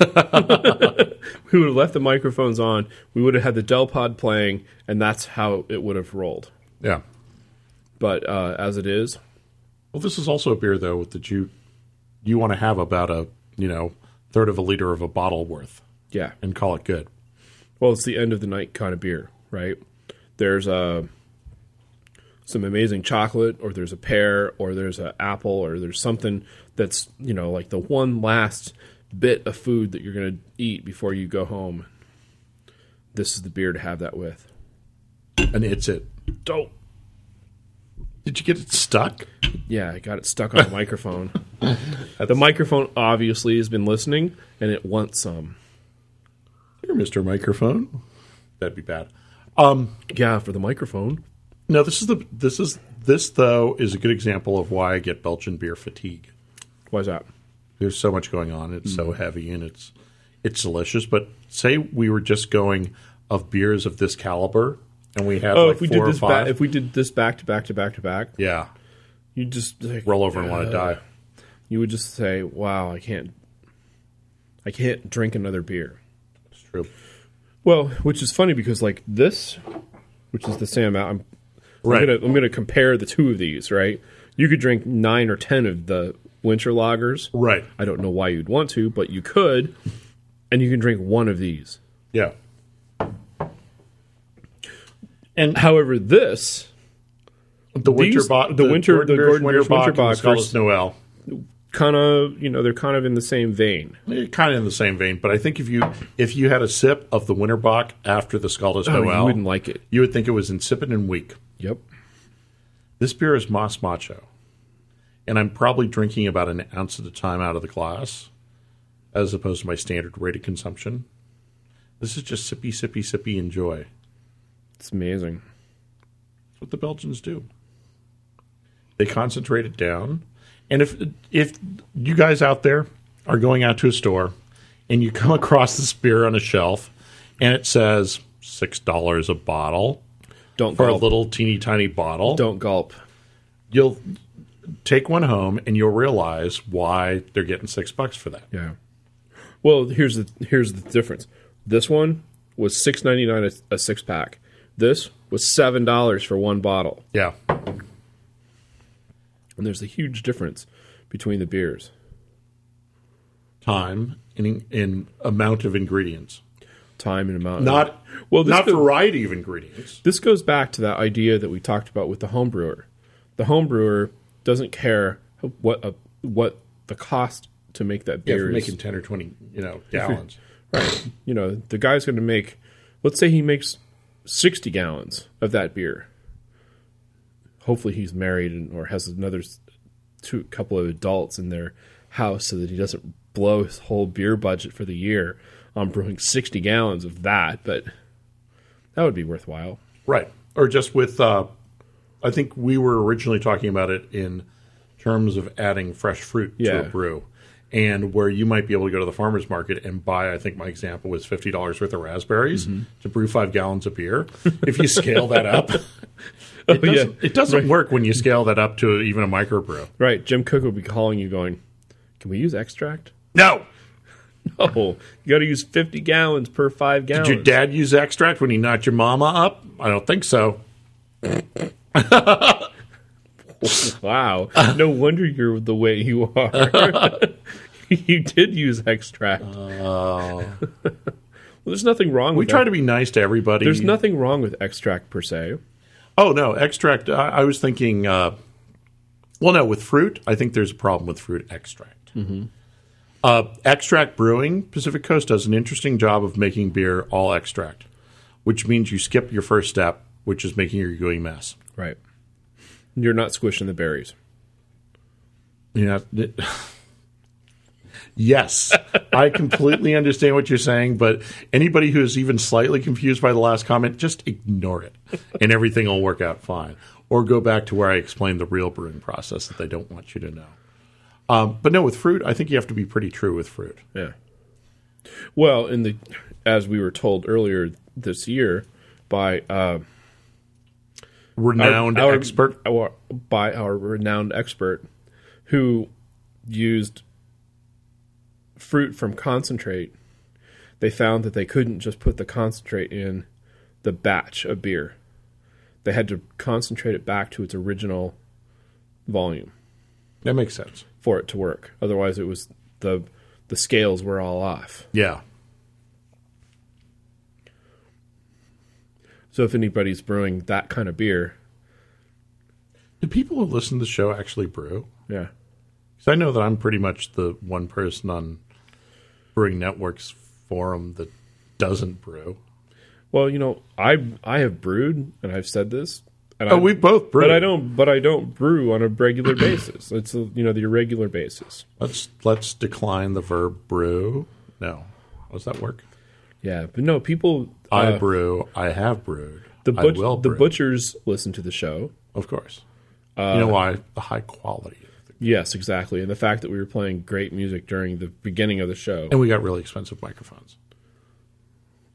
Speaker 1: we would have left the microphones on. We would have had the Del Pod playing, and that's how it would have rolled.
Speaker 2: Yeah.
Speaker 1: But uh, as it is,
Speaker 2: Well, this is also a beer though that you you want to have about a you know third of a liter of a bottle worth
Speaker 1: yeah.
Speaker 2: and call it good.
Speaker 1: Well, it's the end of the night kind of beer, right? There's uh, some amazing chocolate, or there's a pear, or there's an apple, or there's something that's you know like the one last bit of food that you're gonna eat before you go home. This is the beer to have that with.
Speaker 2: And it's it.
Speaker 1: Dope.
Speaker 2: Did you get it stuck?
Speaker 1: Yeah, I got it stuck on the microphone. the microphone obviously has been listening, and it wants some.
Speaker 2: Here, Mister Microphone. That'd be bad.
Speaker 1: Yeah, for the microphone.
Speaker 2: No, this is the this is this though is a good example of why I get Belgian beer fatigue.
Speaker 1: Why's that?
Speaker 2: There's so much going on. It's
Speaker 1: Mm-hmm.
Speaker 2: so heavy and it's it's delicious. But say we were just going of beers of this caliber, and we had
Speaker 1: Oh,
Speaker 2: like
Speaker 1: if we did
Speaker 2: four
Speaker 1: this
Speaker 2: or five.
Speaker 1: back, if we did this back to back to back to back,
Speaker 2: yeah,
Speaker 1: you just like, uh,
Speaker 2: roll over and want to die.
Speaker 1: you would just say, "Wow, I can't, I can't drink another beer."
Speaker 2: It's true.
Speaker 1: Well, which is funny because like this, which is the same amount. I'm,
Speaker 2: Right.
Speaker 1: I'm gonna I'm gonna compare the two of these. Right, you could drink nine or ten of the winter lagers.
Speaker 2: Right.
Speaker 1: I don't know why you'd want to, but you could, and you can drink one of these.
Speaker 2: Yeah.
Speaker 1: And however, this
Speaker 2: The winter
Speaker 1: These-
Speaker 2: box,
Speaker 1: the winter- the Gordon Biersch winter
Speaker 2: box,
Speaker 1: boxers-
Speaker 2: Noel.
Speaker 1: kind of you know they're kind of in the same vein.
Speaker 2: Kind of Eh, in the same vein, but I think if you if you had a sip of the Winterbach after the Scaldus
Speaker 1: Oh, you
Speaker 2: Noel,
Speaker 1: wouldn't like it.
Speaker 2: You would think it was insipid and weak.
Speaker 1: Yep.
Speaker 2: This beer is Mas Macho, and I'm probably drinking about an ounce at a time out of the glass, as opposed to my standard rate of consumption. This is just sippy, sippy, sippy, enjoy. That's
Speaker 1: It's amazing.
Speaker 2: what the Belgians do. They concentrate it down, and if if you guys out there are going out to a store and you come across this beer on a shelf, and it says six dollars a bottle
Speaker 1: Don't
Speaker 2: for a
Speaker 1: gulp.
Speaker 2: little teeny tiny bottle,
Speaker 1: Don't gulp.
Speaker 2: you'll take one home and you'll realize why they're getting six bucks for that.
Speaker 1: Yeah. Well, here's the here's the difference. This one was six ninety nine a six pack. This was seven dollars for one bottle,
Speaker 2: Yeah.
Speaker 1: and there's a huge difference between the beers.
Speaker 2: Time and in amount of ingredients.
Speaker 1: Time and amount.
Speaker 2: Not
Speaker 1: well. This
Speaker 2: not
Speaker 1: goes,
Speaker 2: variety of ingredients.
Speaker 1: this goes back to that idea that we talked about with the home brewer. The home brewer doesn't care what a, what the cost to make that beer
Speaker 2: Yeah, if you're
Speaker 1: is.
Speaker 2: making ten or twenty, you know, gallons.
Speaker 1: Right. You know, the guy's going to make, let's say he makes 60 gallons of that beer. Hopefully he's married and, or has another s- two couple of adults in their house so that he doesn't blow his whole beer budget for the year on brewing 60 gallons of that, but that would be worthwhile.
Speaker 2: Right. Or just with uh I think we were originally talking about it in terms of adding fresh fruit
Speaker 1: Yeah.
Speaker 2: to a brew. And where you might be able to go to the farmer's market and buy, I think my example was fifty dollars worth of raspberries
Speaker 1: Mm-hmm.
Speaker 2: to brew five gallons of beer. If you scale that up, it doesn't,
Speaker 1: Oh, yeah.
Speaker 2: it doesn't work when you scale that up to even a microbrew.
Speaker 1: Right, Jim Cook would be calling you going, "Can we use extract?"
Speaker 2: No,
Speaker 1: Oh, you got to use 50 gallons per 5 gallons.
Speaker 2: did your dad use extract when he knocked your mama up? I don't think so.
Speaker 1: Wow. No wonder you're the way you are. you did use extract. well, there's nothing wrong
Speaker 2: Oh. We
Speaker 1: with
Speaker 2: try
Speaker 1: that.
Speaker 2: to be nice to everybody.
Speaker 1: There's nothing wrong with extract per se.
Speaker 2: Oh no, extract. I, I was thinking. Uh, well, no, with fruit, I think there's a problem with fruit extract. Uh, extract brewing, Pacific Coast does an interesting job of making beer all extract, which means you skip your first step, which is making your gooey mess.
Speaker 1: Right. You're not squishing the berries.
Speaker 2: You know. Yes, I completely understand what you're saying, but anybody who is even slightly confused by the last comment, just ignore it and everything will work out fine. Or go back to where I explained the real brewing process that they don't want you to know. Um, but no, with fruit, I think you have to be pretty true with fruit.
Speaker 1: Yeah. Well, in the as we were told earlier this year by uh,
Speaker 2: Renowned
Speaker 1: our-
Speaker 2: expert.
Speaker 1: our- by our renowned expert who used fruit from concentrate, they found that they couldn't just put the concentrate in the batch of beer. They had to concentrate it back to its original volume
Speaker 2: That makes sense.
Speaker 1: for it to work. Otherwise, it was the the scales were all off.
Speaker 2: Yeah.
Speaker 1: So if anybody's brewing that kind of beer,
Speaker 2: Do people who listen to the show actually brew?
Speaker 1: yeah,
Speaker 2: Because I know that I'm pretty much the one person on Brewing Network's forum that doesn't brew.
Speaker 1: Well, you know, I I have brewed, and I've said this. And
Speaker 2: Oh,
Speaker 1: I,
Speaker 2: we both brew.
Speaker 1: But I don't. But I don't brew on a regular basis. It's a, you know the irregular basis.
Speaker 2: Let's let's decline the verb brew. No, how does that work?
Speaker 1: Yeah, but no, people.
Speaker 2: I
Speaker 1: uh,
Speaker 2: brew. I have brewed.
Speaker 1: the
Speaker 2: I
Speaker 1: butch- Uh,
Speaker 2: will
Speaker 1: the
Speaker 2: brew.
Speaker 1: butchers listen to the show.
Speaker 2: Of course. you know why? The high quality.
Speaker 1: Yes, exactly. And the fact that we were playing great music during the beginning of the show,
Speaker 2: And we got really expensive microphones.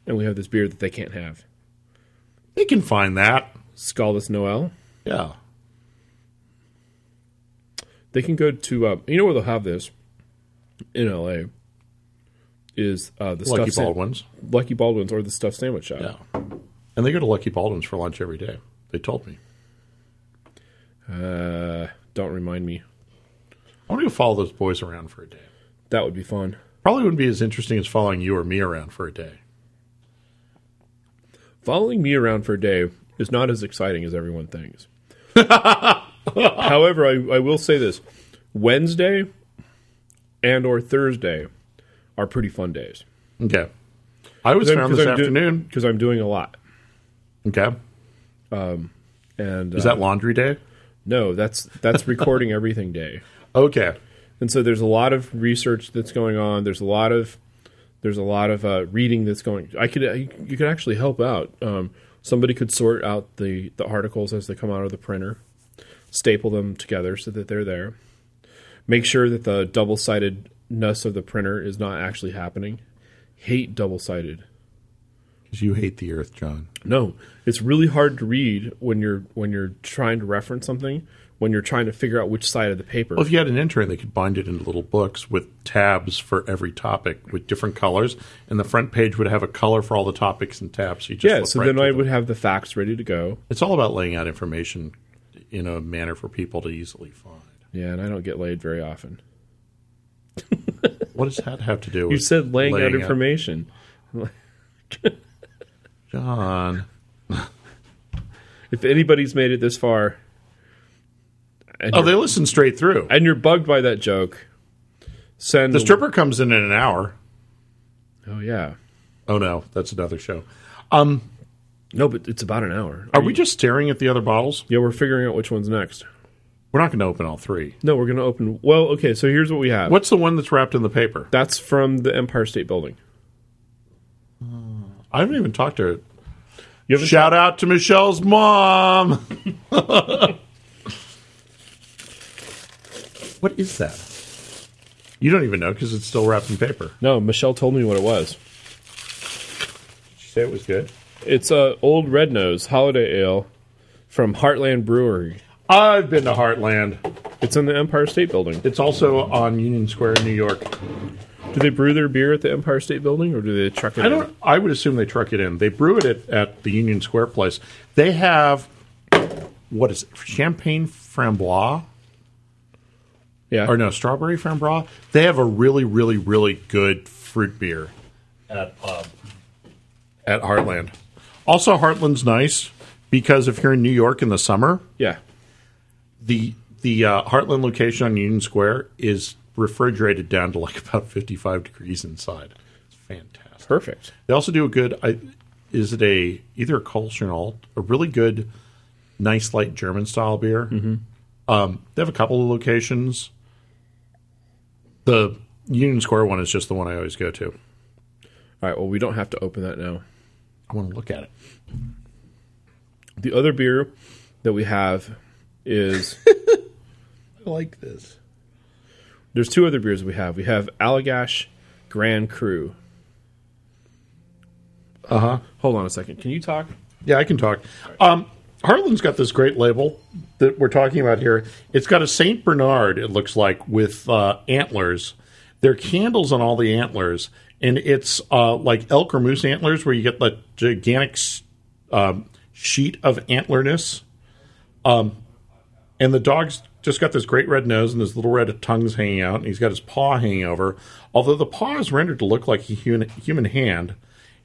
Speaker 1: and we have this beer that they can't have.
Speaker 2: They can find that.
Speaker 1: Scaldus Noel.
Speaker 2: Yeah.
Speaker 1: They can go to uh, you know where they'll have this in L.A. Is uh, the
Speaker 2: Lucky
Speaker 1: stuff san-
Speaker 2: Baldwin's.
Speaker 1: Lucky Baldwin's or the stuffed sandwich shop?
Speaker 2: Yeah. And they go to Lucky Baldwin's for lunch every day. They told me.
Speaker 1: Uh, don't remind me.
Speaker 2: I want to go follow those boys around for a day.
Speaker 1: That would be fun.
Speaker 2: Probably wouldn't be as interesting as following you or me around for a day.
Speaker 1: Following me around for a day is not as exciting as everyone thinks. However, I, I will say this: Wednesday and or Thursday are pretty fun days.
Speaker 2: Okay. I was around this afternoon.
Speaker 1: because I'm doing a lot.
Speaker 2: okay.
Speaker 1: And
Speaker 2: Is
Speaker 1: uh,
Speaker 2: that laundry day?
Speaker 1: no? That's that's recording everything day.
Speaker 2: Okay.
Speaker 1: And so there's a lot of research that's going on. There's a lot of there's a lot of uh, reading that's going. I could you could actually help out. Um, somebody could sort out the the articles as they come out of the printer, staple them together so that they're there. Make sure that the double sidedness of the printer is not actually happening. Hate double sided.
Speaker 2: Because you hate the earth, John.
Speaker 1: No, it's really hard to read when you're when you're trying to reference something when you're trying to figure out which side of the paper.
Speaker 2: Well, if you had an intern, they could bind it into little books with tabs for every topic with different colors, and the front page would have a color for all the topics and tabs. So you just
Speaker 1: yeah,
Speaker 2: flip
Speaker 1: so
Speaker 2: right
Speaker 1: then
Speaker 2: through
Speaker 1: I
Speaker 2: them.
Speaker 1: would have the facts ready to go.
Speaker 2: It's all about laying out information in a manner for people to easily find.
Speaker 1: Yeah, and I don't get laid very often.
Speaker 2: What does that have to do? with
Speaker 1: You said laying, out information.
Speaker 2: John.
Speaker 1: If anybody's made it this far, and,
Speaker 2: Oh,
Speaker 1: you're,
Speaker 2: they listen straight through.
Speaker 1: and you're bugged by that joke, send
Speaker 2: The stripper comes in in an hour.
Speaker 1: Oh yeah,
Speaker 2: Oh no, that's another show.
Speaker 1: no, but it's about an hour.
Speaker 2: Are we just staring at the other bottles?
Speaker 1: Yeah, we're figuring out which one's next.
Speaker 2: We're not going to open all three.
Speaker 1: No, we're gonna open. Well, okay, so here's what we have.
Speaker 2: What's the one that's wrapped in the paper?
Speaker 1: That's from the Empire State Building.
Speaker 2: I haven't even talked to
Speaker 1: You
Speaker 2: her.
Speaker 1: haven't-
Speaker 2: Shout out to Michelle's mom. what is that? You don't even know because it's still wrapped in paper.
Speaker 1: no, Michelle told me what it was.
Speaker 2: Did you say it was good?
Speaker 1: It's a old Red Nose Holiday Ale from Heartland Brewery.
Speaker 2: I've been to Heartland.
Speaker 1: It's in the Empire State Building.
Speaker 2: It's also on Union Square in New York.
Speaker 1: Do they brew their beer at the Empire State Building, or do they truck it?
Speaker 2: I
Speaker 1: in?
Speaker 2: don't. I would assume they truck it in. They brew it at, at the Union Square place. They have what is it? Champagne framboise
Speaker 1: Yeah.
Speaker 2: or no strawberry framboise? They have a really, really, really good fruit beer at um, at Heartland. Also, Heartland's nice because if you're in New York in the summer,
Speaker 1: Yeah.
Speaker 2: the the uh, Heartland location on Union Square is refrigerated down to like about 55 degrees inside. It's fantastic.
Speaker 1: Perfect.
Speaker 2: They also do a good. I, is it a either a Kolsch or an Alt? A really good, nice light German style beer. Um, they have a couple of locations. The Union Square one is just the one I always go to.
Speaker 1: All right. Well, we don't have to open that now.
Speaker 2: I want to look at it.
Speaker 1: The other beer that we have is
Speaker 2: I like this.
Speaker 1: there's two other beers we have. We have Allagash Grand Cru. Uh huh. Hold on a second. Can you talk?
Speaker 2: Yeah, I can talk. Um, Harlan's got this great label that we're talking about here. It's got a Saint Bernard. It looks like with uh, antlers. They're candles on all the antlers, and it's uh, like elk or moose antlers, where you get the gigantic s- um, sheet of antlerness. Um, and the dog's just got this great red nose and his little red tongue's hanging out, and he's got his paw hanging over. Although the paw is rendered to look like a human, human hand,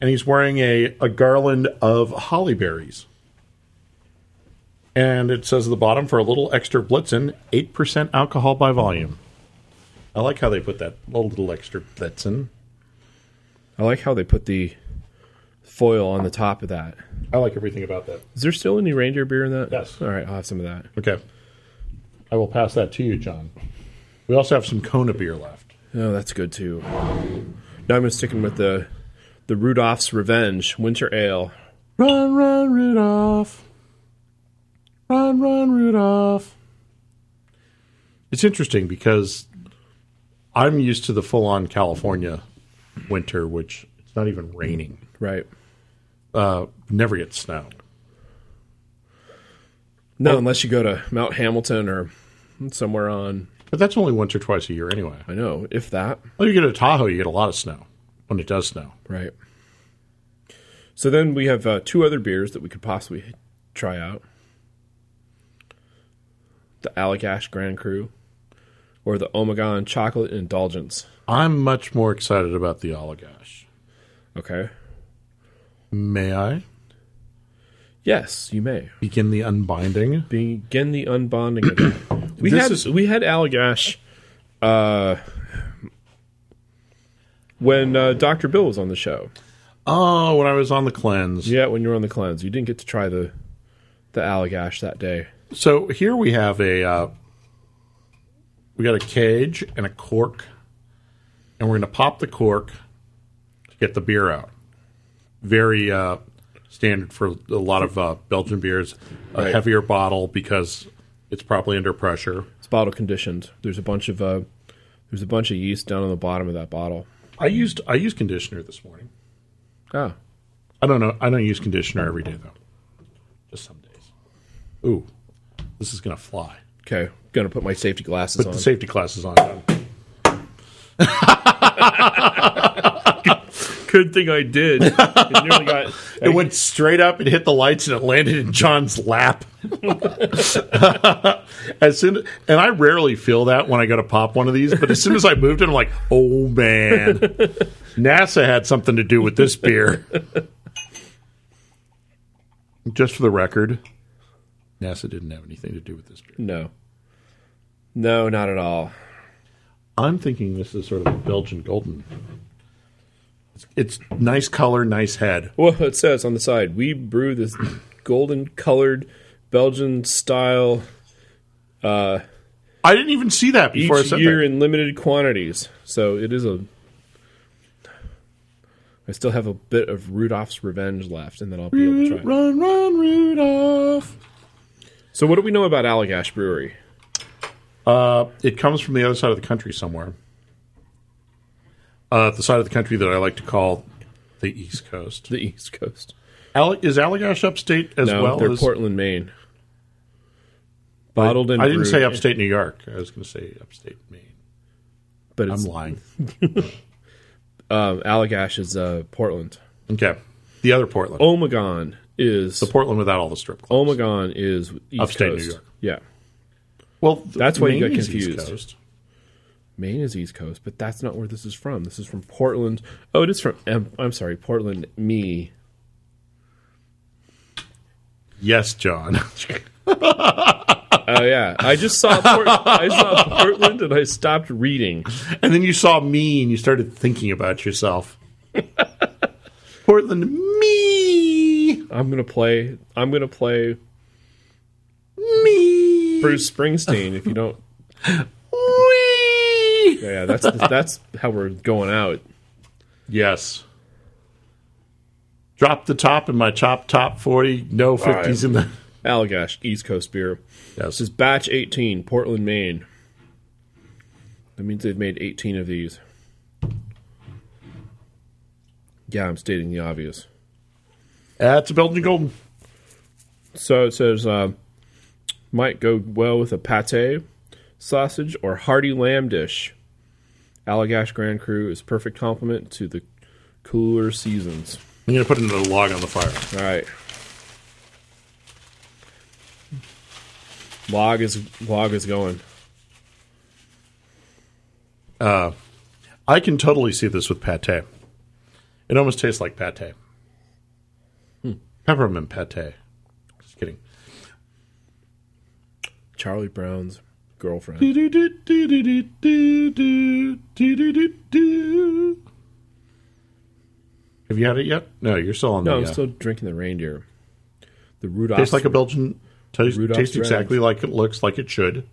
Speaker 2: and he's wearing a, a garland of holly berries. And it says at the bottom for a little extra Blitzen, 8% alcohol by volume. I like how they put that little extra Blitzen.
Speaker 1: I like how they put the foil on the top of that.
Speaker 2: I like everything about that.
Speaker 1: Is there still any reindeer beer in that?
Speaker 2: Yes.
Speaker 1: All right, I'll have some of that.
Speaker 2: Okay. I will pass that to you, John. We also have some Kona beer left.
Speaker 1: Oh, that's good too. Now I'm sticking with the the Rudolph's Revenge Winter Ale.
Speaker 2: Run, run, Rudolph. Run, run, Rudolph. It's interesting because I'm used to the full on California winter, which it's not even raining.
Speaker 1: Right.
Speaker 2: Uh, never gets snow.
Speaker 1: No, unless you go to Mount Hamilton or somewhere on
Speaker 2: But that's only once or twice a year anyway.
Speaker 1: I know, if that.
Speaker 2: Well, you get to Tahoe, you get a lot of snow when it does snow.
Speaker 1: Right. So then we have uh, two other beers that we could possibly try out. The Allagash Grand Cru or the Omegon Chocolate Indulgence.
Speaker 2: I'm much more excited about the Allagash.
Speaker 1: Okay.
Speaker 2: May I
Speaker 1: Yes, you may.
Speaker 2: begin the unbinding?
Speaker 1: begin the unbonding of that. we
Speaker 2: This
Speaker 1: had
Speaker 2: is-
Speaker 1: we had Allagash uh, when uh, Doctor Bill was on the show.
Speaker 2: Oh, when I was on the cleanse.
Speaker 1: Yeah, when you were on the cleanse, you didn't get to try the the Allagash that day.
Speaker 2: So here we have a uh, we got a cage and a cork, and we're going to pop the cork to get the beer out. Very uh, standard for a lot of uh, Belgian beers. A
Speaker 1: Right.
Speaker 2: heavier bottle because it's probably under pressure.
Speaker 1: It's bottle conditioned. There's a bunch of uh, there's a bunch of yeast down on the bottom of that bottle.
Speaker 2: I used I used conditioner this morning.
Speaker 1: Oh,
Speaker 2: I don't know. I don't use conditioner every day though. Just some days. Ooh, this is gonna fly.
Speaker 1: okay. Gonna put my safety glasses
Speaker 2: Put
Speaker 1: on.
Speaker 2: the safety glasses on. John.
Speaker 1: Good thing I did. It nearly got-
Speaker 2: It went straight up. It hit the lights and it landed in John's lap. as soon and I rarely feel that when I go to pop one of these, but as soon as I moved it, I'm like, oh man, NASA had something to do with this beer. Just for the record, NASA didn't have anything to do with this beer.
Speaker 1: no, no, not at all.
Speaker 2: I'm thinking this is sort of a Belgian golden. It's, it's nice color, nice head.
Speaker 1: Well, it says on the side, we brew this golden colored Belgian style
Speaker 2: I didn't even see that
Speaker 1: each
Speaker 2: before I said
Speaker 1: year
Speaker 2: that.
Speaker 1: in limited quantities. So it is a. I still have a bit of Rudolph's revenge left, and then I'll be able to try. It.
Speaker 2: Run, run, Rudolph.
Speaker 1: So, what do we know about Allagash Brewery?
Speaker 2: Uh, it comes from the other side of the country somewhere. Uh, the side of the country that I like to call the East Coast.
Speaker 1: The East Coast.
Speaker 2: Ale- is Allagash upstate as
Speaker 1: No,
Speaker 2: well?
Speaker 1: they're
Speaker 2: as,
Speaker 1: Portland, Maine. Bottled and
Speaker 2: I didn't
Speaker 1: brewed-
Speaker 2: say upstate New York. I was going to say upstate Maine.
Speaker 1: but
Speaker 2: I'm
Speaker 1: it's
Speaker 2: lying.
Speaker 1: um, Allagash is uh, Portland.
Speaker 2: Okay. The other Portland.
Speaker 1: Omegon is
Speaker 2: The Portland without all the strip clubs.
Speaker 1: Omegon is East
Speaker 2: Upstate New
Speaker 1: Coast.
Speaker 2: York.
Speaker 1: Yeah.
Speaker 2: Well, th-
Speaker 1: That's why you
Speaker 2: Maine
Speaker 1: got
Speaker 2: is East
Speaker 1: confused.
Speaker 2: Coast.
Speaker 1: Maine is East Coast, but that's not where this is from. This is from Portland. Oh, it is from. Um, I'm sorry, Portland. Me.
Speaker 2: Yes, John.
Speaker 1: Oh yeah, I just saw. Port- I saw Portland, and I stopped reading.
Speaker 2: And then you saw me and you started thinking about yourself. Portland, me,
Speaker 1: I'm gonna play. I'm gonna play
Speaker 2: me,
Speaker 1: Bruce Springsteen. If you don't,
Speaker 2: Wee.
Speaker 1: yeah, that's that's how we're going out.
Speaker 2: Yes. Drop the top in my chop top 40, no 50s in the.
Speaker 1: Allagash East Coast beer.
Speaker 2: Yes.
Speaker 1: This is batch 18, Portland, Maine. That means they've made 18 of these. Yeah, I'm stating the obvious.
Speaker 2: That's a Belgian Golden.
Speaker 1: So it says uh, might go well with a pate sausage or hearty lamb dish. Allagash Grand Cru is perfect complement to the cooler seasons.
Speaker 2: I'm gonna put another log on the fire.
Speaker 1: All right. Log is log is going.
Speaker 2: I can totally see this with pate. It almost tastes like pate. Hmm. Peppermint pate. Just kidding.
Speaker 1: Charlie Brown's girlfriend.
Speaker 2: Have you had it yet? No, you're still on
Speaker 1: No,
Speaker 2: the.
Speaker 1: Oh, I'm
Speaker 2: uh,
Speaker 1: still drinking the reindeer. The Rudolph.
Speaker 2: tastes like a Belgian. Tastes,
Speaker 1: Rudolph's
Speaker 2: tastes
Speaker 1: red.
Speaker 2: exactly like it looks, like it should.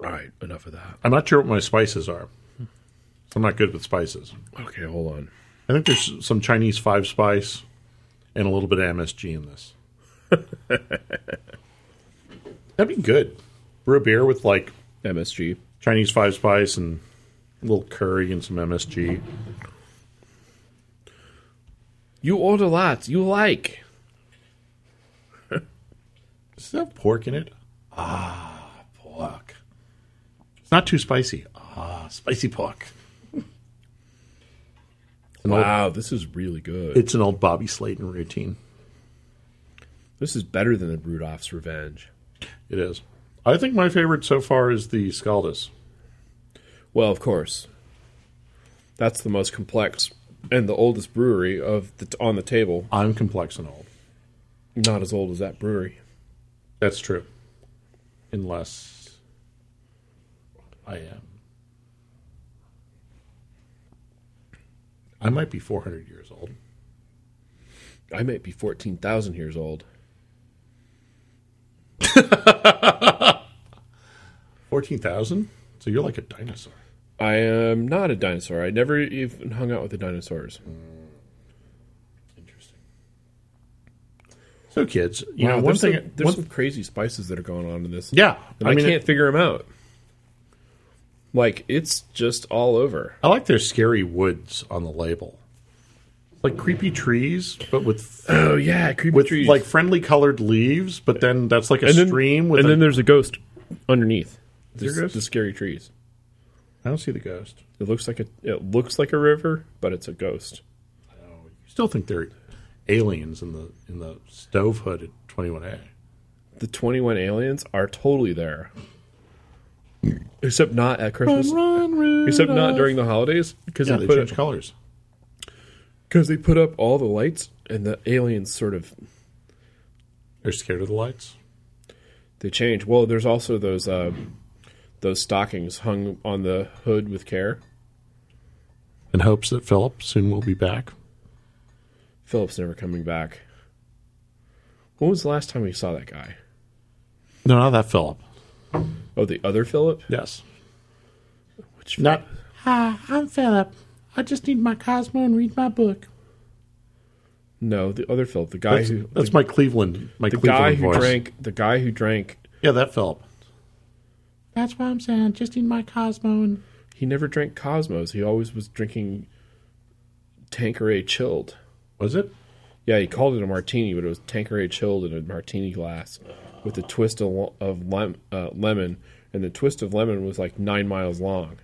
Speaker 1: All right, enough of that.
Speaker 2: I'm not sure what my spices are. I'm not good with spices.
Speaker 1: Okay, hold on.
Speaker 2: I think there's some Chinese five spice and a little bit of MSG in this. That'd be good. Brew a beer with like
Speaker 1: MSG.
Speaker 2: Chinese five spice and a little curry and some MSG.
Speaker 1: You order lots. You like.
Speaker 2: Does it have pork in it? Ah, pork. It's not too spicy. Ah, spicy pork. An old-
Speaker 1: Wow, this is really good.
Speaker 2: it's an old Bobby Slayton routine.
Speaker 1: this is better than the Rudolph's Revenge.
Speaker 2: It is. I think my favorite so far is the Scaldus.
Speaker 1: Well, of course. That's the most complex and the oldest brewery of the on the table.
Speaker 2: I'm complex and old.
Speaker 1: Not as old as that brewery.
Speaker 2: That's true. Unless I am. I might be 400 years old.
Speaker 1: I might be 14,000 years old.
Speaker 2: 14,000? So you're like a dinosaur.
Speaker 1: I am not a dinosaur. I never even hung out with the dinosaurs.
Speaker 2: Interesting. So, kids, you
Speaker 1: Wow,
Speaker 2: know, one
Speaker 1: there's
Speaker 2: thing.
Speaker 1: some, there's
Speaker 2: one-
Speaker 1: some crazy spices that are going on in this.
Speaker 2: yeah.
Speaker 1: And
Speaker 2: I,
Speaker 1: I,
Speaker 2: mean,
Speaker 1: can't
Speaker 2: it-
Speaker 1: figure them out. Like, it's just all over.
Speaker 2: I like their scary woods on the label. Like creepy trees, but with
Speaker 1: Oh, yeah. Creepy
Speaker 2: with
Speaker 1: trees.
Speaker 2: like friendly colored leaves, but then that's like a
Speaker 1: and then,
Speaker 2: stream with
Speaker 1: and
Speaker 2: a-
Speaker 1: then there's a ghost underneath
Speaker 2: there
Speaker 1: the,
Speaker 2: a ghost?
Speaker 1: the scary trees.
Speaker 2: I don't see the ghost.
Speaker 1: It looks like a it looks like a river, but it's a ghost.
Speaker 2: still think they're aliens in the in the stove hood at 21A.
Speaker 1: The 21 aliens are totally there. Except not at Christmas. Except not during the holidays because
Speaker 2: yeah,
Speaker 1: they
Speaker 2: they
Speaker 1: put
Speaker 2: change
Speaker 1: up,
Speaker 2: colors.
Speaker 1: cause they put up all the lights and the aliens sort of
Speaker 2: They're scared of the lights.
Speaker 1: they change. Well, there's also those uh, those stockings hung on the hood with care.
Speaker 2: In hopes that Philip soon will be back.
Speaker 1: Philip's never coming back. When was the last time we saw that guy?
Speaker 2: No, not that Philip.
Speaker 1: Oh, the other Philip.
Speaker 2: Yes.
Speaker 1: Which
Speaker 2: Not
Speaker 8: Hi, I'm Philip. I just need my Cosmo and read my book.
Speaker 1: No, the other Philip, the guy
Speaker 2: that's,
Speaker 1: who
Speaker 2: that's my Cleveland my
Speaker 1: the
Speaker 2: Cleveland
Speaker 1: guy who
Speaker 2: voice.
Speaker 1: drank the guy who drank
Speaker 2: Yeah, that Philip.
Speaker 8: That's why I'm saying I just need my Cosmo and
Speaker 1: he never drank Cosmos. He always was drinking Tanqueray chilled.
Speaker 2: Was it?
Speaker 1: Yeah, he called it a martini, but it was Tanqueray chilled in a martini glass with a twist of, lo- of lem, uh, lemon, and the twist of lemon was like nine miles long,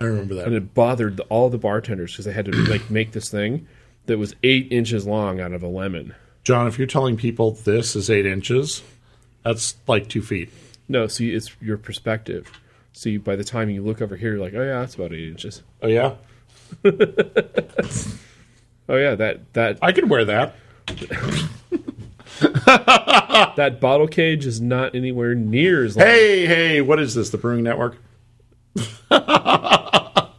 Speaker 2: I remember
Speaker 1: and
Speaker 2: that.
Speaker 1: it bothered the, all the bartenders because they had to like make this thing that was eight inches long out of a lemon.
Speaker 2: John, if you're telling people this is eight inches, that's like two feet.
Speaker 1: No, see, it's your perspective. See, by the time you look over here, you're like, oh yeah, that's about eight inches.
Speaker 2: Oh yeah?
Speaker 1: Oh yeah, that that
Speaker 2: I could wear that.
Speaker 1: that bottle cage is not anywhere near as long.
Speaker 2: Hey, hey, what is this? The Brewing Network? Are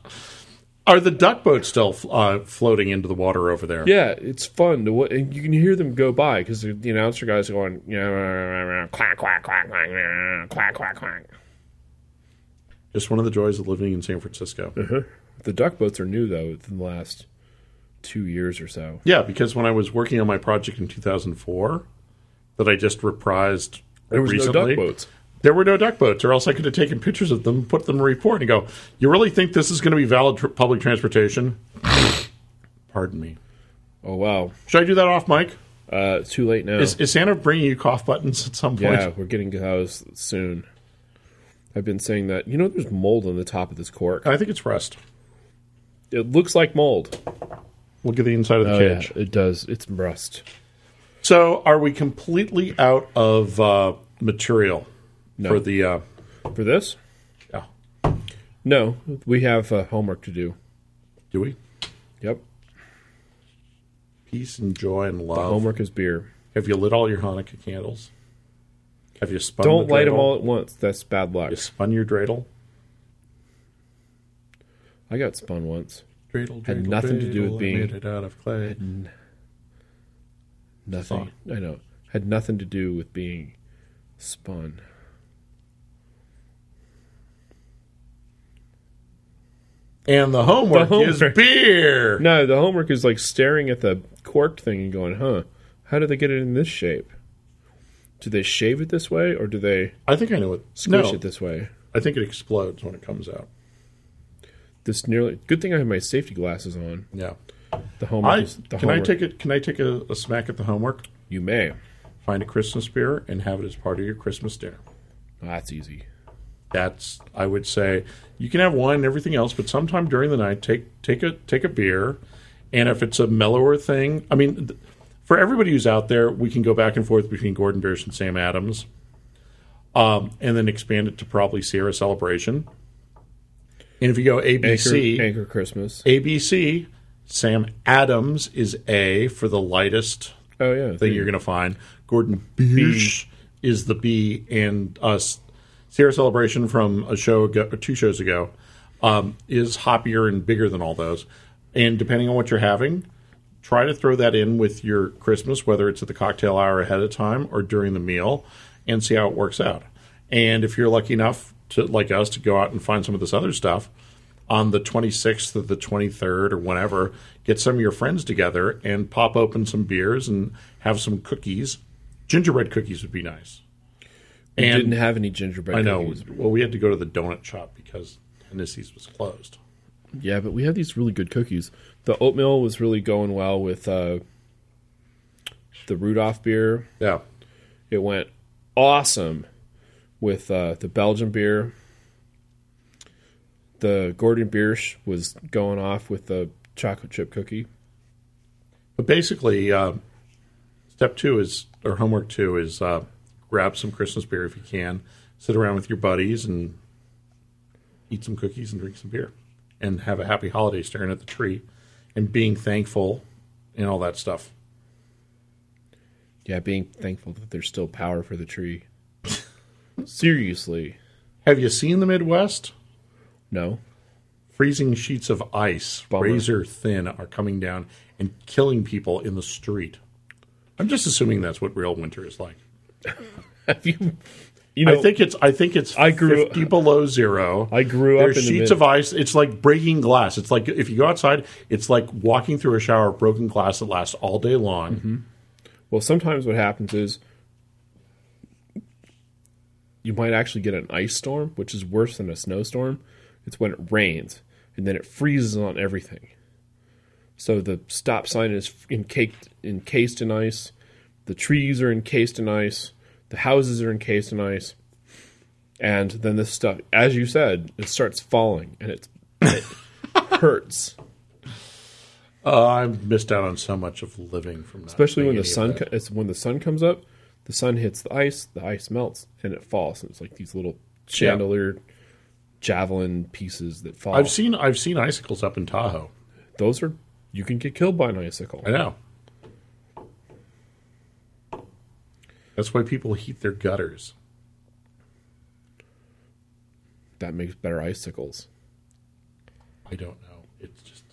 Speaker 2: the duck boats still uh, floating into the water over there?
Speaker 1: Yeah, it's fun to what, and you can hear them go by because the the announcer guys going, you know, quack quack quack quack quack quack quack.
Speaker 2: Just one of the joys of living in San Francisco.
Speaker 1: Uh-huh. The duck boats are new though, within the last two years or so.
Speaker 2: Yeah, because when I was working on my project in 2004 that I just reprised
Speaker 1: There was
Speaker 2: recently,
Speaker 1: no duck boats.
Speaker 2: there were no duck boats, or else I could have taken pictures of them, put them in a report, and go, You really think this is going to be valid tr- public transportation? Pardon me.
Speaker 1: Oh wow,
Speaker 2: Should I do that off mic?
Speaker 1: uh, it's too late now.
Speaker 2: Is, is Santa bringing you cough buttons at some point?
Speaker 1: yeah, we're getting to those soon. I've been saying that. You know, there's mold on the top of this cork.
Speaker 2: I think it's rust.
Speaker 1: It looks like mold.
Speaker 2: Look at the inside of the cage.
Speaker 1: Oh, it does. It's rust.
Speaker 2: So, are we completely out of uh, material
Speaker 1: No.
Speaker 2: for the? Uh, oh,
Speaker 1: For this?
Speaker 2: yeah.
Speaker 1: No, we have uh, homework to do.
Speaker 2: Do we?
Speaker 1: Yep.
Speaker 2: Peace and joy and love.
Speaker 1: Homework is beer.
Speaker 2: Have you lit all your Hanukkah candles? Have you spun?
Speaker 1: Don't
Speaker 2: the
Speaker 1: light them
Speaker 2: dreidel?
Speaker 1: all at once. That's bad luck.
Speaker 2: You spun your dreidel.
Speaker 1: I got spun once.
Speaker 2: Dreidel,
Speaker 1: Had
Speaker 2: dreidel,
Speaker 1: nothing to do with
Speaker 2: dreidel, I
Speaker 1: being-
Speaker 2: made it out of clay.
Speaker 1: Nothing. I know. Had nothing to do with being spun.
Speaker 2: And the homework,
Speaker 1: The homework.
Speaker 2: is beer.
Speaker 1: No, the homework is like staring at the corked thing and going, huh, how did they get it in this shape? Do they shave it this way or do they
Speaker 2: I think I know it.
Speaker 1: squish
Speaker 2: no,
Speaker 1: it this way?
Speaker 2: I think it explodes when it comes out.
Speaker 1: This nearly good thing I have my safety glasses on.
Speaker 2: Yeah.
Speaker 1: The homework
Speaker 2: I,
Speaker 1: is the
Speaker 2: can I
Speaker 1: homework.
Speaker 2: take it? Can I take a, a smack at the homework?
Speaker 1: you may.
Speaker 2: Find a Christmas beer and have it as part of your Christmas dinner.
Speaker 1: Ah, that's easy.
Speaker 2: That's I would say you can have wine and everything else, but sometime during the night, take take a take a beer, and if it's a mellower thing, I mean, th- for everybody who's out there, we can go back and forth between Gordon Biersch and Sam Adams, um, and then expand it to probably Sierra Celebration. And if you go
Speaker 1: Anchor,
Speaker 2: ABC,
Speaker 1: anchor Christmas.
Speaker 2: ABC, Sam Adams is A for the lightest
Speaker 1: Oh yeah.
Speaker 2: thing you're going to find. Gordon Biersch is the B, and us Sierra Celebration from a show ago, or two shows ago um, is hoppier and bigger than all those. And depending on what you're having, try to throw that in with your Christmas, whether it's at the cocktail hour ahead of time or during the meal, and see how it works out. And if you're lucky enough to, like us, to go out and find some of this other stuff on the 26th or the 23rd or whenever, get some of your friends together and pop open some beers and have some cookies. Gingerbread cookies would be nice.
Speaker 1: we
Speaker 2: and-
Speaker 1: didn't have any gingerbread
Speaker 2: I know.
Speaker 1: cookies.
Speaker 2: Well, we had to go to the donut shop because Hennessy's was closed.
Speaker 1: Yeah, but we have these really good cookies. The oatmeal was really going well with uh, the Rudolph beer.
Speaker 2: Yeah.
Speaker 1: It went awesome with uh, the Belgian beer. The Gordon Biersch was going off with the chocolate chip cookie.
Speaker 2: But basically, uh, step two is, or homework two is, uh, grab some Christmas beer if you can, sit around with your buddies and eat some cookies and drink some beer, and have a happy holiday staring at the tree, and being thankful, and all that stuff.
Speaker 1: Yeah, being thankful that there's still power for the tree. Seriously.
Speaker 2: Have you seen the Midwest?
Speaker 1: No.
Speaker 2: Freezing sheets of ice,
Speaker 1: Bummer.
Speaker 2: razor thin, are coming down and killing people in the street. I'm just assuming that's what real winter is like.
Speaker 1: Have you you know
Speaker 2: I think it's I think it's
Speaker 1: I grew-
Speaker 2: 50 below zero.
Speaker 1: I grew up
Speaker 2: There's
Speaker 1: in the mid-
Speaker 2: sheets of ice. It's like breaking glass. It's like if you go outside, it's like walking through a shower of broken glass that lasts all day long.
Speaker 1: Mm-hmm. Well, sometimes what happens is you might actually get an ice storm, which is worse than a snowstorm. It's when it rains and then it freezes on everything. So the stop sign is encased, encased in ice. The trees are encased in ice. The houses are encased in ice. And then this stuff, as you said, it starts falling and it's, it hurts.
Speaker 2: Uh, I've missed out on so much of living from that.
Speaker 1: especially when the sun co- it's when the sun comes up the sun hits the ice the ice melts and it falls and it's like these little chandelier javelin pieces that fall
Speaker 2: I've seen I've seen icicles up in Tahoe.
Speaker 1: those are you can get killed by an icicle
Speaker 2: I know. That's why people heat their gutters.
Speaker 1: that makes better icicles
Speaker 2: I don't know. It's just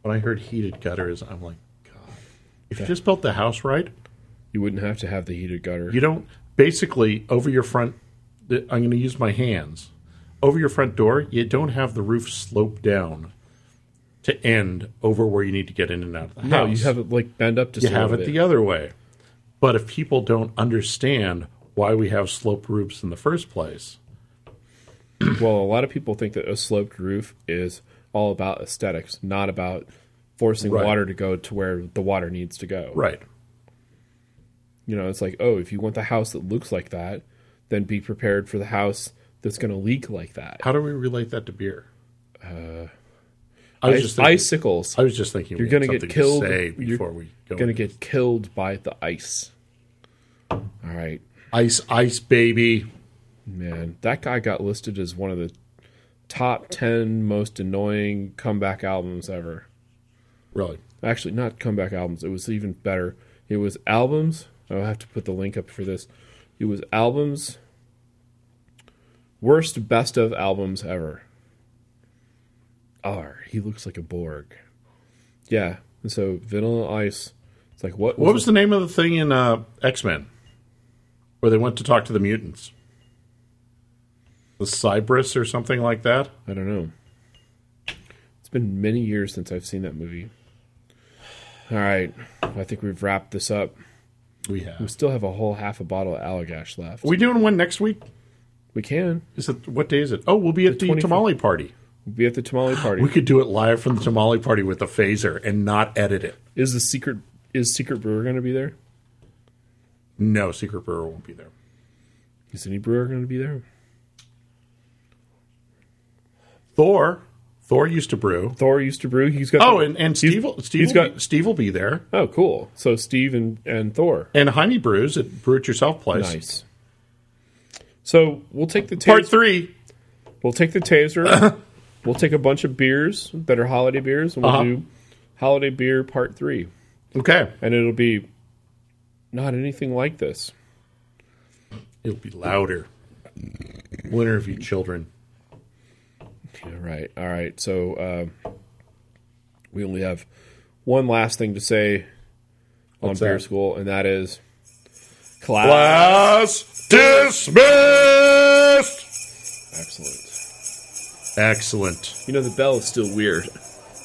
Speaker 2: when I heard heated gutters, I'm like, God. If you just built the house right,
Speaker 1: you wouldn't have to have the heated gutter
Speaker 2: You don't basically over your front. th- I'm going to use my hands over your front door. You don't have the roof sloped down to end over where you need to get in and out of the
Speaker 1: no
Speaker 2: house.
Speaker 1: you have it like bend up to
Speaker 2: You have it the other way. But if people don't understand why we have sloped roofs in the first place,
Speaker 1: well a lot of people think that a sloped roof is all about aesthetics not about forcing
Speaker 2: Right.
Speaker 1: water to go to where the water needs to go
Speaker 2: right?
Speaker 1: You know, it's like, oh, if you want the house that looks like that, then be prepared for the house that's going to leak like that.
Speaker 2: How do we relate that to beer? Uh, I was
Speaker 1: Ice,
Speaker 2: just thinking,
Speaker 1: icicles.
Speaker 2: I was just thinking
Speaker 1: you're
Speaker 2: we had
Speaker 1: going to get
Speaker 2: something
Speaker 1: killed.
Speaker 2: say
Speaker 1: you're
Speaker 2: before we go
Speaker 1: going to
Speaker 2: into
Speaker 1: get killed by the ice. All right,
Speaker 2: ice, ice baby.
Speaker 1: man. That guy got listed as one of the top ten most annoying comeback albums ever.
Speaker 2: Really,
Speaker 1: actually not comeback albums it was even better it was albums i'll have to put the link up for this it was albums worst best of albums ever r he looks like a borg yeah and so vanilla ice it's like what
Speaker 2: what was the name of the thing in uh, X Men where they went to talk to the mutants? The Cypress or something like that.
Speaker 1: i don't know it's been many years since i've seen that movie all right i think we've wrapped this up we
Speaker 2: We have.
Speaker 1: still have a whole half a bottle of allagash left
Speaker 2: Are we doing one next week?
Speaker 1: we can
Speaker 2: Is it what day is it? Oh, we'll be at the,
Speaker 1: 24th.
Speaker 2: tamale party.
Speaker 1: we'll be at the tamale party
Speaker 2: We could do it live from the tamale party with a phaser and not edit it.
Speaker 1: Is the secret is Secret Brewer going to be there?
Speaker 2: No, Secret Brewer won't be there.
Speaker 1: Is any brewer going to be there?
Speaker 2: Thor, Thor used to brew.
Speaker 1: Thor used to brew. He's got
Speaker 2: Oh,
Speaker 1: the-
Speaker 2: and, and
Speaker 1: he's-
Speaker 2: Steve, will- Steve,
Speaker 1: he's
Speaker 2: will
Speaker 1: got-
Speaker 2: be- Steve will be there.
Speaker 1: oh, cool. So Steve and and Thor.
Speaker 2: And Jaime brews at Brew It Yourself Place.
Speaker 1: Nice. So we'll take the taser.
Speaker 2: Part three.
Speaker 1: We'll take the taser. we'll take a bunch of beers that are holiday beers, and we'll
Speaker 2: Uh-huh.
Speaker 1: do holiday beer part three,
Speaker 2: Okay.
Speaker 1: and it'll be not anything like this.
Speaker 2: It'll be louder. We'll interview children.
Speaker 1: All right. All right. So uh, we only have one last thing to say on
Speaker 2: What's
Speaker 1: beer
Speaker 2: that?
Speaker 1: school, and that is class.
Speaker 2: Class
Speaker 1: Excellent.
Speaker 2: dismissed. Excellent.
Speaker 1: You know the bell is still weird.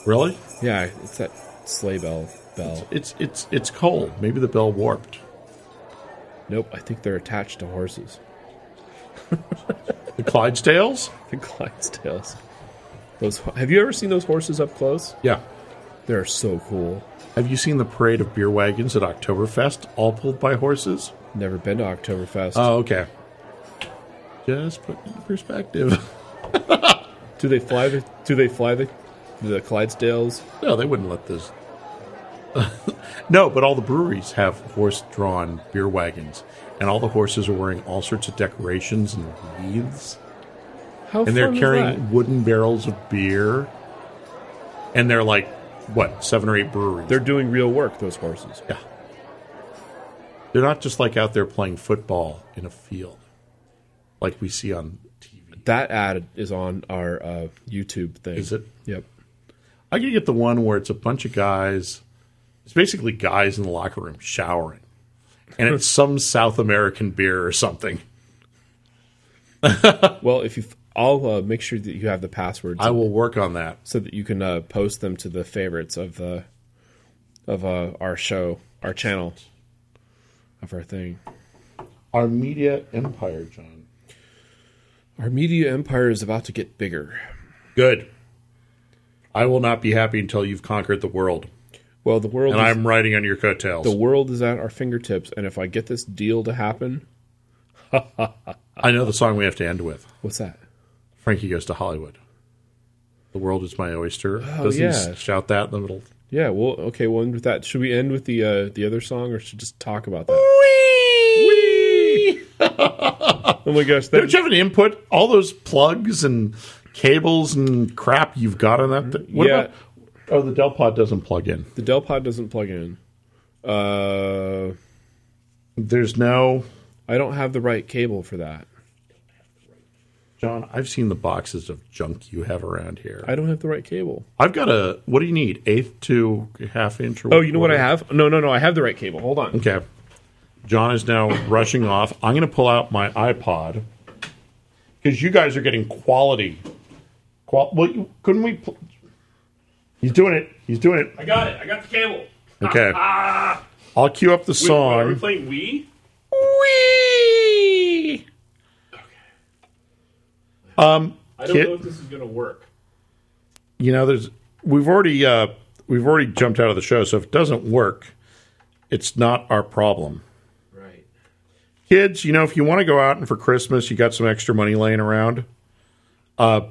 Speaker 2: Really?
Speaker 1: Yeah, it's that sleigh bell bell.
Speaker 2: It's it's it's cold. Maybe the bell warped.
Speaker 1: Nope, I think they're attached to horses.
Speaker 2: The Clydesdales?
Speaker 1: The Clydesdales. Those have you ever seen those horses up close?
Speaker 2: Yeah.
Speaker 1: They're so cool.
Speaker 2: Have you seen the parade of beer wagons at Oktoberfest, all pulled by horses?
Speaker 1: Never been to Oktoberfest.
Speaker 2: Oh, okay. Just put it into perspective.
Speaker 1: do they fly the do they fly the the Clydesdales?
Speaker 2: No, they wouldn't let this. no, but all the breweries have horse drawn beer wagons, and all the horses are wearing all sorts of decorations and wreaths,
Speaker 1: How
Speaker 2: and they're
Speaker 1: fun is
Speaker 2: carrying
Speaker 1: that?
Speaker 2: wooden barrels of beer. And they're like, what, seven or eight breweries?
Speaker 1: They're doing real work, those horses.
Speaker 2: yeah. They're not just like out there playing football in a field like we see on TV.
Speaker 1: That ad is on our uh, YouTube thing.
Speaker 2: Is it?
Speaker 1: Yep.
Speaker 2: I could get the one where it's a bunch of guys. It's basically guys in the locker room showering, and it's some South American beer or something.
Speaker 1: Well, if you, I'll uh, make sure that you have the passwords.
Speaker 2: I will work on that.
Speaker 1: so that you can uh, post them to the favorites of the of uh, our show, our channel, of our thing.
Speaker 2: Our media empire, John.
Speaker 1: Our media empire is about to get bigger.
Speaker 2: Good. I will not be happy until you've conquered the world,
Speaker 1: Well, the world
Speaker 2: and
Speaker 1: is,
Speaker 2: I'm riding on your coattails.
Speaker 1: the world is at our fingertips, and if I get this deal to happen,
Speaker 2: I know the song we have to end with.
Speaker 1: what's that?
Speaker 2: Frankie goes to Hollywood. The world is my oyster.
Speaker 1: Oh,
Speaker 2: Doesn't he s-
Speaker 1: yeah.
Speaker 2: shout that in the middle?
Speaker 1: Yeah, well, okay, we'll end with that. Should we end with the uh, the other song, or should we just talk about that?
Speaker 2: Whee!
Speaker 1: Oh my gosh,
Speaker 2: Don't
Speaker 1: that,
Speaker 2: you have an input? All those plugs and cables and crap you've got on that. Thing. What
Speaker 1: Yeah.
Speaker 2: about? Oh, the Del Pod doesn't plug in.
Speaker 1: the Del Pod doesn't plug in. Uh,
Speaker 2: There's no.
Speaker 1: I don't have the right cable for that.
Speaker 2: John, I've seen the boxes of junk you have around here.
Speaker 1: I don't have the right cable.
Speaker 2: I've got a. What do you need? Eighth to half inch. Or
Speaker 1: Oh, you know what I have? No, no, no. I have the right cable. Hold on.
Speaker 2: Okay. John is now rushing off. I'm going to pull out my iPod because you guys are getting quality. Qual- well, you, couldn't we? Pl- He's doing it. He's doing it.
Speaker 1: I got it. I got the cable.
Speaker 2: Okay. I'll cue up the
Speaker 1: Are we
Speaker 2: song.
Speaker 1: playing Wii?
Speaker 2: Whee! Um,
Speaker 1: I don't
Speaker 2: don't Kid-
Speaker 1: know
Speaker 2: know
Speaker 1: if
Speaker 2: if
Speaker 1: this is going to work.
Speaker 2: you know, there's we've already uh, we've already jumped out of the show, so if it doesn't work, it's not our problem.
Speaker 1: Right.
Speaker 2: kids, you know, if you want to go out and for Christmas you got some extra money laying around, uh,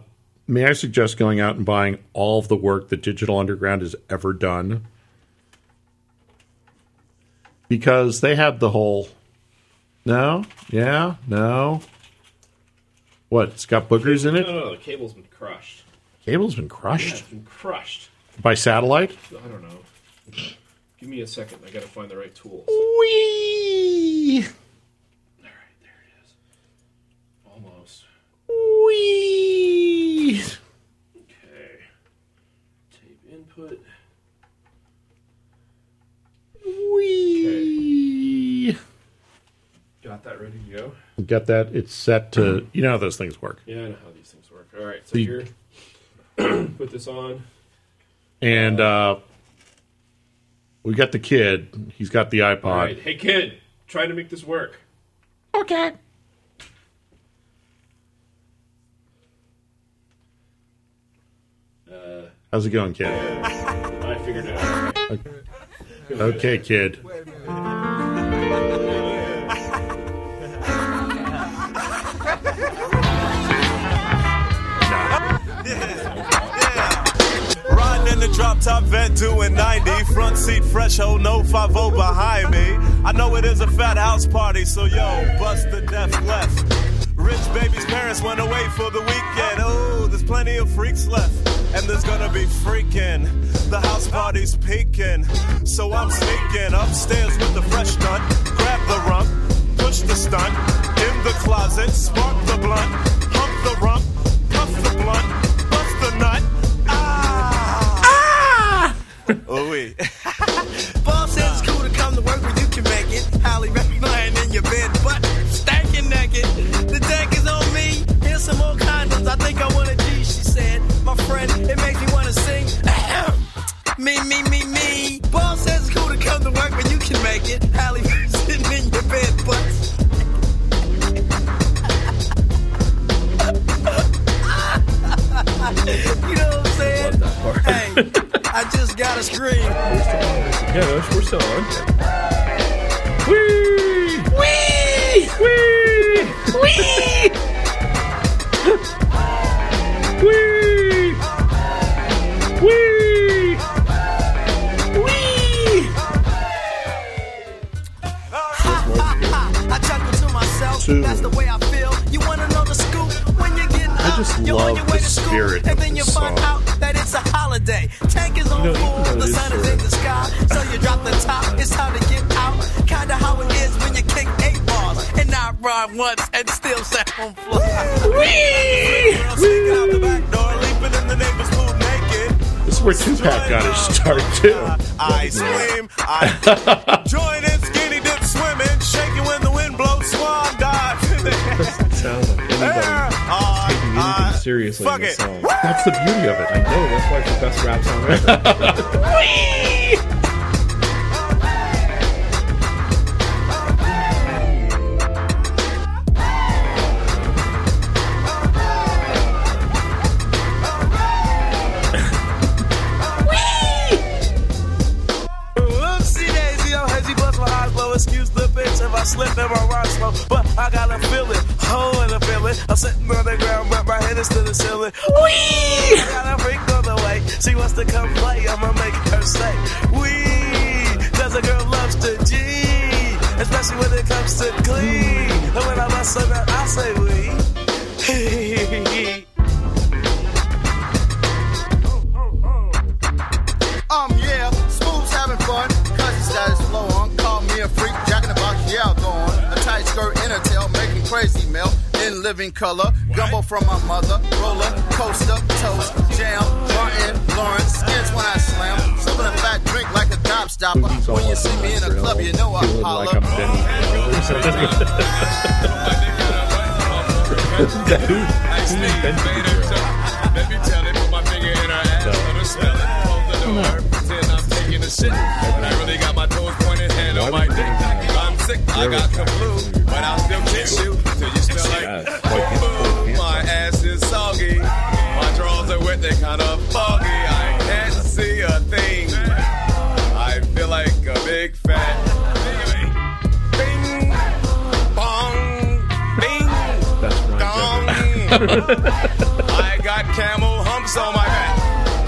Speaker 2: may I suggest going out and buying all of the work that Digital Underground has ever done? Because they have the whole. No? Yeah? No? What? It's got boogers in it?
Speaker 1: No, no, the cable's been crushed.
Speaker 2: Cable's been crushed
Speaker 1: It's been crushed.
Speaker 2: by satellite?
Speaker 1: I don't know. Give me a second. I gotta find the right tools.
Speaker 2: Whee!
Speaker 1: All right, there it is. Almost.
Speaker 2: Whee!
Speaker 1: Okay. Tape input.
Speaker 2: Whee!
Speaker 1: Got that ready to go.
Speaker 2: Got that? It's set to. You know how those things work.
Speaker 1: Yeah, I know how these things work. All right, so
Speaker 2: The-
Speaker 1: here, put this on.
Speaker 2: And uh, we got the kid. He's got the iPod.
Speaker 1: All right, hey kid, try to make this work.
Speaker 8: Okay.
Speaker 9: Uh,
Speaker 2: How's it going, kid?
Speaker 1: I figured it out.
Speaker 2: Okay, kid.
Speaker 10: Riding in the drop top vet doing 90. Front seat fresh ho, no 5 behind me. I know it is a fat house party, so yo, bust the death left. Rich baby's parents went away for the weekend. Oh, there's plenty of freaks left. And there's gonna be freaking. The house party's peaking. So I'm sneaking upstairs with the fresh nut. Grab the rump, push the stunt. In the closet, spark the blunt. Hump the rump, puff the blunt, bust the nut. Ah! Oh, wait.
Speaker 11: Boss said it's cool to come to work when you can make it. Highly recommend lying in your bed, but stankin' naked. The deck is on me. Here's some more condoms. I think I want a G, she said. My friend, it makes me want to sing. me, me, me, me. Boss says it's cool to come to work when you can make it. Highly sitting in your bed, but. You know what I'm saying? Hey, I just gotta scream.
Speaker 1: Yeah, no, we're still on. Whee!
Speaker 11: Whee!
Speaker 1: Whee!
Speaker 11: Whee!
Speaker 1: Whee! Whee!
Speaker 11: Whee! I chuckle to myself.
Speaker 2: Two.
Speaker 11: That's the way I feel. You wanna know the scoop when you're getting up.
Speaker 2: just
Speaker 11: you're
Speaker 2: love
Speaker 11: on your way
Speaker 2: the
Speaker 11: to school,
Speaker 2: spirit
Speaker 11: and
Speaker 2: of
Speaker 11: then you
Speaker 2: this
Speaker 11: find
Speaker 2: song.
Speaker 11: out that it's a holiday. Tank is on
Speaker 1: know, you
Speaker 11: full,
Speaker 1: know
Speaker 11: the
Speaker 1: this
Speaker 11: sun is
Speaker 1: for-
Speaker 11: in the sky, so you drop the top. It's time to get out. Kinda how it is when you kick eight balls and not run once and still sound fly.
Speaker 10: Girl sneaking out the back door, leaping in the neighbor's pool naked.
Speaker 2: This is where Tupac got his start, too.
Speaker 10: I scream, I join in skinny dip swimming, shaking when the wind blows, swan dive in the air.
Speaker 1: Sounds like anybody
Speaker 10: Ah!
Speaker 1: taking
Speaker 10: I-
Speaker 1: anything seriously
Speaker 10: fuck
Speaker 1: in this
Speaker 10: it.
Speaker 1: song.
Speaker 2: That's the beauty of it.
Speaker 1: I know that's why it's the best rap song ever.
Speaker 10: Oopsie daisy, I'm hazy, bust my eyes blow. Excuse the bitch if I slip and my rhyme slow. But I got a feeling, oh, and a feeling. I'm sitting on the ground, but my head is to the ceiling. Wee! Got a freak on the way. She wants to come play, I'ma make her say, Wee! Cause a girl loves to G. Especially when it comes to clean. And when I mess up, I say, Wee.
Speaker 9: Um, yeah, Smooth's having fun. Cousin status flow on. Call me a freak, jack in the box, yeah, I'll go on. A tight skirt, inner tail, making crazy melt. In living color, gumbo from my mother. Roller, coaster, toast, jam. Martin, Lawrence, skins when I slam. Slipping a fat drink like a top stopper. When you see me in a club, you know I
Speaker 2: Feeling
Speaker 9: holler.
Speaker 2: like I'm Benny.
Speaker 10: My ass is soggy. My drawers are wet, they kind of foggy. I can't see a thing. I feel like a big fat. Bing, bong. I got camel humps on my back.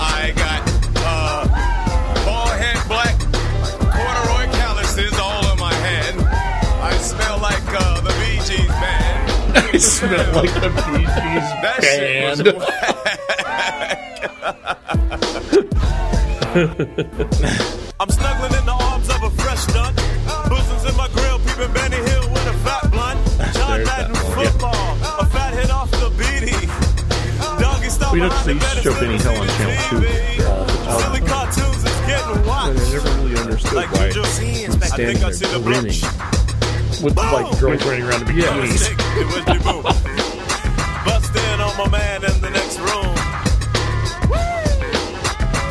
Speaker 10: I got uh, ball head black corduroy calluses all on my hand. I smell like uh, the Bee Gees man.
Speaker 1: I smell like the Bee Gees
Speaker 10: That shit was
Speaker 1: band.
Speaker 10: I'm snuggling in the arms of a fresh nut. Bosoms in my grill, peeping Benny Hill with a fat blunt. John
Speaker 2: There's that
Speaker 10: Madden
Speaker 2: one, yeah.
Speaker 10: football, a fat hit off the beanie. Doggy style
Speaker 2: We don't
Speaker 10: behind the
Speaker 2: see
Speaker 10: bed is
Speaker 2: show Benny Hill on channel two.
Speaker 10: Silly cartoons is getting
Speaker 1: I
Speaker 10: watched.
Speaker 1: never really understood
Speaker 10: Like
Speaker 1: why
Speaker 10: Juju.
Speaker 1: he's
Speaker 10: I
Speaker 1: standing
Speaker 10: think I see
Speaker 1: there
Speaker 10: the
Speaker 1: grinning.
Speaker 2: with like girls running around in
Speaker 10: It
Speaker 2: bikinis.
Speaker 10: was sick. It was your boo. Bust in on my man in the next room.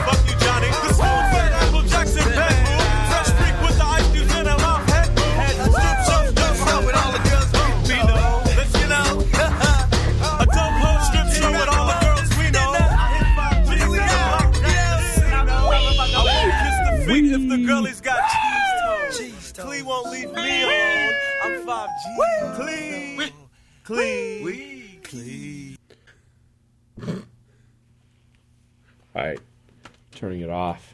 Speaker 10: Fuck you, Johnny. This whole fat Apple Jackson bad boo. Fresh freak with the ice cubes in her mouth. Head boo. Snoop, snoop, snoop, snoop with all the girls we know. Let's get out. A dope low strip show with all the girls we know. I hit five G's in the block. I won't kiss the feet if the girlie's got cheese toes. Clee won't leave me alone. I'm five G. Clee. Clee. Clee.
Speaker 1: All right, turning it off.